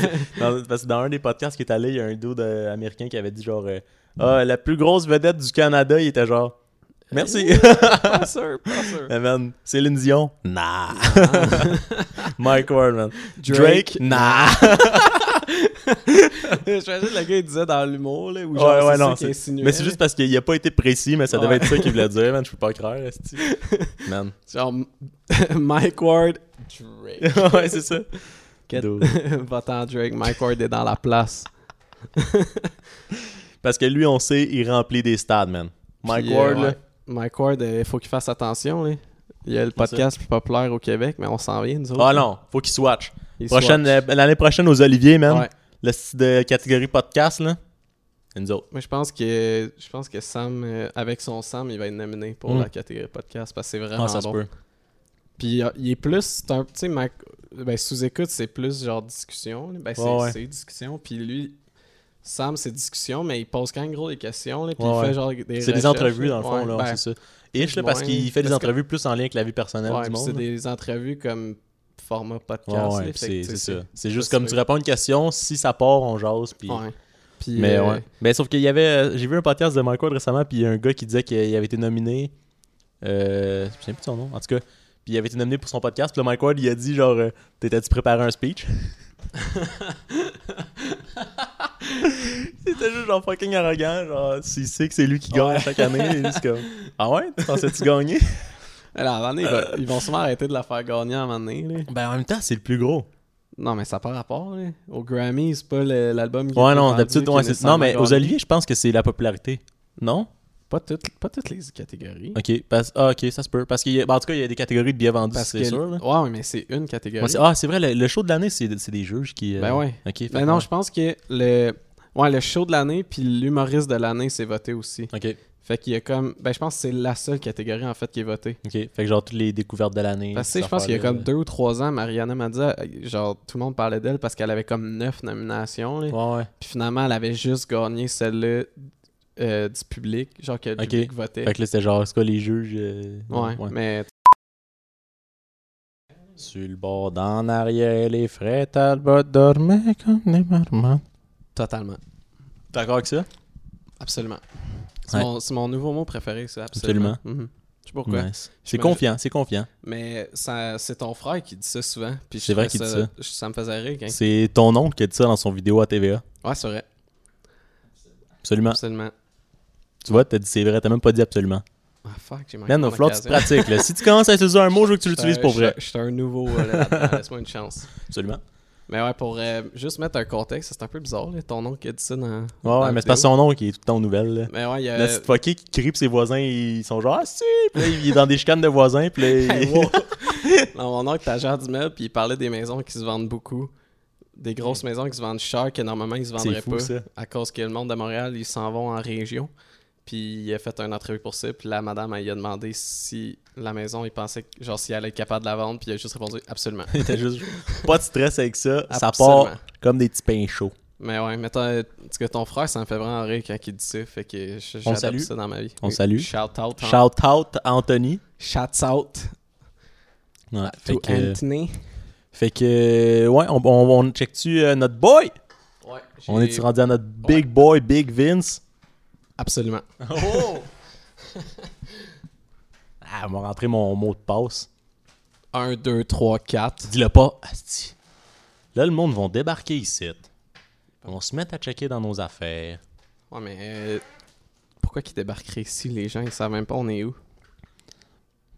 [SPEAKER 1] dans- parce que dans un des podcasts qui est allé, il y a un dude euh, américain qui avait dit genre euh, Ah, la plus grosse vedette du Canada, il était genre Merci.
[SPEAKER 2] Euh, Pas sûr, pas sûr.
[SPEAKER 1] Eh, man, Céline Dion, nah. Mike Ward, man. Drake,
[SPEAKER 2] Drake,
[SPEAKER 1] nah.
[SPEAKER 2] Je pensais que le gars, il disait dans l'humour, là. Ou
[SPEAKER 1] Ouais,
[SPEAKER 2] genre,
[SPEAKER 1] ouais,
[SPEAKER 2] c'est ça
[SPEAKER 1] non,
[SPEAKER 2] qu'il
[SPEAKER 1] c'est-
[SPEAKER 2] insinuait,
[SPEAKER 1] Mais c'est
[SPEAKER 2] là.
[SPEAKER 1] juste parce qu'il a pas été précis, mais ça devait
[SPEAKER 2] Ouais.
[SPEAKER 1] être ça qu'il voulait dire, man. Je peux pas croire, esti. Man.
[SPEAKER 2] Genre, Mike Ward, Drake.
[SPEAKER 1] ouais, c'est ça.
[SPEAKER 2] Get-
[SPEAKER 1] Dude.
[SPEAKER 2] Va-t'en, Drake. Mike Ward est dans la place.
[SPEAKER 1] Parce que lui, on sait, il remplit des stades, man. Mike
[SPEAKER 2] Puis, euh,
[SPEAKER 1] Ward,
[SPEAKER 2] ouais.
[SPEAKER 1] là.
[SPEAKER 2] Mike Ward, il faut qu'il fasse attention, là. Il y a le
[SPEAKER 1] C'est ça.
[SPEAKER 2] podcast plus populaire au Québec, mais on s'en vient, nous autres.
[SPEAKER 1] Ah non, faut qu'il swatch.
[SPEAKER 2] Il
[SPEAKER 1] Prochaine-
[SPEAKER 2] swatch.
[SPEAKER 1] euh, L'année prochaine aux Oliviers, man.
[SPEAKER 2] Ouais.
[SPEAKER 1] Le style de catégorie podcast, là. Et nous autres.
[SPEAKER 2] Moi, je pense que je pense que Sam, euh, avec son Sam, il va être nominé pour
[SPEAKER 1] Mm.
[SPEAKER 2] la catégorie podcast parce que c'est vraiment
[SPEAKER 1] Ah, ça se
[SPEAKER 2] bon.
[SPEAKER 1] peut.
[SPEAKER 2] Puis euh, il est plus, c'est un petit Mike, ben sous écoute, c'est plus genre discussion. là. Ben c'est
[SPEAKER 1] Ouais, ouais.
[SPEAKER 2] c'est discussion. Puis lui, Sam, c'est discussion, mais il pose quand même gros des questions. Là, puis
[SPEAKER 1] Ouais,
[SPEAKER 2] il
[SPEAKER 1] ouais.
[SPEAKER 2] fait genre des
[SPEAKER 1] C'est des
[SPEAKER 2] recherches,
[SPEAKER 1] entrevues, dans le
[SPEAKER 2] Ouais,
[SPEAKER 1] fond, là.
[SPEAKER 2] ben,
[SPEAKER 1] C'est ça. Ish, là, parce
[SPEAKER 2] ouais,
[SPEAKER 1] qu'il fait des
[SPEAKER 2] parce que-
[SPEAKER 1] entrevues plus en lien avec la vie personnelle
[SPEAKER 2] ouais,
[SPEAKER 1] du
[SPEAKER 2] puis
[SPEAKER 1] monde.
[SPEAKER 2] c'est
[SPEAKER 1] là.
[SPEAKER 2] des entrevues comme format podcast.
[SPEAKER 1] Ouais, ouais,
[SPEAKER 2] là,
[SPEAKER 1] puis
[SPEAKER 2] fait
[SPEAKER 1] c'est
[SPEAKER 2] que, tu
[SPEAKER 1] c'est
[SPEAKER 2] sais,
[SPEAKER 1] ça. C'est
[SPEAKER 2] ça,
[SPEAKER 1] juste
[SPEAKER 2] c'est
[SPEAKER 1] comme tu
[SPEAKER 2] vrai.
[SPEAKER 1] réponds à une question, si ça part, on jase, puis...
[SPEAKER 2] Ouais. Puis,
[SPEAKER 1] Mais
[SPEAKER 2] euh,
[SPEAKER 1] ouais. Mais sauf qu'il y avait. euh, J'ai vu un podcast de Mike Ward récemment, puis il y a un gars qui disait qu'il avait été nominé. Euh, je sais plus de son nom, en tout cas. Puis il avait été nominé pour son podcast. Puis le Mike Ward, il a dit genre, euh, t'étais-tu préparé un speech C'était juste genre fucking arrogant. Genre, s'il sait que c'est lui qui gagne
[SPEAKER 2] Ouais.
[SPEAKER 1] chaque année, il est juste comme. Ah ouais Tu pensais-tu gagner
[SPEAKER 2] Alors, à un moment donné, il va- ils vont sûrement arrêter de la faire gagner à un moment donné. là.
[SPEAKER 1] Ben en même temps, c'est le plus gros.
[SPEAKER 2] Non, mais ça n'a pas rapport. Là. Au Grammy, c'est pas le- l'album qui a
[SPEAKER 1] Ouais,
[SPEAKER 2] été
[SPEAKER 1] non,
[SPEAKER 2] vendu
[SPEAKER 1] d'habitude,
[SPEAKER 2] qui
[SPEAKER 1] ouais,
[SPEAKER 2] est
[SPEAKER 1] c'est- Non, mais
[SPEAKER 2] nécessairement
[SPEAKER 1] aux
[SPEAKER 2] gagné.
[SPEAKER 1] Olivier, je pense que c'est la popularité. Non
[SPEAKER 2] Pas toutes, pas toutes les catégories.
[SPEAKER 1] Ok, parce, ah, ok, ça se peut. Parce qu'il y a- ben, en tout cas, il y a des catégories de billets vendus,
[SPEAKER 2] Parce
[SPEAKER 1] c'est
[SPEAKER 2] que.
[SPEAKER 1] sûr. là.
[SPEAKER 2] Ouais, ouais, mais c'est une catégorie.
[SPEAKER 1] Ouais, c'est- ah, c'est vrai, le, le show de l'année, c'est c'est des juges qui. euh,
[SPEAKER 2] Ben ouais.
[SPEAKER 1] Ok, fait
[SPEAKER 2] mais
[SPEAKER 1] que
[SPEAKER 2] non,
[SPEAKER 1] ouais.
[SPEAKER 2] je pense que le. Ouais, le show de l'année puis l'humoriste de l'année s'est voté aussi.
[SPEAKER 1] Ok,
[SPEAKER 2] Fait qu'il y a comme. Ben, je pense que c'est la seule catégorie en fait qui est votée.
[SPEAKER 1] ok. Fait que genre toutes les découvertes de l'année.
[SPEAKER 2] Parce que
[SPEAKER 1] ces
[SPEAKER 2] tu sais, je pense qu'il y a
[SPEAKER 1] affaires-là,
[SPEAKER 2] comme deux ou trois ans, Mariana m'a dit, euh, genre, tout le monde parlait d'elle parce qu'elle avait comme neuf nominations. là.
[SPEAKER 1] Ouais, ouais.
[SPEAKER 2] Puis finalement, elle avait juste gagné celle-là euh, du public, genre que le
[SPEAKER 1] Ok.
[SPEAKER 2] public votait.
[SPEAKER 1] Fait que là, c'était genre, c'est quoi les juges euh,
[SPEAKER 2] Ouais, mais
[SPEAKER 1] Sur le bord d'en arrière, les frères Talbot dormaient comme des marmottes.
[SPEAKER 2] totalement.
[SPEAKER 1] T'es d'accord avec ça
[SPEAKER 2] Absolument. C'est
[SPEAKER 1] Ouais.
[SPEAKER 2] mon, c'est mon nouveau mot préféré, ça, absolument. Mhm. Je sais pas pourquoi.
[SPEAKER 1] Nice. C'est
[SPEAKER 2] Je me-
[SPEAKER 1] confiant, c'est confiant.
[SPEAKER 2] Mais ça- c'est ton frère qui dit ça souvent. puis je
[SPEAKER 1] C'est vrai
[SPEAKER 2] trouvais
[SPEAKER 1] qu'il dit ça.
[SPEAKER 2] je- Ça me faisait rire. Quand...
[SPEAKER 1] C'est ton oncle qui a dit ça dans son vidéo à TVA.
[SPEAKER 2] Ouais, c'est vrai.
[SPEAKER 1] Ah. Absolument.
[SPEAKER 2] Absolument.
[SPEAKER 1] Tu vois, t'as dit c'est vrai, t'as même pas dit absolument.
[SPEAKER 2] Ah, fuck, j'ai manqué
[SPEAKER 1] Man, il va
[SPEAKER 2] mon
[SPEAKER 1] falloir que tu
[SPEAKER 2] occasion.
[SPEAKER 1] pratiques. là. Si tu commences à utiliser un mot, je veux que tu l'utilises pour
[SPEAKER 2] Je suis un-
[SPEAKER 1] vrai.
[SPEAKER 2] Je suis un nouveau euh, là-dedans. Laisse-moi une chance.
[SPEAKER 1] Absolument.
[SPEAKER 2] Mais ouais, pour euh, juste mettre un contexte, c'est un peu bizarre, là, ton oncle qui a dit ça dans.
[SPEAKER 1] Ouais, ouais, mais c'est parce que son oncle qui est tout le temps aux nouvelles. là.
[SPEAKER 2] Mais ouais, il y a.
[SPEAKER 1] La petite fuckée qui crie, puis ses voisins, ils sont genre, ah, si! Puis là, il est dans des chicanes de voisins, puis là, il-
[SPEAKER 2] Hey, wow. non, mon oncle était agent d'immeuble, puis il parlait des maisons qui se vendent beaucoup. Des grosses maisons qui se vendent cher, que normalement ils se vendraient
[SPEAKER 1] fou,
[SPEAKER 2] pas.
[SPEAKER 1] ça.
[SPEAKER 2] À cause que le monde de Montréal, ils s'en vont en région. Puis il a fait un entrevue pour ça, puis la madame, elle lui a demandé si la maison, il pensait, que- genre, si elle allait être capable de la vendre, puis il a juste répondu absolument.
[SPEAKER 1] il était juste, pas de stress avec ça, ça
[SPEAKER 2] Absolument.
[SPEAKER 1] part comme des petits pains chauds.
[SPEAKER 2] Mais ouais, euh, mais ton, que ton frère, ça me fait vraiment rire quand il dit ça, fait que je-
[SPEAKER 1] On
[SPEAKER 2] j'adopte
[SPEAKER 1] salue.
[SPEAKER 2] ça dans ma vie.
[SPEAKER 1] On
[SPEAKER 2] Oui.
[SPEAKER 1] salue.
[SPEAKER 2] Shout out. hein.
[SPEAKER 1] Shout out Anthony.
[SPEAKER 2] Shouts out
[SPEAKER 1] Ouais, fait
[SPEAKER 2] to
[SPEAKER 1] que,
[SPEAKER 2] Anthony.
[SPEAKER 1] Fait que, euh, ouais, on, on, on check-tu euh, notre boy?
[SPEAKER 2] Ouais, j'ai-
[SPEAKER 1] On est rendu à notre big boy, big Vince.
[SPEAKER 2] Absolument.
[SPEAKER 1] Oh! ah, on m'a rentré mon mot de passe.
[SPEAKER 2] 1, 2, 3, 4.
[SPEAKER 1] Dis-le pas. Asti. Là, le monde va débarquer ici. On va se mettre à checker dans nos affaires.
[SPEAKER 2] Ouais, mais euh, pourquoi qu'ils débarqueraient ici Les gens, ils savent même pas on est où.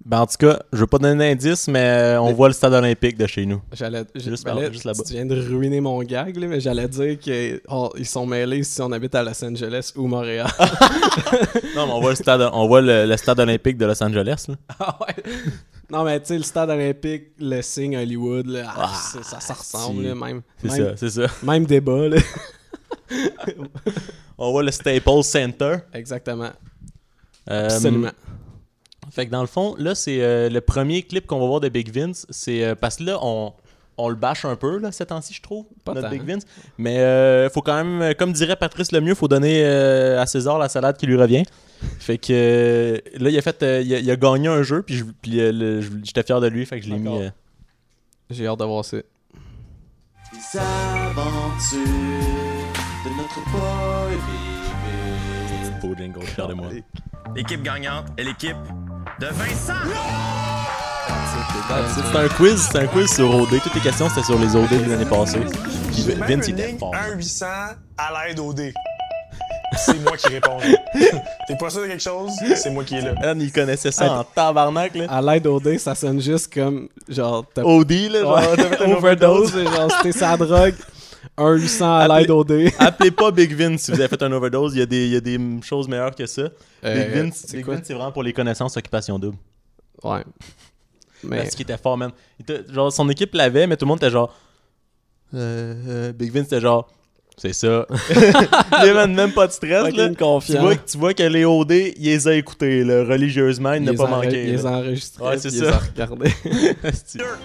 [SPEAKER 1] Ben, en tout cas, je veux pas donner d'indice, mais euh, on
[SPEAKER 2] Mais-
[SPEAKER 1] voit le stade olympique de chez nous.
[SPEAKER 2] J'allais, j-
[SPEAKER 1] Juste
[SPEAKER 2] ben
[SPEAKER 1] par-
[SPEAKER 2] là,
[SPEAKER 1] juste là-bas.
[SPEAKER 2] Tu viens de ruiner mon gag, là, mais j'allais dire qu'ils sont mêlés si on habite à Los Angeles ou Montréal.
[SPEAKER 1] Non, mais on voit le stade, on voit le, le stade olympique de Los Angeles. là.
[SPEAKER 2] Ah ouais. Non, mais tu sais, le stade olympique, le signe Hollywood, là, ah, c'est- ça, ça ressemble,
[SPEAKER 1] si.
[SPEAKER 2] là, même.
[SPEAKER 1] C'est ça,
[SPEAKER 2] même,
[SPEAKER 1] c'est ça.
[SPEAKER 2] même débat, là.
[SPEAKER 1] On voit le Staples Center.
[SPEAKER 2] Exactement.
[SPEAKER 1] Euh,
[SPEAKER 2] Absolument.
[SPEAKER 1] Fait que dans le fond, là, c'est euh, le premier clip qu'on va voir de Big Vince. C'est euh, parce que là, on, on le bâche un peu, là, ces temps-ci, je trouve,
[SPEAKER 2] Pas
[SPEAKER 1] notre
[SPEAKER 2] tant,
[SPEAKER 1] Big
[SPEAKER 2] hein.
[SPEAKER 1] Vince. Mais euh, faut quand même, euh, comme dirait Patrice Lemieux, faut donner euh, à César la salade qui lui revient. Fait que euh, là, il a fait, euh, il, a, il a gagné un jeu, puis je- puis, euh, le- je- j'étais fier de lui, fait que je l'ai mis.
[SPEAKER 2] D'accord.
[SPEAKER 1] euh,
[SPEAKER 2] J'ai hâte de voir ça.
[SPEAKER 5] Les aventures de notre boy bébé.
[SPEAKER 1] beau jingle, fier de moi.
[SPEAKER 6] L'équipe gagnante est l'équipe de Vincent.
[SPEAKER 1] C'est un quiz, c'est un quiz sur OD. Toutes les questions, c'était sur les OD de l'année passée. Puis Vince, il était fort.
[SPEAKER 7] 1-800 à l'aide au dé. C'est moi qui réponds. T'es pas sûr de quelque chose? C'est moi qui est là.
[SPEAKER 1] Anne, il connaissait ça en tabarnak, là.
[SPEAKER 2] À l'aide au dé, ça sonne juste comme, genre, t'as
[SPEAKER 1] OD, là, genre,
[SPEAKER 2] Ouais,
[SPEAKER 1] t'as fait une
[SPEAKER 2] overdose, et genre, c'était sa drogue, 1 800 à
[SPEAKER 1] Appelez-
[SPEAKER 2] l'aide au dé.
[SPEAKER 1] Appelez pas Big Vince si vous avez fait un overdose. Il y a des, il y a des mm, choses meilleures que ça. Big
[SPEAKER 2] Euh,
[SPEAKER 1] Vince,
[SPEAKER 2] c'est
[SPEAKER 1] Big
[SPEAKER 2] quoi?
[SPEAKER 1] Vince, c'est vraiment pour les connaissances occupation double.
[SPEAKER 2] Ouais. Mais,
[SPEAKER 1] Parce qu'il était fort, man. Il était- genre, son équipe l'avait, mais tout le monde était genre. Euh, euh, Big Vince était genre. C'est ça. Il y avait même pas de stress, là.
[SPEAKER 2] Fucking
[SPEAKER 1] Tu
[SPEAKER 2] confiant.
[SPEAKER 1] vois, tu vois que les OD, il les a écoutés, là, religieusement, il n'a
[SPEAKER 2] les
[SPEAKER 1] pas
[SPEAKER 2] enre-
[SPEAKER 1] manqué.
[SPEAKER 2] Les
[SPEAKER 1] là.
[SPEAKER 2] enregistrés,
[SPEAKER 1] Ouais, c'est
[SPEAKER 2] puis
[SPEAKER 1] ça.
[SPEAKER 2] les a regardés.
[SPEAKER 1] Asti.
[SPEAKER 6] Leader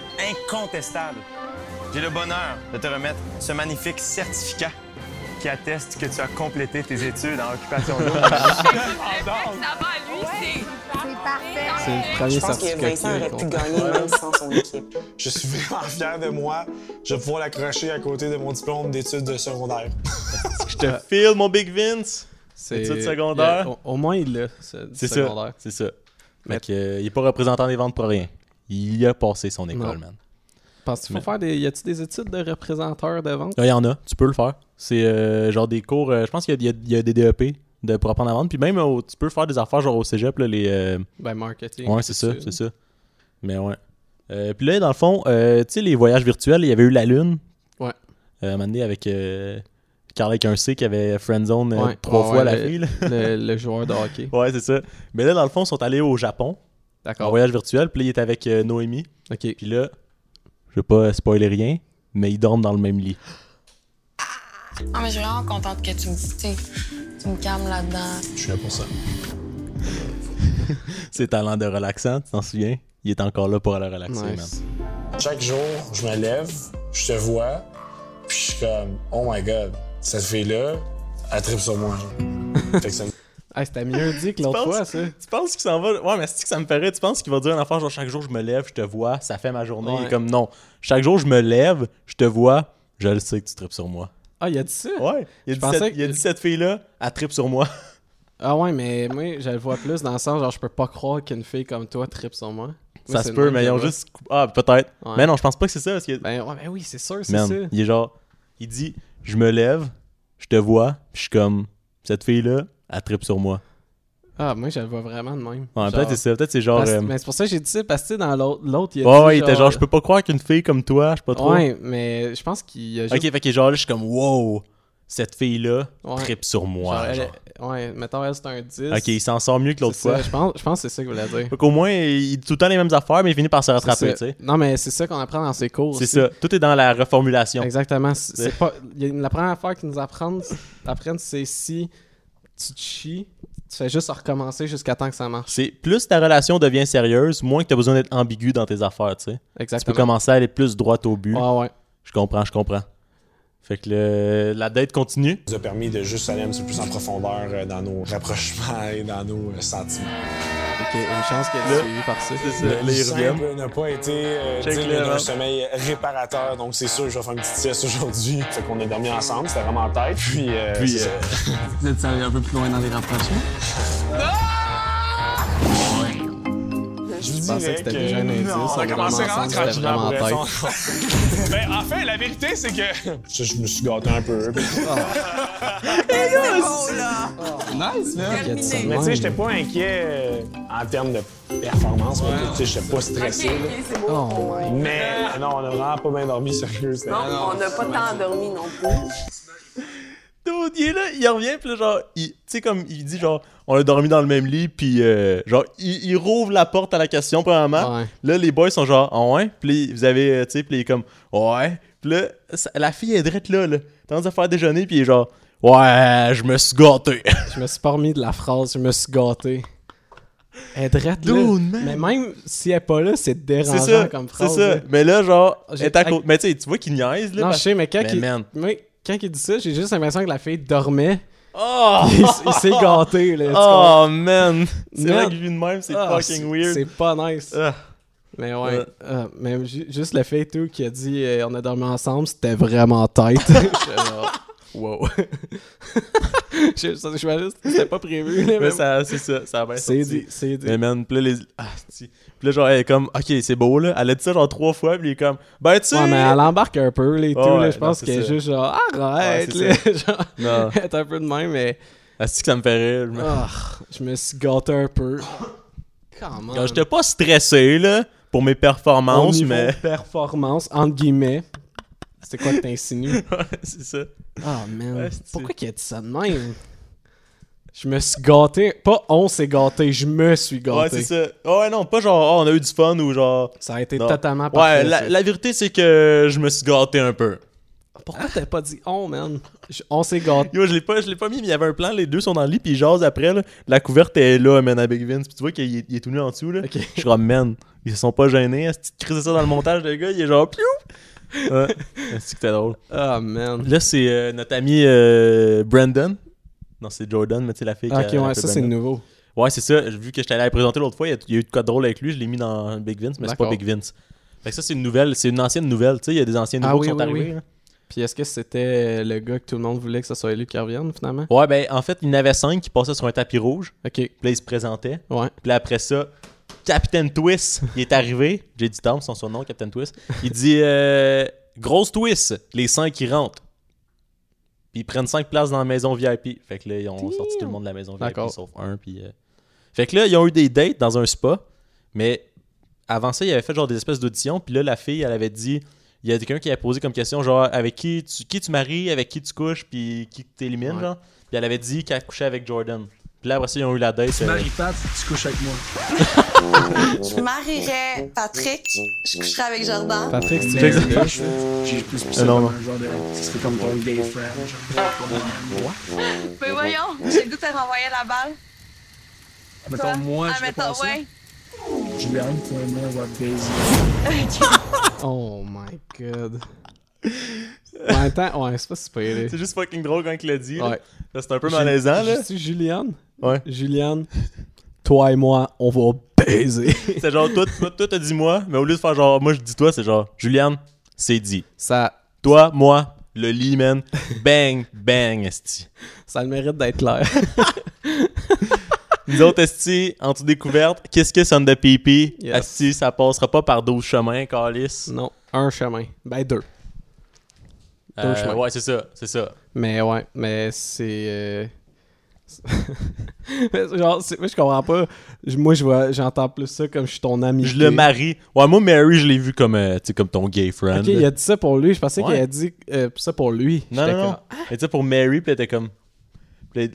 [SPEAKER 6] incontestable. J'ai le bonheur de te remettre ce magnifique certificat qui atteste que tu as complété tes études en occupation double.
[SPEAKER 8] Ça va, lui, c'est
[SPEAKER 2] C'est
[SPEAKER 8] parfait.
[SPEAKER 2] le premier
[SPEAKER 7] Je pense que
[SPEAKER 2] certificat
[SPEAKER 9] Vincent
[SPEAKER 2] qu'il a
[SPEAKER 9] aurait pu
[SPEAKER 2] eu,
[SPEAKER 9] gagner même sans son équipe.
[SPEAKER 7] Je suis vraiment fier de moi. Je vais pouvoir l'accrocher à côté de mon diplôme d'études de secondaire.
[SPEAKER 1] Je te file mon Big Vince.
[SPEAKER 2] C'est
[SPEAKER 1] Études secondaires.
[SPEAKER 2] il y a- au, au moins, il l'a, ce-
[SPEAKER 1] C'est ça.
[SPEAKER 2] secondaire.
[SPEAKER 1] C'est ça.
[SPEAKER 2] Mais-
[SPEAKER 1] Fait que, euh, il est pas représentant des ventes pour rien. Il a passé son école,
[SPEAKER 2] Non.
[SPEAKER 1] man.
[SPEAKER 2] Penses-tu qu'il
[SPEAKER 1] Mais-
[SPEAKER 2] faut faire des. Y a-tu des études de représenteurs de vente?
[SPEAKER 1] Là, il y en a, tu peux le faire. C'est euh, genre des cours, euh, je pense qu'il y, a- il y a des DEP de, pour apprendre à vendre. Puis même, euh, au- tu peux faire des affaires genre au cégep, là, les. euh,
[SPEAKER 2] Ben, marketing.
[SPEAKER 1] ouais, c'est ça,
[SPEAKER 2] études.
[SPEAKER 1] c'est ça. Mais ouais. Euh, puis là, dans le fond, euh, tu sais, les voyages virtuels, il y avait eu la Lune.
[SPEAKER 2] Ouais.
[SPEAKER 1] Euh, à un moment donné, avec euh, Carl avec un C qui avait friendzone euh,
[SPEAKER 2] Ouais. Ah
[SPEAKER 1] trois
[SPEAKER 2] Ouais,
[SPEAKER 1] fois
[SPEAKER 2] ouais, ben-
[SPEAKER 1] la
[SPEAKER 2] le-
[SPEAKER 1] fille. là.
[SPEAKER 2] Le, le joueur de hockey.
[SPEAKER 1] Ouais, Ah c'est ça. Mais là, dans le fond, ils sont allés au Japon, en
[SPEAKER 2] D'accord.
[SPEAKER 1] voyage virtuel. Puis là, il était avec euh, Noémie.
[SPEAKER 2] Ok.
[SPEAKER 1] Puis là, je veux pas spoiler rien, mais ils dorment dans le même lit.
[SPEAKER 8] Ah, mais je suis vraiment contente que tu me dises, tu sais, tu me calmes là-dedans.
[SPEAKER 7] Je suis là pour ça.
[SPEAKER 1] Ses talents de relaxant, tu t'en souviens? Il est encore là pour aller relaxer, man.
[SPEAKER 2] Nice.
[SPEAKER 7] Chaque jour, je me lève, je te vois, puis je suis comme, oh my god, cette fille-là, elle tripe sur moi. Fait que ça me
[SPEAKER 2] Ah, c'était mieux dit que l'autre
[SPEAKER 1] penses-
[SPEAKER 2] fois, ça.
[SPEAKER 1] Tu penses qu'il s'en va? Ouais, mais c'est que ça me ferait. Tu penses qu'il va dire un enfant, genre chaque jour je me lève, je te vois, ça fait ma journée.
[SPEAKER 2] Ouais.
[SPEAKER 1] Il est comme non. Chaque jour je me lève, je te vois, je le sais que tu tripes sur moi.
[SPEAKER 2] Ah, il a dit ça?
[SPEAKER 1] Ouais. Il a dit,
[SPEAKER 2] Je
[SPEAKER 1] cette,
[SPEAKER 2] pensais que-
[SPEAKER 1] il a dit cette fille-là, elle tripe sur moi.
[SPEAKER 2] Ah, ouais, mais moi, je le vois plus dans le sens, genre, je peux pas croire qu'une fille comme toi tripe sur moi. Moi,
[SPEAKER 1] ça se
[SPEAKER 2] c'est
[SPEAKER 1] peut,
[SPEAKER 2] le même
[SPEAKER 1] mais ils
[SPEAKER 2] que
[SPEAKER 1] ont
[SPEAKER 2] je vois.
[SPEAKER 1] juste. Ah, peut-être.
[SPEAKER 2] Ouais.
[SPEAKER 1] Mais non, je pense pas que c'est ça. Parce que,
[SPEAKER 2] Ben, ouais, ben oui, c'est sûr, c'est
[SPEAKER 1] man,
[SPEAKER 2] ça.
[SPEAKER 1] il est genre. Il dit, je me lève, je te vois, puis je suis comme, cette fille-là, elle tripe sur moi.
[SPEAKER 2] Ah, moi, je le vois vraiment de même.
[SPEAKER 1] Ouais,
[SPEAKER 2] Genre-
[SPEAKER 1] peut-être c'est ça. Peut-être c'est genre.
[SPEAKER 2] Parce-
[SPEAKER 1] euh,
[SPEAKER 2] Mais c'est pour ça que j'ai dit ça, parce que tu sais, dans l'autre, l'autre, il a
[SPEAKER 1] Ouais,
[SPEAKER 2] dit.
[SPEAKER 1] ouais, il était genre, je peux pas croire qu'une fille comme toi, je sais pas trop.
[SPEAKER 2] Ouais, mais je pense qu'il a juste.
[SPEAKER 1] Ok, fait que genre là, je suis comme, wow, cette fille-là
[SPEAKER 2] Ouais.
[SPEAKER 1] tripe sur
[SPEAKER 2] genre,
[SPEAKER 1] moi.
[SPEAKER 2] elle-
[SPEAKER 1] genre.
[SPEAKER 2] Ouais, mettons, elle, c'est un 10.
[SPEAKER 1] Ok, il s'en sort mieux que l'autre
[SPEAKER 2] C'est ça,
[SPEAKER 1] fois.
[SPEAKER 2] Je pense, je pense que c'est ça que vous voulez dire.
[SPEAKER 1] Fait qu'au moins, il dit tout le temps les mêmes affaires, mais il finit par se rattraper, tu
[SPEAKER 2] C'est ça.
[SPEAKER 1] sais.
[SPEAKER 2] Non, mais c'est ça qu'on apprend dans ces cours.
[SPEAKER 1] C'est
[SPEAKER 2] aussi.
[SPEAKER 1] ça. Tout est dans la reformulation.
[SPEAKER 2] Exactement. C'est-
[SPEAKER 1] C'est-
[SPEAKER 2] c'est pas- il y a une- La première affaire qu'ils nous apprennent, apprennent, c'est si tu te chies, tu fais juste recommencer jusqu'à temps que ça marche.
[SPEAKER 1] C'est plus ta relation devient sérieuse, moins que t'as besoin d'être ambigu dans tes affaires, tu sais. Tu peux
[SPEAKER 2] Exactement.
[SPEAKER 1] commencer à aller plus droit au but.
[SPEAKER 2] Ouais, ouais.
[SPEAKER 1] Je comprends, je comprends. Fait que le- la date continue.
[SPEAKER 7] nous a permis de juste aller un petit peu plus en profondeur euh, dans nos rapprochements et dans nos euh, sentiments.
[SPEAKER 2] Ok. une chance qu'elle
[SPEAKER 1] Là,
[SPEAKER 2] est suivie par ça.
[SPEAKER 1] C'est ça,
[SPEAKER 7] Le
[SPEAKER 1] là, ils reviennent.
[SPEAKER 7] simple n'a pas été euh,
[SPEAKER 1] Check
[SPEAKER 7] digne
[SPEAKER 1] le
[SPEAKER 7] d'un
[SPEAKER 1] rang.
[SPEAKER 7] sommeil réparateur, donc c'est sûr que je vais faire une petite sieste aujourd'hui. Fait qu'on a dormi ensemble, c'était vraiment tête. Puis, euh,
[SPEAKER 1] Puis,
[SPEAKER 7] c'est ça.
[SPEAKER 1] euh,
[SPEAKER 2] Vous êtes allé un peu plus loin dans les rapprochements.
[SPEAKER 7] Ah! je vous
[SPEAKER 2] pensais que c'était
[SPEAKER 7] dirais
[SPEAKER 2] déjà un indice,
[SPEAKER 7] Non,
[SPEAKER 2] on
[SPEAKER 7] on
[SPEAKER 2] a
[SPEAKER 7] a commencé
[SPEAKER 2] vraiment
[SPEAKER 7] à
[SPEAKER 2] senti que
[SPEAKER 7] craquer
[SPEAKER 2] c'était
[SPEAKER 7] dans
[SPEAKER 2] vraiment
[SPEAKER 6] Ben, en fait, la vérité, c'est que.
[SPEAKER 7] Je, je me suis gâté un peu.
[SPEAKER 2] Nice, man!
[SPEAKER 7] Mais tu sais, j'étais pas inquiet euh, en termes de performance. mais Tu sais, j'étais pas stressé. là.
[SPEAKER 9] c'est beau.
[SPEAKER 2] Oh, ouais.
[SPEAKER 7] Mais euh, non, on a vraiment pas bien dormi, sérieux. c'était-
[SPEAKER 9] Non, on n'a pas tant dormi non plus.
[SPEAKER 1] Dude, il est là, il revient, puis là, genre, il- tu sais, comme il dit, genre, on a dormi dans le même lit, puis euh, genre, il, il rouvre la porte à la question, premièrement.
[SPEAKER 2] Ouais.
[SPEAKER 1] Là, les boys sont genre, ah ouais, puis là, vous avez, euh, tu sais, puis il est comme, ouais. Puis là, ça- la fille est drette là, là, tendance à faire déjeuner, puis il est genre, ouais, je me suis gâté.
[SPEAKER 2] Je me suis pas remis de la phrase, je me suis gâté. Elle est drette, là.
[SPEAKER 1] Dude, man.
[SPEAKER 2] Mais même si elle est pas là, c'est
[SPEAKER 1] C'est
[SPEAKER 2] dérangeant
[SPEAKER 1] ça,
[SPEAKER 2] comme
[SPEAKER 1] c'est
[SPEAKER 2] phrase.
[SPEAKER 1] ça.
[SPEAKER 2] là.
[SPEAKER 1] Mais là, genre,
[SPEAKER 2] J'ai-
[SPEAKER 1] elle est à côté. Mais tu sais, tu vois qu'il niaise, là.
[SPEAKER 2] Non, je
[SPEAKER 1] parce-
[SPEAKER 2] sais, mais quand,
[SPEAKER 1] Mais
[SPEAKER 2] il...
[SPEAKER 1] man.
[SPEAKER 2] oui, quand il dit ça, j'ai juste l'impression que la fille dormait.
[SPEAKER 1] Oh!
[SPEAKER 2] Il, s- il s'est gâté, là. tu comprends?
[SPEAKER 1] Oh, man! C'est
[SPEAKER 2] Man.
[SPEAKER 1] vrai qu'il vit de même, c'est
[SPEAKER 2] Ah,
[SPEAKER 1] fucking
[SPEAKER 2] c'est-
[SPEAKER 1] weird. euh.
[SPEAKER 2] C'est pas nice.
[SPEAKER 1] Ah.
[SPEAKER 2] Mais ouais,
[SPEAKER 1] Ouais.
[SPEAKER 2] ah, mais ju- juste le fait tout qui a dit euh, on a dormi ensemble, c'était vraiment tight. J'étais genre, wow. je, je, je me dis, c'était pas prévu. là,
[SPEAKER 1] Mais
[SPEAKER 2] mais
[SPEAKER 1] ça, c'est ça, ça a bien
[SPEAKER 2] c'est
[SPEAKER 1] sorti.
[SPEAKER 2] dit, c'est dit.
[SPEAKER 1] Mais man, pis là, les... ah, si. Pis là, genre, elle est comme, ok, c'est beau, là. Elle a dit ça, genre, trois fois, pis il est comme, ben, tu sais...
[SPEAKER 2] Ouais, mais elle embarque un peu, là, et
[SPEAKER 1] Ouais,
[SPEAKER 2] tout, là,
[SPEAKER 1] ouais,
[SPEAKER 2] je pense
[SPEAKER 1] non, c'est
[SPEAKER 2] qu'elle est
[SPEAKER 1] ça.
[SPEAKER 2] juste genre, arrête,
[SPEAKER 1] Ouais,
[SPEAKER 2] là, genre,
[SPEAKER 1] Non.
[SPEAKER 2] elle est un peu de même, mais,
[SPEAKER 1] Asti Ah, que ça me fait rire. je me-
[SPEAKER 2] ah, je me suis gâté un peu. Comment?
[SPEAKER 1] Quand j'étais pas stressé, là, pour mes performances, mais...
[SPEAKER 2] performance, entre guillemets, c'est quoi que t'insinues?
[SPEAKER 1] Ouais, c'est ça.
[SPEAKER 2] Ah, man.
[SPEAKER 1] Ouais, c'est-
[SPEAKER 2] Pourquoi qu'il a dit ça de même? Je me suis gâté. Pas on s'est gâté, je me suis gâté.
[SPEAKER 1] Ouais, c'est ça. Ah ouais, non, pas genre, oh, on a eu du fun ou genre...
[SPEAKER 2] Ça a été
[SPEAKER 1] non.
[SPEAKER 2] totalement
[SPEAKER 1] Ouais,
[SPEAKER 2] parfait.
[SPEAKER 1] la,
[SPEAKER 2] ça.
[SPEAKER 1] la vérité, c'est que je me suis gâté un peu.
[SPEAKER 2] Pourquoi t'as pas dit on, man? Je- On s'est gâté.
[SPEAKER 1] Yo, je l'ai pas, je l'ai pas mis, mais il y avait un plan, les deux sont dans le lit, puis ils jasent après, là. La couverte est là, man, avec Vince, puis tu vois qu'il est, il est tout nu en dessous, là.
[SPEAKER 2] Ok.
[SPEAKER 1] Je suis comme, man, ils se sont pas gênés, est-ce que tu crises ça dans le montage, le gars, il est genre, piou! Ouais, est-ce que c'était drôle.
[SPEAKER 2] Ah, man.
[SPEAKER 1] Là, c'est euh, notre ami euh, Brandon. Non, c'est Jordan, mais tu sais, la fille qui a-
[SPEAKER 2] Ok,
[SPEAKER 1] elle
[SPEAKER 2] ouais,
[SPEAKER 1] fait
[SPEAKER 2] ça c'est
[SPEAKER 1] Brandon.
[SPEAKER 2] nouveau.
[SPEAKER 1] Ouais, c'est ça. Vu que je t'allais la présenter l'autre fois, il y, a, il y a eu de quoi de drôle avec lui, je l'ai mis dans Big Vince, mais c'est pas
[SPEAKER 2] D'accord.
[SPEAKER 1] Big Vince. Fait que ça, c'est une nouvelle, c'est une ancienne nouvelle, tu sais, il y a des anciens
[SPEAKER 2] Ah
[SPEAKER 1] nouveaux
[SPEAKER 2] oui,
[SPEAKER 1] qui sont
[SPEAKER 2] oui,
[SPEAKER 1] arrivés.
[SPEAKER 2] oui.
[SPEAKER 1] là.
[SPEAKER 2] Puis est-ce que c'était le gars que tout le monde voulait que ce soit lui qui revienne finalement?
[SPEAKER 1] Ouais, ben, en fait, il y en avait cinq qui passaient sur un tapis rouge,
[SPEAKER 2] Ok,
[SPEAKER 1] puis là, ils se présentaient.
[SPEAKER 2] ouais.
[SPEAKER 1] Puis là, après ça, Captain Twist, il est arrivé. J'ai dit Tom, son surnom, Captain Twist. Il dit euh, Grosse twist, les cinq qui rentrent. Puis ils prennent cinq places dans la maison VIP. Fait que là, ils ont sorti tout le monde de la maison VIP
[SPEAKER 2] D'accord.
[SPEAKER 1] sauf un. Puis, euh, Fait que là, ils ont eu des dates dans un spa. Mais avant ça, ils avaient fait genre des espèces d'auditions. Puis là, la fille, elle avait dit il y a quelqu'un qui a posé comme question genre avec qui tu, qui tu maries, avec qui tu couches, puis qui t'élimines,
[SPEAKER 2] Ouais.
[SPEAKER 1] genre. Puis elle avait dit qu'elle couchait avec Jordan. Puis là, après ça, ils ont eu la date. euh,
[SPEAKER 9] Je marierais Patrick, je coucherais avec Jordan.
[SPEAKER 2] Patrick, si tu veux.
[SPEAKER 1] euh, non, non.
[SPEAKER 9] Mais Ben voyons, j'ai le goût de te renvoyer la balle. Mettons, moi, je Ah, mettons, ouais.
[SPEAKER 2] Oh my god. En même temps, ouais, c'est pas si pire.
[SPEAKER 1] C'est juste fucking drôle quand il l'a dit. là.
[SPEAKER 2] Ouais.
[SPEAKER 1] Ça, C'est un peu malaisant, là.
[SPEAKER 2] C'est Juliane?
[SPEAKER 1] Ouais.
[SPEAKER 2] Juliane, toi et moi, on va baiser.
[SPEAKER 1] C'est genre, toi, toi, toi, t'as dit moi, mais au lieu de faire genre, moi, je dis toi, c'est genre, Juliane, c'est dit.
[SPEAKER 2] Ça,
[SPEAKER 1] Toi, moi, le lit, man. Bang, bang, esti.
[SPEAKER 2] ça a le mérite d'être clair.
[SPEAKER 1] Nous autres, esti, en dessous découverte, qu'est-ce que son de pipi?
[SPEAKER 2] Yes.
[SPEAKER 1] Esti, ça passera pas par 12 chemins, Calis.
[SPEAKER 2] non, un chemin. Ben deux.
[SPEAKER 1] Euh,
[SPEAKER 2] douze Mm, chemins.
[SPEAKER 1] ouais, c'est ça, c'est ça.
[SPEAKER 2] Mais ouais, mais c'est. euh, c'est- Genre, c'est- moi je comprends pas. Je- Moi je vois, j'entends plus ça comme je suis ton ami.
[SPEAKER 1] Je le marie. Ouais, moi, Mary, je l'ai vu comme, euh, tu sais, comme ton gay friend.
[SPEAKER 2] Ok, il a dit ça pour lui. Je pensais
[SPEAKER 1] Ouais.
[SPEAKER 2] qu'il a dit euh, ça pour lui.
[SPEAKER 1] Non,
[SPEAKER 2] J'étais
[SPEAKER 1] non, non.
[SPEAKER 2] comme,
[SPEAKER 1] Mais tu sais, pour Mary, puis elle était comme. puis elle-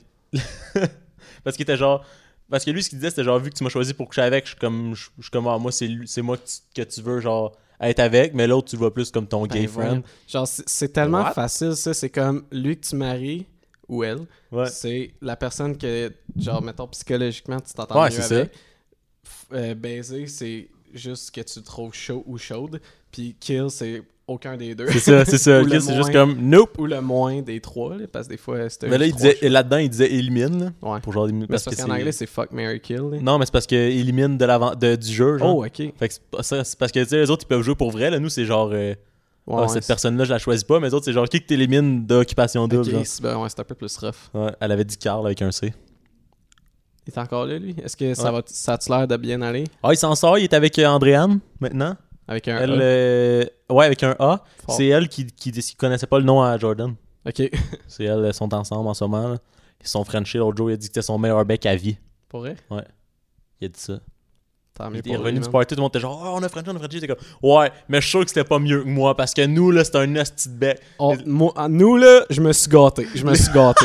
[SPEAKER 1] Parce qu'il était genre. Parce que lui, ce qu'il disait, c'était genre, vu que tu m'as choisi pour coucher avec, je suis comme. Je je suis comme, ah, moi, c'est lui- c'est moi que tu, que tu veux, genre, être avec, mais l'autre, tu le vois plus comme ton
[SPEAKER 2] Ben,
[SPEAKER 1] gay friend.
[SPEAKER 2] voyons. Genre, c'est- c'est tellement
[SPEAKER 1] What?
[SPEAKER 2] facile, ça. C'est comme lui que tu maries ou elle.
[SPEAKER 1] Ouais.
[SPEAKER 2] C'est la personne que, genre, mettons, psychologiquement, tu t'entends
[SPEAKER 1] Ouais,
[SPEAKER 2] mieux
[SPEAKER 1] c'est ça.
[SPEAKER 2] avec. F- euh, baiser, c'est juste que tu te trouves chaud ou chaude. Puis kill, c'est aucun des deux.
[SPEAKER 1] C'est ça, c'est ça.
[SPEAKER 2] Ou le
[SPEAKER 1] Chris, c'est juste
[SPEAKER 2] moins.
[SPEAKER 1] comme nope.
[SPEAKER 2] Ou le moins des trois, là, parce que des fois, c'était
[SPEAKER 1] Mais là, il
[SPEAKER 2] juste trois
[SPEAKER 1] disait, là-dedans, il disait élimine. là,
[SPEAKER 2] choix. Ouais.
[SPEAKER 1] Pour genre, éliminer-
[SPEAKER 2] Mais c'est parce qu'en
[SPEAKER 1] c'est-
[SPEAKER 2] anglais, c'est fuck, Mary kill. là.
[SPEAKER 1] Non, mais c'est parce qu'il élimine de l'avant de- du jeu. Genre.
[SPEAKER 2] Oh, ok. Ouais,
[SPEAKER 1] Fait que c'est pas ça, c'est parce que tu sais, les autres ils peuvent jouer pour vrai. Là, nous, c'est genre euh, ah,
[SPEAKER 2] ouais,
[SPEAKER 1] cette
[SPEAKER 2] c'est-
[SPEAKER 1] personne-là, je la choisis pas, mais les autres, c'est genre qui que t'élimines d'occupation double.
[SPEAKER 2] Ok,
[SPEAKER 1] genre.
[SPEAKER 2] c'est ben ouais, c'est un peu plus rough.
[SPEAKER 1] Ouais, elle avait dit Carl avec un C.
[SPEAKER 2] Il est encore là, lui? Est-ce que ça
[SPEAKER 1] Ouais.
[SPEAKER 2] va ça a-tu l'air de bien aller?
[SPEAKER 1] Ah, il s'en sort, il est avec euh, Andréane maintenant.
[SPEAKER 2] Avec un E?
[SPEAKER 1] elle,
[SPEAKER 2] A?
[SPEAKER 1] euh, ouais, avec un A.
[SPEAKER 2] Fort.
[SPEAKER 1] C'est elle qui, qui, qui connaissait pas le nom à Jordan.
[SPEAKER 2] Ok.
[SPEAKER 1] C'est elle, elles sont ensemble en ce moment. là. Ils se sont frenchés. L'autre jour, il a dit que c'était son meilleur bec à vie.
[SPEAKER 2] Pour vrai?
[SPEAKER 1] Il a dit ça.
[SPEAKER 2] Tant
[SPEAKER 1] Il
[SPEAKER 2] mieux
[SPEAKER 1] était
[SPEAKER 2] pour
[SPEAKER 1] revenu
[SPEAKER 2] lui,
[SPEAKER 1] du
[SPEAKER 2] man.
[SPEAKER 1] party, tout le monde était genre, oh, on a Frenché, on a Frenché. J'étais comme, ouais, mais je suis sûr que c'était pas mieux que moi parce que nous, là, c'était un nasty de bec.
[SPEAKER 2] On- moi- ah, Nous, là, je me suis gâté. Je me suis gâté.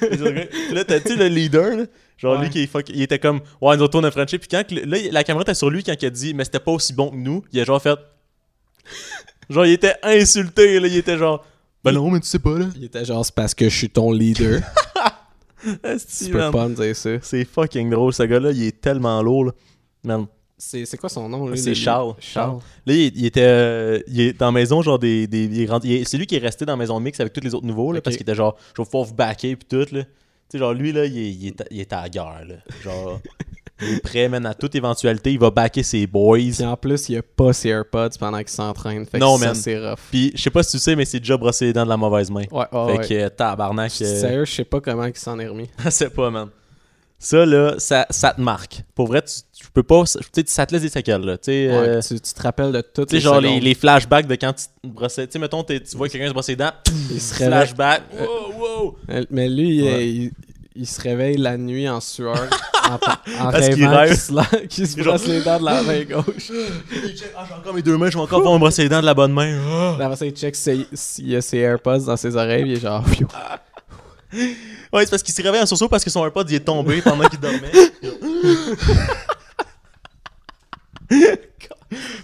[SPEAKER 1] Puis là, t'as, tu sais, le leader, là, genre
[SPEAKER 2] Ouais.
[SPEAKER 1] lui qui est fuck- il était comme, ouais, nous retourne à Frenchie. Puis quand que le- là, il- la caméra était sur lui quand il a dit, mais c'était pas aussi bon que nous, il a genre fait. genre, il était insulté, là, il était genre, ben non, mais tu sais pas, là.
[SPEAKER 2] Il était genre, c'est parce que je suis ton leader.
[SPEAKER 1] Esti,
[SPEAKER 2] tu peux
[SPEAKER 1] man.
[SPEAKER 2] pas me dire ça.
[SPEAKER 1] C'est fucking drôle, ce gars-là, il est tellement lourd, là. Man.
[SPEAKER 2] C'est c'est quoi son nom? lui,
[SPEAKER 1] Ah, C'est
[SPEAKER 2] le-
[SPEAKER 1] Charles.
[SPEAKER 2] Charles.
[SPEAKER 1] Là, il, il était euh, il est dans la maison, genre des. des il est rendu- il est- c'est lui qui est resté dans la maison mix avec tous les autres nouveaux, là,
[SPEAKER 2] Ok.
[SPEAKER 1] parce qu'il était genre, je vais pouvoir vous backer, puis tout, là. Tu sais, genre, lui, là, il, est- il, est, à- il est à la guerre, là. Genre, il est prêt, man, à toute éventualité, il va backer ses boys.
[SPEAKER 2] Puis en plus, il a pas ses AirPods pendant qu'il s'entraîne. Fait que
[SPEAKER 1] Non,
[SPEAKER 2] ça,
[SPEAKER 1] man.
[SPEAKER 2] c'est rough.
[SPEAKER 1] Puis, je sais pas si tu sais, mais c'est déjà brossé les dents de la mauvaise main.
[SPEAKER 2] Ouais, ouais,
[SPEAKER 1] fait
[SPEAKER 2] Ah ouais.
[SPEAKER 1] que, euh, tabarnak,
[SPEAKER 2] Je-
[SPEAKER 1] euh,
[SPEAKER 2] Sérieux, je sais pas comment il s'en est remis.
[SPEAKER 1] c'est pas, man. Ça, là, ça, ça te marque. Pour vrai, tu, tu peux pas. Tu sais, ça te laisse des séquelles, là. Tu sais,
[SPEAKER 2] Ouais,
[SPEAKER 1] euh,
[SPEAKER 2] tu, tu te rappelles de toutes
[SPEAKER 1] tu sais,
[SPEAKER 2] les
[SPEAKER 1] genre les,
[SPEAKER 2] secondes.
[SPEAKER 1] les flashbacks de quand tu te brossais. Tu sais, mettons, t'es- tu vois quelqu'un se brosser les dents,
[SPEAKER 2] Il se réveille-
[SPEAKER 1] flashback. Wow, wow!
[SPEAKER 2] Euh, Mais lui, il-
[SPEAKER 1] Ouais.
[SPEAKER 2] il, il se réveille la nuit en sueur, en, en
[SPEAKER 1] Parce qu'il
[SPEAKER 2] rêvant
[SPEAKER 1] rêve.
[SPEAKER 2] qu'il se, la- qu'il se
[SPEAKER 1] Genre-
[SPEAKER 2] brosse les dents de la main gauche.
[SPEAKER 1] Ah, j'ai encore mes deux mains, je vais encore pas me brosser les dents de la bonne main. Ah.
[SPEAKER 2] Là, après ça, il check s'il s'il y a ses AirPods dans ses oreilles, il est genre... Pfiou.
[SPEAKER 1] Ah, Ouais, c'est parce qu'il se réveille en sursaut parce que son AirPod il est tombé pendant qu'il dormait.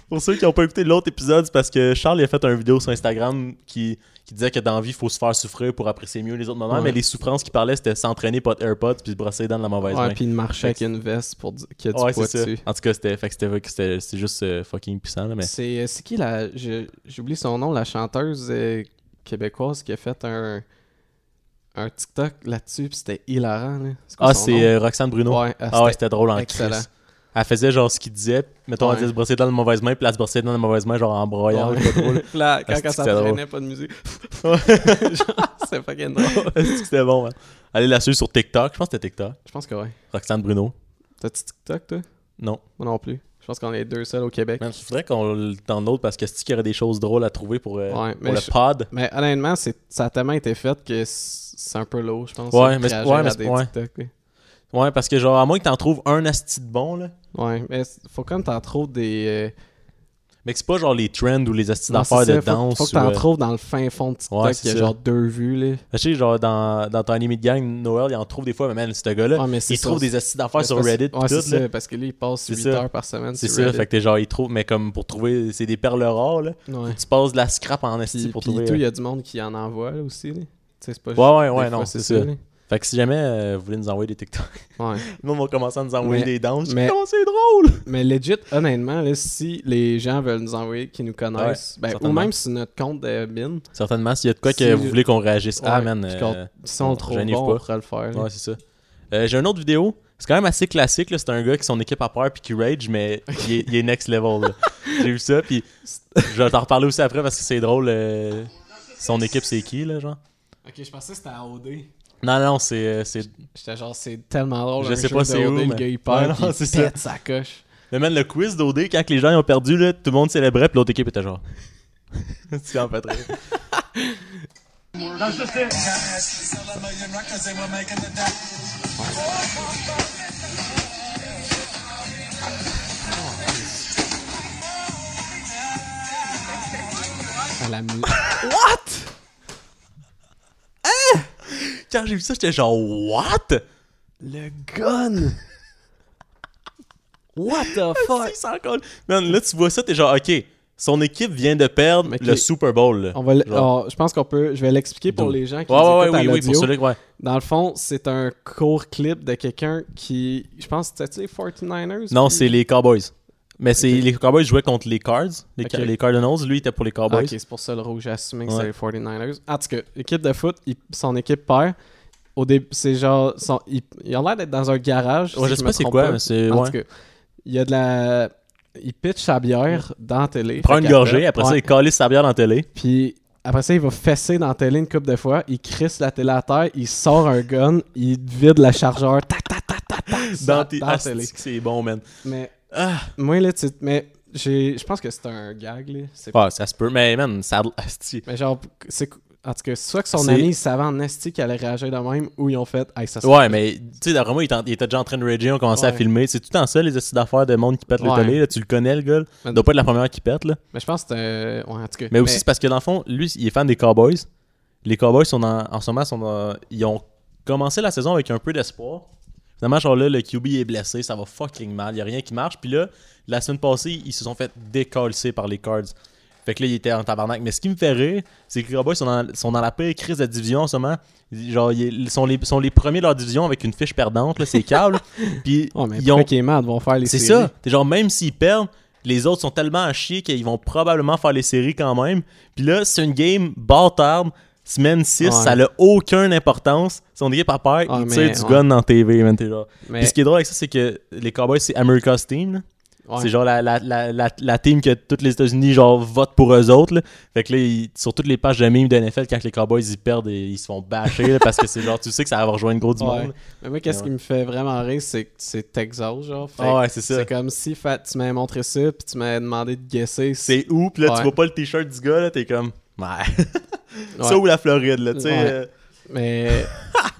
[SPEAKER 1] Pour ceux qui n'ont pas écouté l'autre épisode, c'est parce que Charles il a fait une vidéo sur Instagram qui, qui disait que dans la vie, il faut se faire souffrir pour apprécier mieux les autres moments.
[SPEAKER 2] Ouais.
[SPEAKER 1] Mais les souffrances qu'il parlait, c'était s'entraîner pas de AirPods puis se brosser les dents de la mauvaise
[SPEAKER 2] Ouais,
[SPEAKER 1] main.
[SPEAKER 2] puis il marchait avec une veste pour dire qu'il y a du
[SPEAKER 1] Ouais,
[SPEAKER 2] poids
[SPEAKER 1] c'est ça.
[SPEAKER 2] dessus.
[SPEAKER 1] En tout cas, c'était fait que c'était- c'était c'était juste euh, fucking puissant. Là, mais...
[SPEAKER 2] C'est euh, c'est qui la... je- J'oublie son nom, la chanteuse euh, québécoise qui a fait un, un TikTok là-dessus, puis c'était hilarant. là. quoi
[SPEAKER 1] Ah,
[SPEAKER 2] son
[SPEAKER 1] c'est
[SPEAKER 2] nom?
[SPEAKER 1] euh, Roxane Bruno.
[SPEAKER 2] Ouais, ah,
[SPEAKER 1] Ah ouais,
[SPEAKER 2] c'était-
[SPEAKER 1] c'était drôle en
[SPEAKER 2] excellent.
[SPEAKER 1] crise. Elle faisait genre ce qu'il disait, mettons,
[SPEAKER 2] Ouais.
[SPEAKER 1] elle disait se brosser dans la mauvaise main, puis elle se brossait dans la mauvaise main, genre en broyant,
[SPEAKER 2] Ouais.
[SPEAKER 1] c'est pas drôle.
[SPEAKER 2] Puis là,
[SPEAKER 1] Ah,
[SPEAKER 2] quand
[SPEAKER 1] c'est que
[SPEAKER 2] ça
[SPEAKER 1] c'était
[SPEAKER 2] traînait, pas de musique. Genre, c'est fucking drôle.
[SPEAKER 1] Est-ce que C'était bon, hein. Allez la suivre sur TikTok, je pense que c'était TikTok.
[SPEAKER 2] Je pense que ouais.
[SPEAKER 1] Roxane Bruno.
[SPEAKER 2] T'as-tu TikTok, toi?
[SPEAKER 1] Non.
[SPEAKER 2] Moi non plus. Je pense qu'on est deux seuls au Québec.
[SPEAKER 1] Man, je voudrais qu'on le t'en autre parce que c'est qu'il y aurait des choses drôles à trouver pour, euh,
[SPEAKER 2] Ouais,
[SPEAKER 1] pour
[SPEAKER 2] mais
[SPEAKER 1] le
[SPEAKER 2] je-
[SPEAKER 1] pod.
[SPEAKER 2] Mais honnêtement, c'est- ça a tellement été fait que c- c'est un peu lourd, je pense.
[SPEAKER 1] Ouais,
[SPEAKER 2] de
[SPEAKER 1] mais c'est-
[SPEAKER 2] réagir
[SPEAKER 1] ouais, mais
[SPEAKER 2] à
[SPEAKER 1] c'est-
[SPEAKER 2] des
[SPEAKER 1] ouais.
[SPEAKER 2] TikTok, là.
[SPEAKER 1] Ouais, parce que genre, à moins que t'en trouves un asti de bon, là.
[SPEAKER 2] Ouais, mais c'est- faut quand même t'en trouves des. euh,
[SPEAKER 1] Mais que c'est pas genre les trends ou les astis
[SPEAKER 2] non,
[SPEAKER 1] d'affaires
[SPEAKER 2] c'est
[SPEAKER 1] de
[SPEAKER 2] ça, faut-
[SPEAKER 1] danse.
[SPEAKER 2] Faut que
[SPEAKER 1] ou,
[SPEAKER 2] t'en
[SPEAKER 1] euh,
[SPEAKER 2] trouves dans le fin fond de TikTok,
[SPEAKER 1] Ouais,
[SPEAKER 2] il
[SPEAKER 1] c'est
[SPEAKER 2] y a
[SPEAKER 1] ça.
[SPEAKER 2] genre deux vues, là.
[SPEAKER 1] Je sais, genre, dans, dans ton anime de gang, Noël, il en trouve des fois, mais man, ce gars-là,
[SPEAKER 2] Ouais, mais c'est
[SPEAKER 1] il
[SPEAKER 2] ça,
[SPEAKER 1] trouve
[SPEAKER 2] c'est-
[SPEAKER 1] des astis
[SPEAKER 2] Mais
[SPEAKER 1] d'affaires
[SPEAKER 2] c'est
[SPEAKER 1] sur
[SPEAKER 2] parce-
[SPEAKER 1] Reddit.
[SPEAKER 2] Ouais,
[SPEAKER 1] pis
[SPEAKER 2] c'est
[SPEAKER 1] tout, là.
[SPEAKER 2] ça, parce que là, il passe
[SPEAKER 1] C'est
[SPEAKER 2] 8
[SPEAKER 1] ça.
[SPEAKER 2] heures par semaine.
[SPEAKER 1] C'est
[SPEAKER 2] sur
[SPEAKER 1] ça,
[SPEAKER 2] Reddit.
[SPEAKER 1] fait que t'es genre, il trouve, mais comme pour trouver, c'est des perles rares, là.
[SPEAKER 2] Ouais.
[SPEAKER 1] Tu passes de la scrap en
[SPEAKER 2] Puis,
[SPEAKER 1] esti pour
[SPEAKER 2] puis
[SPEAKER 1] trouver.
[SPEAKER 2] tout, il
[SPEAKER 1] euh.
[SPEAKER 2] y a du monde qui en envoie, là, aussi, là. Tu sais, c'est pas
[SPEAKER 1] Ouais, ouais, ouais,
[SPEAKER 2] des
[SPEAKER 1] non,
[SPEAKER 2] fois,
[SPEAKER 1] c'est ça.
[SPEAKER 2] là.
[SPEAKER 1] Fait que si jamais euh, vous voulez nous envoyer des TikTok,
[SPEAKER 2] Ouais.
[SPEAKER 1] nous on va commencer à nous envoyer
[SPEAKER 2] Mais-
[SPEAKER 1] des danses.
[SPEAKER 2] mais-
[SPEAKER 1] Comment c'est drôle!
[SPEAKER 2] Mais legit, honnêtement, là, si les gens veulent nous envoyer, qu'ils nous connaissent,
[SPEAKER 1] Ouais,
[SPEAKER 2] ben, ou
[SPEAKER 1] certainement.
[SPEAKER 2] même sur notre compte de Bin,
[SPEAKER 1] Certainement, s'il y a de quoi que
[SPEAKER 2] Si-
[SPEAKER 1] vous voulez qu'on réagisse. ah,
[SPEAKER 2] ouais,
[SPEAKER 1] man.
[SPEAKER 2] puis
[SPEAKER 1] euh,
[SPEAKER 2] qu'on- si on le trouve
[SPEAKER 1] gênez-vous
[SPEAKER 2] bon,
[SPEAKER 1] pas.
[SPEAKER 2] on pourra le faire. là.
[SPEAKER 1] Ouais, c'est ça. Euh, J'ai une autre vidéo. C'est quand même assez classique. là. C'est un gars qui son équipe à peur puis qui rage, mais il, est, il est next level. là. J'ai vu ça, puis je vais t'en reparler aussi après parce que c'est drôle. euh, Son équipe, c'est qui, là, genre?
[SPEAKER 2] Ok, je pensais que c'était à OD.
[SPEAKER 1] Non, non, c'est. euh, c'est-
[SPEAKER 2] J'étais genre, c'est tellement drôle.
[SPEAKER 1] Je
[SPEAKER 2] un
[SPEAKER 1] sais
[SPEAKER 2] jeu
[SPEAKER 1] pas
[SPEAKER 2] de
[SPEAKER 1] c'est où,
[SPEAKER 2] OD,
[SPEAKER 1] mais-
[SPEAKER 2] Le gars, il
[SPEAKER 1] Ouais,
[SPEAKER 2] perd,
[SPEAKER 1] non,
[SPEAKER 2] puis il
[SPEAKER 1] c'est ça.
[SPEAKER 2] pète sa coche.
[SPEAKER 1] Mais man, le quiz d'OD, quand que les gens ils ont perdu, là, tout le monde célébrait, puis l'autre équipe était genre. tu en fais très.
[SPEAKER 2] À la mu-
[SPEAKER 1] Hein? Quand j'ai vu ça, j'étais genre, what?
[SPEAKER 2] le gun! What the fuck?
[SPEAKER 1] Il s'en colle. Man, là, tu vois ça, t'es genre, ok, son équipe vient de perdre
[SPEAKER 2] Mais
[SPEAKER 1] le
[SPEAKER 2] ok.
[SPEAKER 1] Super Bowl. là.
[SPEAKER 2] On va, l-
[SPEAKER 1] Genre.
[SPEAKER 2] on- je pense qu'on peut. Je vais l'expliquer pour
[SPEAKER 1] D'où?
[SPEAKER 2] les gens qui
[SPEAKER 1] Ouais,
[SPEAKER 2] nous
[SPEAKER 1] ouais,
[SPEAKER 2] écoutent
[SPEAKER 1] ouais, oui,
[SPEAKER 2] à
[SPEAKER 1] oui, pour
[SPEAKER 2] l'audio.
[SPEAKER 1] celui ouais.
[SPEAKER 2] Dans le fond, c'est un court clip de quelqu'un qui. Je pense que c'était, tu sais, 49ers.
[SPEAKER 1] Non,
[SPEAKER 2] puis-
[SPEAKER 1] c'est les Cowboys. Mais c'est les Cowboys jouaient contre les Cards, les,
[SPEAKER 2] Ok.
[SPEAKER 1] Ca- les Cardinals. Lui, il était pour les
[SPEAKER 2] Ah,
[SPEAKER 1] Cowboys.
[SPEAKER 2] ok, c'est pour ça le rouge. J'ai assumé que
[SPEAKER 1] Ouais.
[SPEAKER 2] c'est les 49ers. En tout cas, équipe de foot, il- son équipe perd. Au début, c'est genre. Son, il, il a l'air d'être dans un garage.
[SPEAKER 1] Ouais,
[SPEAKER 2] si
[SPEAKER 1] je
[SPEAKER 2] me
[SPEAKER 1] sais pas c'est
[SPEAKER 2] trompe
[SPEAKER 1] quoi, mais c'est.
[SPEAKER 2] En
[SPEAKER 1] ouais.
[SPEAKER 2] tout cas, il y a de la. Il pitch sa bière dans la télé.
[SPEAKER 1] Il prend
[SPEAKER 2] Fait
[SPEAKER 1] une
[SPEAKER 2] qu'après-
[SPEAKER 1] gorgée, après ça,
[SPEAKER 2] Ouais.
[SPEAKER 1] il calisse sa bière dans la télé.
[SPEAKER 2] Puis après ça, il va fesser dans la télé une couple de fois. Il crisse la télé à terre. Il sort un gun. Il vide la chargeur. Tac, tac, tac, tac, tac.
[SPEAKER 1] Dans
[SPEAKER 2] la-
[SPEAKER 1] tes
[SPEAKER 2] la
[SPEAKER 1] Asti
[SPEAKER 2] télé.
[SPEAKER 1] que C'est bon, man.
[SPEAKER 2] Mais.
[SPEAKER 1] Ah.
[SPEAKER 2] Moi, là, tu. Mais j'ai- je pense que c'est un gag, là. C'est
[SPEAKER 1] Ouais, ça se peut. Mais, man, ça. asti.
[SPEAKER 2] Mais genre, c'est. En tout cas, soit que son
[SPEAKER 1] C'est-
[SPEAKER 2] ami il savait en esti qu'elle allait réagir de même, ou ils ont fait, hey, ça se-
[SPEAKER 1] Ouais, mais tu sais, d'après moi, il, t'en- il était déjà en train de rager, on commençait à
[SPEAKER 2] Ouais.
[SPEAKER 1] filmer. C'est tout le temps ça, les astuces d'affaires de monde qui pète
[SPEAKER 2] Ouais.
[SPEAKER 1] les télés. là. Tu le connais, le gars. là.
[SPEAKER 2] Mais-
[SPEAKER 1] Il doit pas être la première qui pète, là.
[SPEAKER 2] Mais je pense que c'est un- Ouais, en tout cas.
[SPEAKER 1] Mais aussi, c'est parce que dans le fond, lui, il est fan des Cowboys. Les Cowboys sont dans- en ce moment, sont dans- ils ont commencé la saison avec un peu d'espoir. Finalement, genre là, le QB est blessé, ça va fucking mal, il n'y a rien qui marche. Puis là, la semaine passée, ils se sont fait décalcer par les Cards. Fait que là, ils étaient en tabarnak. Mais ce qui me fait rire, c'est que les Cowboys sont dans, sont dans la pire crise de division en ce moment. Genre, ils sont les, sont les premiers de leur division avec une fiche perdante, là, c'est câble. Puis
[SPEAKER 2] Oh, mais
[SPEAKER 1] ils ont
[SPEAKER 2] pourquoi qu'ils est mad, vont faire les
[SPEAKER 1] c'est
[SPEAKER 2] séries?
[SPEAKER 1] ça. T'es genre, même s'ils perdent, les autres sont tellement à chier qu'ils vont probablement faire les séries quand même. Puis là, c'est une game bâtarde, semaine 6,
[SPEAKER 2] Ouais.
[SPEAKER 1] ça n'a aucune importance. Son équipe à part,
[SPEAKER 2] Ah,
[SPEAKER 1] ils
[SPEAKER 2] mais,
[SPEAKER 1] tirent du
[SPEAKER 2] ouais.
[SPEAKER 1] gun dans TV, man. T'es genre.
[SPEAKER 2] Mais,
[SPEAKER 1] Puis ce qui est drôle avec ça, c'est que les Cowboys, c'est America's Team. là.
[SPEAKER 2] ouais.
[SPEAKER 1] C'est genre la, la, la, la, la team que tous les États-Unis genre votent pour eux autres. là. Fait que là, ils- sur toutes les pages de memes de NFL, quand les Cowboys ils perdent, et ils se font bâcher là, parce que c'est genre, tu sais que ça va rejoindre gros du
[SPEAKER 2] Ouais.
[SPEAKER 1] monde.
[SPEAKER 2] Mais moi, qu'est-ce
[SPEAKER 1] Ouais.
[SPEAKER 2] qui me fait vraiment rire, c'est que c'est Texas, genre. Fait
[SPEAKER 1] Ah
[SPEAKER 2] que
[SPEAKER 1] ouais, c'est ça.
[SPEAKER 2] C'est comme si Fat, tu m'avais montré ça, puis tu m'avais demandé de guesser. si-
[SPEAKER 1] C'est où, puis là,
[SPEAKER 2] Ouais.
[SPEAKER 1] tu vois pas le t-shirt du gars, là, t'es comme. Ouais.
[SPEAKER 2] Ouais.
[SPEAKER 1] Ça ou la Floride, là, tu sais.
[SPEAKER 2] Ouais.
[SPEAKER 1] euh,
[SPEAKER 2] Mais,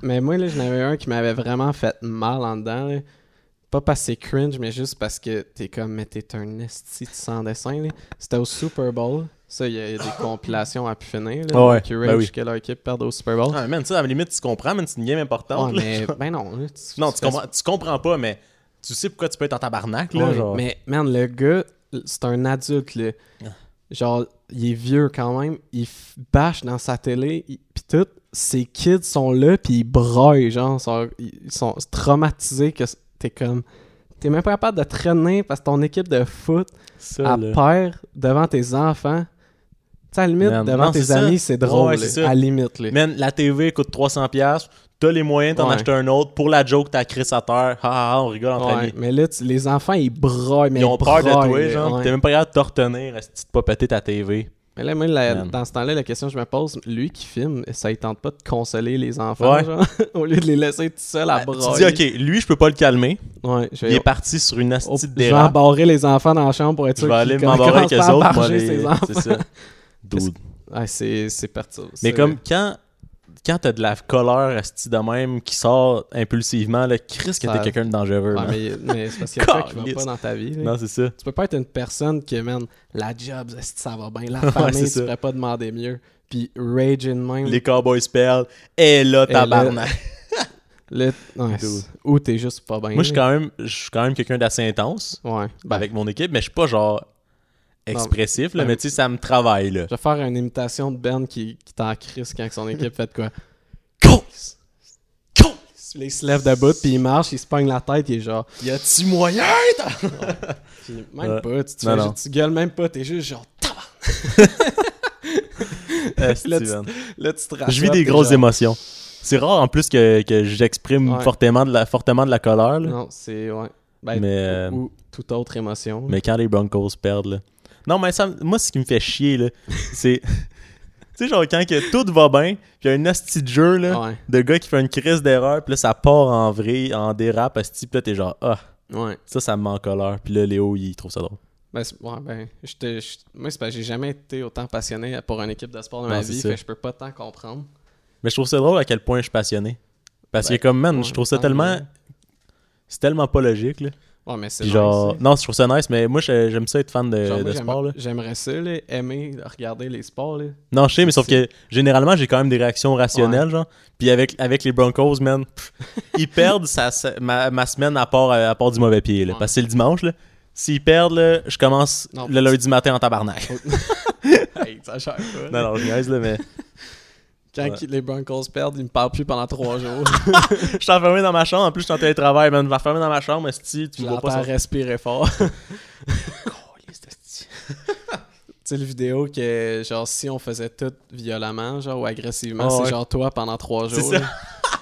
[SPEAKER 2] mais moi, là, j'en avais un qui m'avait vraiment fait mal en dedans. là. Pas parce que c'est cringe, mais juste parce que t'es comme, mais t'es un esti de sans dessin. là. C'était au Super Bowl. Ça, il y a il y a des compilations à pu finir. Là,
[SPEAKER 1] Ah ouais,
[SPEAKER 2] qui
[SPEAKER 1] ben
[SPEAKER 2] rage
[SPEAKER 1] oui.
[SPEAKER 2] que leur équipe perde au Super Bowl.
[SPEAKER 1] Ah, man, ça, à la limite, tu comprends, man, c'est une game importante.
[SPEAKER 2] Ouais,
[SPEAKER 1] là.
[SPEAKER 2] mais ben non. là, tu,
[SPEAKER 1] Non,
[SPEAKER 2] tu
[SPEAKER 1] tu
[SPEAKER 2] fais-
[SPEAKER 1] comprends, tu comprends pas, mais tu sais pourquoi tu peux être en tabarnak, là,
[SPEAKER 2] Ouais,
[SPEAKER 1] genre.
[SPEAKER 2] Mais man, le gars, c'est un adulte. Là.
[SPEAKER 1] Ah.
[SPEAKER 2] Genre, il est vieux quand même. Il f- bâche dans sa télé. il- Pis tout, ses kids sont là. Pis ils broient. Genre, ils sont, ils sont traumatisés. que c- T'es comme. T'es même pas capable de traîner parce que ton équipe de foot
[SPEAKER 1] ça,
[SPEAKER 2] à perd devant tes enfants. Tu sais, à la limite,
[SPEAKER 1] Man,
[SPEAKER 2] devant
[SPEAKER 1] non,
[SPEAKER 2] tes
[SPEAKER 1] c'est ça.
[SPEAKER 2] amis, c'est drôle.
[SPEAKER 1] Ouais,
[SPEAKER 2] là,
[SPEAKER 1] c'est ça.
[SPEAKER 2] à la limite. Là.
[SPEAKER 1] Man, la TV coûte 300$, t'as les moyens d'en
[SPEAKER 2] Ouais.
[SPEAKER 1] acheter un autre. Pour la joke, t'as Chris à terre. Ha, ha, ha, on rigole entre
[SPEAKER 2] Ouais,
[SPEAKER 1] amis.
[SPEAKER 2] mais là, tu- les enfants, ils broient. mais
[SPEAKER 1] Ils ont peur de
[SPEAKER 2] broient,
[SPEAKER 1] toi,
[SPEAKER 2] là,
[SPEAKER 1] genre.
[SPEAKER 2] ouais.
[SPEAKER 1] pis T'es même pas capable de te retenir, est-ce de pas péter ta TV.
[SPEAKER 2] Mais là, moi, la-
[SPEAKER 1] Man.
[SPEAKER 2] dans ce temps-là, la question que je me pose, lui qui filme, ça il tente pas de consoler les enfants,
[SPEAKER 1] Ouais.
[SPEAKER 2] genre, au lieu de les laisser tout seuls à
[SPEAKER 1] Ah,
[SPEAKER 2] broyer.
[SPEAKER 1] Tu dis, ok, lui, je peux pas le calmer.
[SPEAKER 2] Ouais, je
[SPEAKER 1] Il est
[SPEAKER 2] vais,
[SPEAKER 1] parti sur une
[SPEAKER 2] au-
[SPEAKER 1] astuce
[SPEAKER 2] je vais
[SPEAKER 1] d'érape.
[SPEAKER 2] embarrer les enfants dans la chambre pour être
[SPEAKER 1] Je
[SPEAKER 2] sûr
[SPEAKER 1] vais aller
[SPEAKER 2] qu'ils
[SPEAKER 1] m'embarrer avec
[SPEAKER 2] commencent
[SPEAKER 1] eux
[SPEAKER 2] pas à
[SPEAKER 1] autres, moi,
[SPEAKER 2] barger
[SPEAKER 1] les-
[SPEAKER 2] ses enfants.
[SPEAKER 1] C'est ça. Dude.
[SPEAKER 2] Ouais, c'est, c'est parti. c'est-
[SPEAKER 1] Mais comme quand, quand t'as de la colère asti de même qui sort impulsivement, là, Chris que
[SPEAKER 2] Ça-
[SPEAKER 1] t'es quelqu'un de dangereux.
[SPEAKER 2] Ouais,
[SPEAKER 1] man.
[SPEAKER 2] mais, mais c'est parce qu'il y a quelqu'un qui va
[SPEAKER 1] Calisse.
[SPEAKER 2] pas dans ta vie. là.
[SPEAKER 1] Non, c'est ça.
[SPEAKER 2] Tu peux pas être une personne qui, man, la job, esti, ça va bien, la famille,
[SPEAKER 1] c'est
[SPEAKER 2] tu
[SPEAKER 1] ça.
[SPEAKER 2] pourrais pas demander mieux. Puis rage in même.
[SPEAKER 1] Les Cowboys perdent. Et là,
[SPEAKER 2] Et là,
[SPEAKER 1] tabarnak.
[SPEAKER 2] le- ouais,
[SPEAKER 1] Dude.
[SPEAKER 2] ou t'es juste pas bien.
[SPEAKER 1] Moi, je suis
[SPEAKER 2] là.
[SPEAKER 1] quand même, je suis quand même quelqu'un d'assez intense
[SPEAKER 2] Ouais. ben,
[SPEAKER 1] avec mon équipe, mais je suis pas genre expressif, là,
[SPEAKER 2] Ben-
[SPEAKER 1] mais tu sais, ça me travaille. Là.
[SPEAKER 2] Je vais faire une imitation de Ben qui, qui t'en crisse quand son équipe fait de quoi.
[SPEAKER 1] Cause! Cause!
[SPEAKER 2] Puis là, il se lève de bout, puis il marche, il se pogne la tête, il est genre.
[SPEAKER 1] Y a-tu moyen?
[SPEAKER 2] Puis même
[SPEAKER 1] Ouais.
[SPEAKER 2] pas, tu, te
[SPEAKER 1] Non,
[SPEAKER 2] fais-
[SPEAKER 1] non.
[SPEAKER 2] tu gueules même pas, t'es juste genre. tabarnak.
[SPEAKER 1] Asti,
[SPEAKER 2] Là, tu-
[SPEAKER 1] man.
[SPEAKER 2] Là, tu
[SPEAKER 1] Je vis
[SPEAKER 2] te rattrapes,
[SPEAKER 1] des
[SPEAKER 2] t'es
[SPEAKER 1] grosses
[SPEAKER 2] genre-
[SPEAKER 1] émotions. C'est rare en plus que, que j'exprime
[SPEAKER 2] Ouais.
[SPEAKER 1] fortement, de la, fortement de la colère. là.
[SPEAKER 2] Non, c'est. Ouais. Ben,
[SPEAKER 1] Mais, euh,
[SPEAKER 2] Ou toute autre émotion.
[SPEAKER 1] Mais quand les Broncos perdent, là. Non, mais ça, moi, ce qui me fait chier, là, c'est. tu sais, genre, quand que tout va bien, puis il y a un asti de jeu, là,
[SPEAKER 2] Ouais.
[SPEAKER 1] de gars qui fait une crise d'erreur, puis là, ça part en vrai, en dérap, asti, puis là, t'es genre, ah,
[SPEAKER 2] Ouais.
[SPEAKER 1] ça, ça me manque en colère. Puis là, Léo, il trouve ça drôle.
[SPEAKER 2] Ben, c'est- ouais, ben, j'étais- j'étais- moi, c'est parce que j'ai jamais été autant passionné pour une équipe de sport dans
[SPEAKER 1] Non,
[SPEAKER 2] ma
[SPEAKER 1] c'est
[SPEAKER 2] vie,
[SPEAKER 1] ça.
[SPEAKER 2] fait que je peux pas tant comprendre.
[SPEAKER 1] Mais je trouve ça drôle à quel point je suis passionné. Parce
[SPEAKER 2] Ben,
[SPEAKER 1] que, comme, man,
[SPEAKER 2] ouais,
[SPEAKER 1] je trouve ça
[SPEAKER 2] tant
[SPEAKER 1] tellement.
[SPEAKER 2] mieux.
[SPEAKER 1] C'est tellement pas logique, là.
[SPEAKER 2] Ouais, mais c'est
[SPEAKER 1] Puis
[SPEAKER 2] nice,
[SPEAKER 1] genre.
[SPEAKER 2] hein.
[SPEAKER 1] Non, je trouve ça nice, mais moi, je- j'aime ça être fan de,
[SPEAKER 2] Genre, moi,
[SPEAKER 1] de
[SPEAKER 2] j'aime-
[SPEAKER 1] sport, là.
[SPEAKER 2] J'aimerais ça, là, aimer regarder les sports. Là.
[SPEAKER 1] Non, je sais, mais sauf
[SPEAKER 2] C'est-
[SPEAKER 1] que généralement, j'ai quand même des réactions rationnelles, genre. Puis avec, avec les Broncos, man, pff, ils perdent, ça, ça- ma, ma semaine à part, euh, à part du mauvais pied, là. Parce que c'est le dimanche, là. S'ils perdent, là, je commence
[SPEAKER 2] Non,
[SPEAKER 1] le lundi matin en tabarnak.
[SPEAKER 2] hey, ça gère pas.
[SPEAKER 1] non, non, je niaise, là, mais
[SPEAKER 2] Quand
[SPEAKER 1] Ouais.
[SPEAKER 2] qui- les Broncos perdent, ils me parlent plus pendant trois jours.
[SPEAKER 1] je suis enfermé dans ma chambre. En plus, je suis en télétravail, man. Je vais enfermer dans ma chambre, esti, tu
[SPEAKER 2] Je
[SPEAKER 1] me vois
[SPEAKER 2] l'entends
[SPEAKER 1] pas sortir.
[SPEAKER 2] respirer fort. sais, le vidéo que, genre, si on faisait tout violemment, genre, ou agressivement,
[SPEAKER 1] Ah
[SPEAKER 2] c'est
[SPEAKER 1] ouais.
[SPEAKER 2] genre toi pendant trois
[SPEAKER 1] C'est
[SPEAKER 2] jours.
[SPEAKER 1] ça.
[SPEAKER 2] là.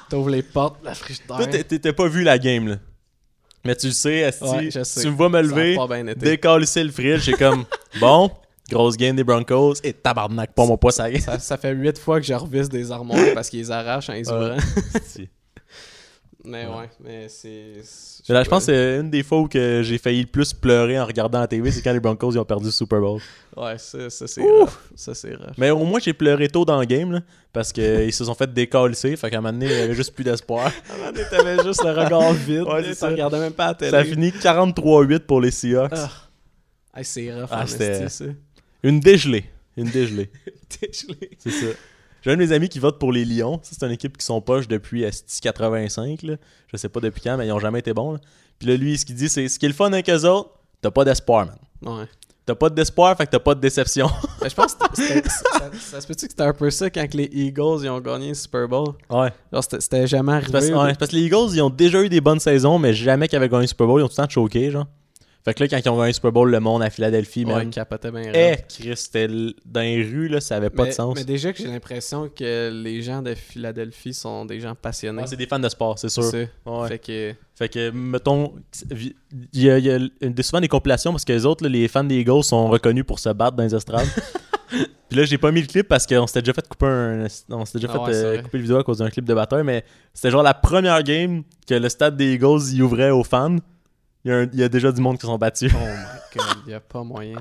[SPEAKER 2] T'ouvres les portes, la frigidaire.
[SPEAKER 1] Toi, t'es- t'étais pas vu la game, là. Mais tu le sais, Esti,
[SPEAKER 2] Ouais, je sais.
[SPEAKER 1] tu me vois me
[SPEAKER 2] Ça a
[SPEAKER 1] lever,
[SPEAKER 2] pas bien été.
[SPEAKER 1] décalisser le fridge, j'ai comme, bon, grosse game des Broncos, et tabarnak, pas mon poids, ça y est.
[SPEAKER 2] Ça, ça fait huit fois que je revisse des armoires parce qu'ils les arrachent en les
[SPEAKER 1] Ouais.
[SPEAKER 2] ouvrant.
[SPEAKER 1] Esti.
[SPEAKER 2] Mais ouais, mais c'est. c'est-
[SPEAKER 1] Mais Là, je pense que c'est une des fois où que j'ai failli le plus pleurer en regardant la TV, c'est quand les Broncos ils ont perdu le Super Bowl.
[SPEAKER 2] Ouais, ça, ça c'est
[SPEAKER 1] Ouh!
[SPEAKER 2] rough. Ça, c'est rough.
[SPEAKER 1] Mais au moins, j'ai pleuré tôt dans le game, là, parce qu'ils se sont fait décalisser, fait qu'à un moment donné, il y avait juste plus d'espoir.
[SPEAKER 2] T'avais juste le regard vide.
[SPEAKER 1] Ouais,
[SPEAKER 2] tu
[SPEAKER 1] c'est ça.
[SPEAKER 2] regardais même pas la télé.
[SPEAKER 1] Ça a fini 43-8 pour les Seahawks.
[SPEAKER 2] Ah. Hey, c'est rough.
[SPEAKER 1] Ah,
[SPEAKER 2] en
[SPEAKER 1] c'était-
[SPEAKER 2] esti, ça.
[SPEAKER 1] Une dégelée. Une dégelée.
[SPEAKER 2] T'es gelé.
[SPEAKER 1] C'est ça. J'ai un de mes amis qui vote pour les Lions. Ça, C'est une équipe qui sont poches depuis Asti 85. Là. Je sais pas depuis quand, mais ils ont jamais été bons. là. Puis là, lui, ce qu'il dit, c'est ce qui est le fun avec eux autres, t'as pas d'espoir, man.
[SPEAKER 2] Ouais.
[SPEAKER 1] T'as pas d'espoir, fait que t'as pas de déception.
[SPEAKER 2] Ben, je pense que c'était- ça, ça se peut-tu que c'était un peu ça quand que les Eagles ils ont gagné le Super Bowl?
[SPEAKER 1] Ouais.
[SPEAKER 2] Genre, c'était, c'était jamais
[SPEAKER 1] C'est
[SPEAKER 2] arrivé.
[SPEAKER 1] Parce, ouais, c'est parce que les Eagles, ils ont déjà eu des bonnes saisons, mais jamais qu'ils avaient gagné le Super Bowl. Ils ont tout le temps choqué, genre. Fait que là, quand ils ont gagné le Super Bowl, le monde à Philadelphie,
[SPEAKER 2] Ouais,
[SPEAKER 1] man.
[SPEAKER 2] ils capotaient bien.
[SPEAKER 1] Eh,
[SPEAKER 2] raide.
[SPEAKER 1] Chris, c'était l- dans les rues, là, ça avait pas
[SPEAKER 2] mais,
[SPEAKER 1] de sens.
[SPEAKER 2] mais déjà que j'ai l'impression que les gens de Philadelphie sont des gens passionnés.
[SPEAKER 1] Ah, c'est des fans de sport, c'est sûr.
[SPEAKER 2] C'est ça.
[SPEAKER 1] Ouais.
[SPEAKER 2] Fait que.
[SPEAKER 1] Fait que, mettons, il y a, il y a une- des- souvent des compilations parce que les autres, là, les fans des Eagles sont reconnus pour se battre dans les estrades. Puis là, j'ai pas mis le clip parce qu'on s'était déjà fait couper un, on s'était déjà
[SPEAKER 2] Ah
[SPEAKER 1] fait
[SPEAKER 2] ouais, c'est
[SPEAKER 1] euh,
[SPEAKER 2] vrai.
[SPEAKER 1] couper le vidéo à cause d'un clip de batteur, mais c'était genre la première game que le stade des Eagles y ouvrait aux fans. Il y, a un- il y a déjà du monde qui sont battus.
[SPEAKER 2] Oh my god, il a pas moyen.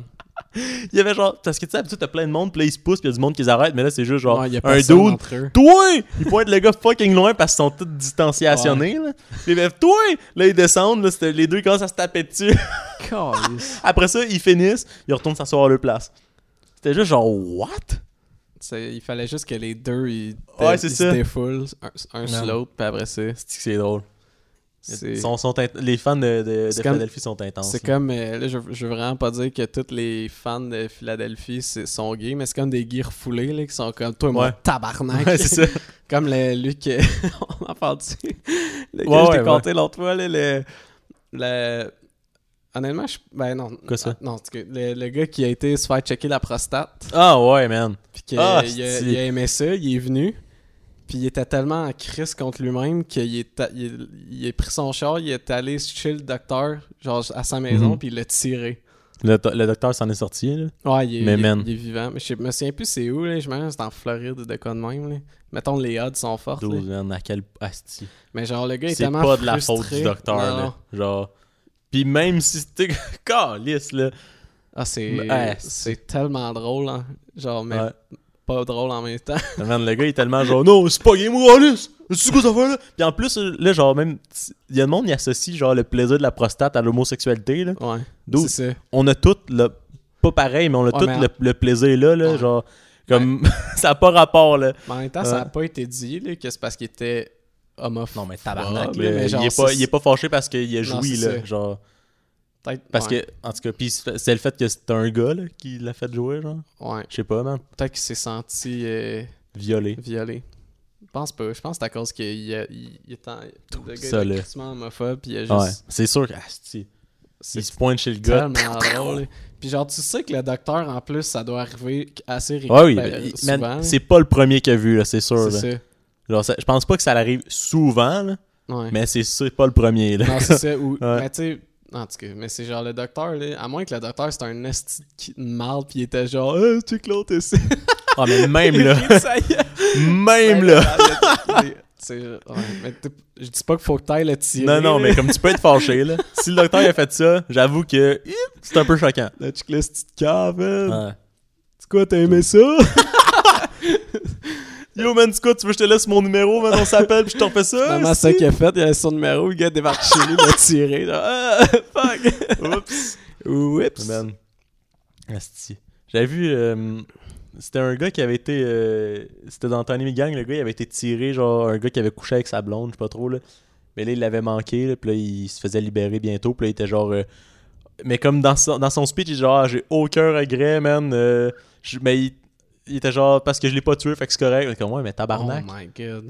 [SPEAKER 1] Il y avait genre, parce que tu sais, d'habitude, t'as plein de monde, puis là, ils se poussent, puis il y a du monde qui les arrête, mais là, c'est juste genre
[SPEAKER 2] Ouais, y a
[SPEAKER 1] un
[SPEAKER 2] personne
[SPEAKER 1] dude
[SPEAKER 2] entre eux.
[SPEAKER 1] toi! Ils pointent le gars fucking loin parce qu'ils sont tous distanciationnés. Là. Puis, ben, toi! Là, ils descendent, là, c'était- les deux ils commencent à se taper dessus.
[SPEAKER 2] Calisse.
[SPEAKER 1] Après ça, ils finissent, ils retournent s'asseoir à leur place. C'était juste genre, what?
[SPEAKER 2] C'est- Il fallait juste que les deux ils,
[SPEAKER 1] Ouais, c'est
[SPEAKER 2] ils
[SPEAKER 1] ça.
[SPEAKER 2] se défoulent un, un sur
[SPEAKER 1] Non.
[SPEAKER 2] l'autre, puis après ça.
[SPEAKER 1] C'est que c'est drôle.
[SPEAKER 2] C'est,
[SPEAKER 1] Sont- sont int- les fans de, de- de
[SPEAKER 2] C'est comme-
[SPEAKER 1] Philadelphie sont intenses.
[SPEAKER 2] c'est
[SPEAKER 1] là.
[SPEAKER 2] comme. euh, là, je, je veux vraiment pas dire que tous les fans de Philadelphie c'est- sont gays, mais c'est comme des gays refoulés là, qui sont comme toi, moi,
[SPEAKER 1] Ouais.
[SPEAKER 2] tabarnak.
[SPEAKER 1] Ouais, c'est ça.
[SPEAKER 2] Comme le, lui que. on en parle-tu? Le que
[SPEAKER 1] Ouais,
[SPEAKER 2] je t'ai
[SPEAKER 1] ouais,
[SPEAKER 2] conté l'autre fois, là, le. le- Honnêtement, je. Ben non.
[SPEAKER 1] Quoi ça?
[SPEAKER 2] Ah, Non, en tout cas, le, le gars qui a été se faire checker la prostate,
[SPEAKER 1] Ah ouais, man.
[SPEAKER 2] puis qu'il
[SPEAKER 1] Ah,
[SPEAKER 2] a, il a
[SPEAKER 1] c'est-tu.
[SPEAKER 2] aimé ça, il est venu, puis il était tellement en crise contre lui-même qu'il est, a- il, est- il a pris son char, il est allé chez le docteur, genre à sa maison,
[SPEAKER 1] Mhm.
[SPEAKER 2] puis il l'a tiré.
[SPEAKER 1] Le, to- le docteur s'en est sorti, là.
[SPEAKER 2] Ouais, il est,
[SPEAKER 1] Mais
[SPEAKER 2] il est-
[SPEAKER 1] man.
[SPEAKER 2] il est vivant. Mais je sais- me souviens plus c'est où, là. Je me c'est en Floride, de quoi de même, là. Mettons, les odds sont fortes. là.
[SPEAKER 1] 12, man, à quel asti.
[SPEAKER 2] Mais genre, le gars est,
[SPEAKER 1] C'est
[SPEAKER 2] tellement
[SPEAKER 1] pas de la
[SPEAKER 2] frustré.
[SPEAKER 1] faute du docteur,
[SPEAKER 2] Non, non.
[SPEAKER 1] là. Genre. Puis même si c'était. Calisse, là.
[SPEAKER 2] Ah, c'est
[SPEAKER 1] Mais, ah,
[SPEAKER 2] c'est tellement drôle, hein. genre, mais
[SPEAKER 1] Ouais.
[SPEAKER 2] pas drôle en même temps.
[SPEAKER 1] Man, le gars, il est tellement genre, non, c'est pas game, Wallace! C'est quoi ça fait là? Puis en plus, là, genre, même, il y a le monde qui associe, genre, le plaisir de la prostate à l'homosexualité, là.
[SPEAKER 2] Ouais,
[SPEAKER 1] Dude,
[SPEAKER 2] c'est ça.
[SPEAKER 1] On a tout le. Pas pareil, mais on a
[SPEAKER 2] Ouais,
[SPEAKER 1] tout
[SPEAKER 2] mais-
[SPEAKER 1] le, le plaisir là, là,
[SPEAKER 2] Ouais.
[SPEAKER 1] genre, comme. ça n'a pas rapport, là.
[SPEAKER 2] Mais en même temps, ça n'a
[SPEAKER 1] Ouais.
[SPEAKER 2] pas été dit là, que c'est parce qu'il était homophobe.
[SPEAKER 1] Non, mais tabarnak,
[SPEAKER 2] Ah, là,
[SPEAKER 1] là,
[SPEAKER 2] mais genre,
[SPEAKER 1] il, est pas,
[SPEAKER 2] c'est-
[SPEAKER 1] il est pas fâché parce qu'il a
[SPEAKER 2] Non,
[SPEAKER 1] joui,
[SPEAKER 2] c'est
[SPEAKER 1] là.
[SPEAKER 2] ça.
[SPEAKER 1] Genre.
[SPEAKER 2] Peut-être
[SPEAKER 1] Parce que, en tout cas, pis c'est le fait que c'est un gars, là, qui l'a fait jouer, genre.
[SPEAKER 2] Ouais,
[SPEAKER 1] Je sais pas, man.
[SPEAKER 2] peut-être qu'il s'est senti euh,
[SPEAKER 1] Violé.
[SPEAKER 2] violé. Je pense pas. Je pense que c'est à cause qu'il a- il, il est en... Le gars
[SPEAKER 1] ça,
[SPEAKER 2] était
[SPEAKER 1] là.
[SPEAKER 2] crissement homophobe, puis il a
[SPEAKER 1] Ouais.
[SPEAKER 2] juste...
[SPEAKER 1] C'est sûr ah, que. asti,
[SPEAKER 2] c'est
[SPEAKER 1] Il se pointe chez le gars.
[SPEAKER 2] tellement drôle. Puis genre, tu sais que le docteur, en plus, ça doit arriver assez
[SPEAKER 1] Ouais, oui,
[SPEAKER 2] ben,
[SPEAKER 1] il-
[SPEAKER 2] souvent,
[SPEAKER 1] man,
[SPEAKER 2] là.
[SPEAKER 1] c'est pas le premier qu'il a vu, là, c'est sûr.
[SPEAKER 2] C'est
[SPEAKER 1] là.
[SPEAKER 2] ça.
[SPEAKER 1] Genre, ça- je pense pas que ça arrive souvent, là,
[SPEAKER 2] Ouais.
[SPEAKER 1] mais c'est sûr pas le premier. Là.
[SPEAKER 2] Non, c'est ça. Ou,
[SPEAKER 1] Ouais.
[SPEAKER 2] Mais tu sais, en tout cas, mais c'est genre le docteur, là. À moins que le docteur, c'était un esti de qui- de marde, pis il était genre, euh, tu Claude, t'es ça.
[SPEAKER 1] Ah, mais même là,
[SPEAKER 2] Ça y est.
[SPEAKER 1] même là.
[SPEAKER 2] Mais, tu sais, ouais, mais t'es- je dis pas qu'il faut que t'ailles le tirer.
[SPEAKER 1] Non, non,
[SPEAKER 2] là.
[SPEAKER 1] mais comme tu peux être fâché, là. Si le docteur il a fait ça, j'avoue que hi, c'est un peu choquant.
[SPEAKER 2] Le chicliste de cave, man.
[SPEAKER 1] Ouais.
[SPEAKER 2] hein. C'est quoi, t'as aimé ça?
[SPEAKER 1] Yo, man, du coup, tu veux que je te laisse mon numéro, man, on s'appelle, puis je te refais ça?
[SPEAKER 2] Maman, c'est ça qu'il a fait. Il avait son numéro, le gars débarque chez lui, l'a tiré. Là. Ah, fuck.
[SPEAKER 1] Oups.
[SPEAKER 2] Oups.
[SPEAKER 1] Man. Asti. J'avais vu. euh, c'était un gars qui avait été. euh, c'était dans Tony Gang, le gars, il avait été tiré, genre, un gars qui avait couché avec sa blonde, je sais pas trop, là. Mais là, il l'avait manqué, là, puis là, il se faisait libérer bientôt, puis là, il était genre. euh, mais comme dans son, dans son speech, il est genre, Ah, j'ai aucun regret, man. euh, je- mais il, il était genre, parce que je l'ai pas tué, fait que c'est correct. Comme, ouais, mais tabarnak.
[SPEAKER 2] Oh my god.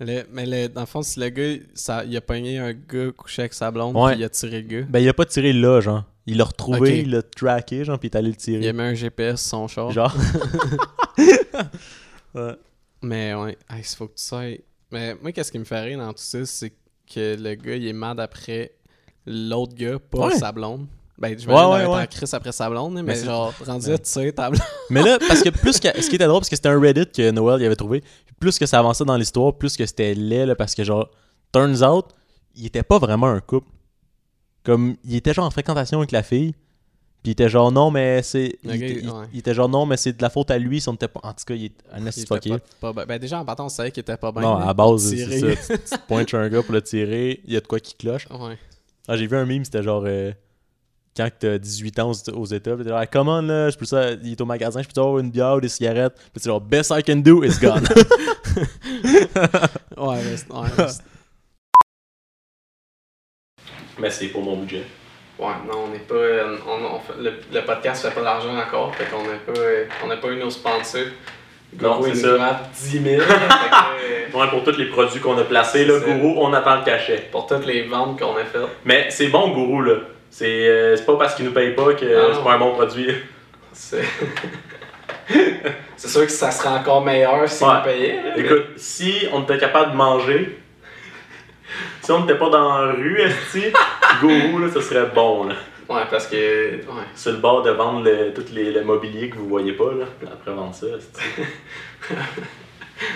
[SPEAKER 2] Le- mais le- dans le fond, si le gars, ça, il a pogné un gars couché avec sa blonde,
[SPEAKER 1] Ouais.
[SPEAKER 2] puis il a tiré le gars.
[SPEAKER 1] ben, il a pas tiré là, genre. Il l'a retrouvé,
[SPEAKER 2] Ok.
[SPEAKER 1] il l'a traqué, genre, puis il est allé le
[SPEAKER 2] Il y
[SPEAKER 1] tirer.
[SPEAKER 2] avait un GPS sur son char.
[SPEAKER 1] Genre. ouais.
[SPEAKER 2] Mais ouais, ah, il faut que tu saches. Mais moi, qu'est-ce qui me fait rire dans tout ça, c'est que le gars, il est mad après l'autre gars, pas
[SPEAKER 1] Ouais.
[SPEAKER 2] sa blonde. Ben, je
[SPEAKER 1] Ouais, ouais,
[SPEAKER 2] vais
[SPEAKER 1] ouais.
[SPEAKER 2] en crise après sa blonde, mais,
[SPEAKER 1] c'est-
[SPEAKER 2] genre, rendu là, tu sais, ta blonde.
[SPEAKER 1] Mais là, parce que plus que. Ce qui était drôle, parce que c'était un Reddit que Noël il avait trouvé, plus que ça avançait dans l'histoire, plus que c'était laid, là, parce que genre, turns out, il était pas vraiment un couple. Comme, il était genre en fréquentation avec la fille, puis il était genre non, mais c'est. il
[SPEAKER 2] Ok,
[SPEAKER 1] était- il,
[SPEAKER 2] ouais.
[SPEAKER 1] il était genre non, mais c'est de la faute à lui si on était pas. En tout cas, il est un
[SPEAKER 2] Il
[SPEAKER 1] esti de
[SPEAKER 2] était
[SPEAKER 1] fucké.
[SPEAKER 2] pas, pas ben- ben, déjà, en partant, on savait qu'il était pas bien.
[SPEAKER 1] Non,
[SPEAKER 2] là,
[SPEAKER 1] à la
[SPEAKER 2] pour
[SPEAKER 1] base, c'est
[SPEAKER 2] tirer.
[SPEAKER 1] ça. Tu, tu te pointes sur un gars pour le tirer, il y a de quoi qui cloche.
[SPEAKER 2] ouais.
[SPEAKER 1] Ah, j'ai vu un meme, c'était genre. euh, quand que t'as 18 ans aux, aux États, pis t'es genre, Ah, come on, là, je peux ça, il est au magasin, je peux avoir une bière ou des cigarettes, pis c'est genre, best I can do is gone.
[SPEAKER 2] Ouais, mais c'est- ouais, mais c'est-
[SPEAKER 1] Mais c'est pour mon budget.
[SPEAKER 2] ouais, non, on n'est pas. euh, on- on fait- le, le podcast fait pas d'argent encore, fait qu'on n'a pas, euh, on n'a pas eu nos sponsors.
[SPEAKER 1] Non,
[SPEAKER 2] Gourou,
[SPEAKER 1] c'est
[SPEAKER 2] il
[SPEAKER 1] ça.
[SPEAKER 2] nous rate 10 000. fait que, euh,
[SPEAKER 1] Ouais, pour tous les produits qu'on a placés,
[SPEAKER 2] là, Gourou,
[SPEAKER 1] on attend le cachet.
[SPEAKER 2] pour toutes les ventes qu'on a faites.
[SPEAKER 1] Mais c'est bon, gourou, là. C'est pas parce qu'il nous paye pas que
[SPEAKER 2] euh, c'est pas
[SPEAKER 1] un bon produit.
[SPEAKER 2] C'est c'est sûr que ça serait encore meilleur si
[SPEAKER 1] Ouais.
[SPEAKER 2] on payait. là, mais-
[SPEAKER 1] Écoute, si on était capable de manger, si on n'était pas dans la rue, esti, gourou, là, ce serait bon, là.
[SPEAKER 2] Ouais, parce que. Ouais.
[SPEAKER 1] Sur le bord de vendre le, tout les, le mobilier que vous voyez pas, là. Après vendre ça, esti.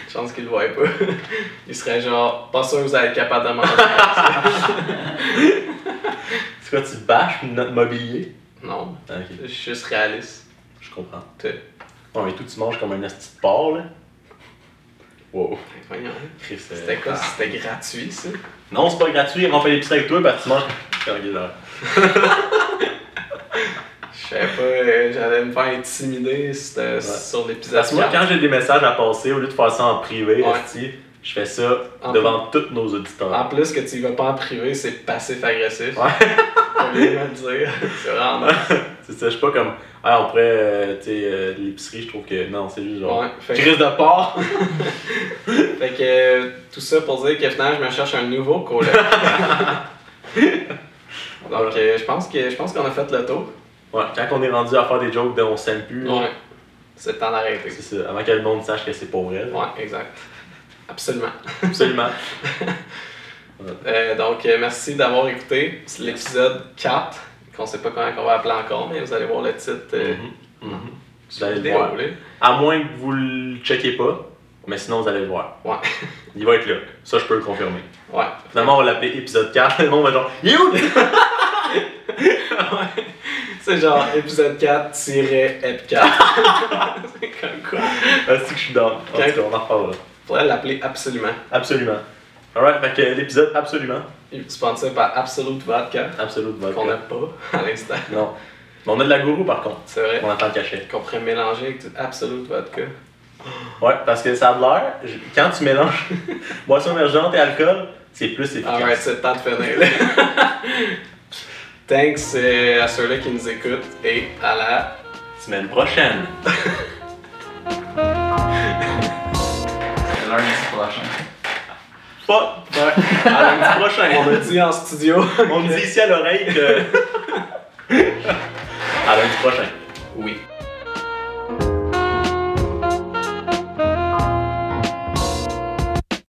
[SPEAKER 2] Je pense qu'il le voit pas. Il serait genre, pas sûr que vous allez être capable de manger.
[SPEAKER 1] C'est quoi, tu bâches notre mobilier?
[SPEAKER 2] non,
[SPEAKER 1] Ah, Ok,
[SPEAKER 2] je suis juste réaliste.
[SPEAKER 1] je comprends.
[SPEAKER 2] T'es-
[SPEAKER 1] Ouais, mais tout, tu manges comme un esti de porc, là. Wow,
[SPEAKER 2] Voyons.
[SPEAKER 1] Chris, euh,
[SPEAKER 2] C'était quoi si c'était gratuit, ça?
[SPEAKER 1] Non, c'est pas gratuit, on fait l'épicerie avec toi, parce que tu manges... Ok, là.
[SPEAKER 2] Je sais pas, euh, j'allais me faire intimider c'était sur l'épisode
[SPEAKER 1] Parce que moi,
[SPEAKER 2] 4.
[SPEAKER 1] quand j'ai des messages à passer, au lieu de faire ça en privé,
[SPEAKER 2] Ouais.
[SPEAKER 1] esti, je fais ça
[SPEAKER 2] En Ah.
[SPEAKER 1] devant tous nos auditeurs.
[SPEAKER 2] En plus que tu y vas pas en privé, c'est passif-agressif.
[SPEAKER 1] Ouais.
[SPEAKER 2] On vient de le dire. C'est vraiment.
[SPEAKER 1] C'est ça, je suis pas comme. Ah, on pourrait. euh, tu sais, euh, l'épicerie, je trouve que. Non, c'est juste genre.
[SPEAKER 2] Ouais, fait que-
[SPEAKER 1] Crise de porc!
[SPEAKER 2] Fait que euh, tout ça pour dire que finalement je me cherche un nouveau coloc. Donc euh, je pense que je pense qu'on a fait le tour.
[SPEAKER 1] Ouais, quand on est rendu à faire des jokes de on s'aime plus,
[SPEAKER 2] Ouais. C'est le temps d'arrêter.
[SPEAKER 1] c'est ça. Avant que le monde sache que c'est pas vrai. là.
[SPEAKER 2] Ouais, exact. Absolument.
[SPEAKER 1] Absolument.
[SPEAKER 2] Euh, donc euh, merci d'avoir écouté. C'est l'épisode 4, qu'on sait pas comment on va appeler encore, mais vous allez voir le titre euh,
[SPEAKER 1] Mhm. Mhm. Vous
[SPEAKER 2] sur la
[SPEAKER 1] allez le
[SPEAKER 2] vidéo,
[SPEAKER 1] voir.
[SPEAKER 2] là.
[SPEAKER 1] À moins que vous le checkiez pas, mais sinon vous allez le voir.
[SPEAKER 2] Ouais.
[SPEAKER 1] Il va être là. Ça, je peux le confirmer.
[SPEAKER 2] Ouais.
[SPEAKER 1] Finalement, on va l'appeler épisode 4. Le monde va genre. Il est où?
[SPEAKER 2] Ouais. C'est genre épisode 4-ep 4. C'est comme quoi.
[SPEAKER 1] Ah, c'est que je suis dans. En tout cas, on en reparlera.
[SPEAKER 2] Faudrait l'appeler absolument.
[SPEAKER 1] Absolument. Alright, fait que l'épisode, absolument.
[SPEAKER 2] Sponsor par Absolute Vodka.
[SPEAKER 1] Absolument.
[SPEAKER 2] qu'on n'a pas à l'instant.
[SPEAKER 1] Non. Mais on a de la gourou par contre.
[SPEAKER 2] C'est vrai
[SPEAKER 1] On attend le cachet.
[SPEAKER 2] qu'on pourrait mélanger avec du Absolute Vodka.
[SPEAKER 1] Ouais, parce que ça a de l'air, j- quand tu mélanges boisson émergente et alcool, c'est plus efficace.
[SPEAKER 2] Alright, Ah c'est le temps de finir. là. Thanks euh, à ceux-là qui nous écoutent et à la
[SPEAKER 1] Semaine prochaine.
[SPEAKER 4] C'est lundi prochain.
[SPEAKER 1] Pas. Ouais. À lundi prochain.
[SPEAKER 2] On a dit en studio.
[SPEAKER 1] On me dit ici à l'oreille que. à lundi prochain.
[SPEAKER 2] Oui.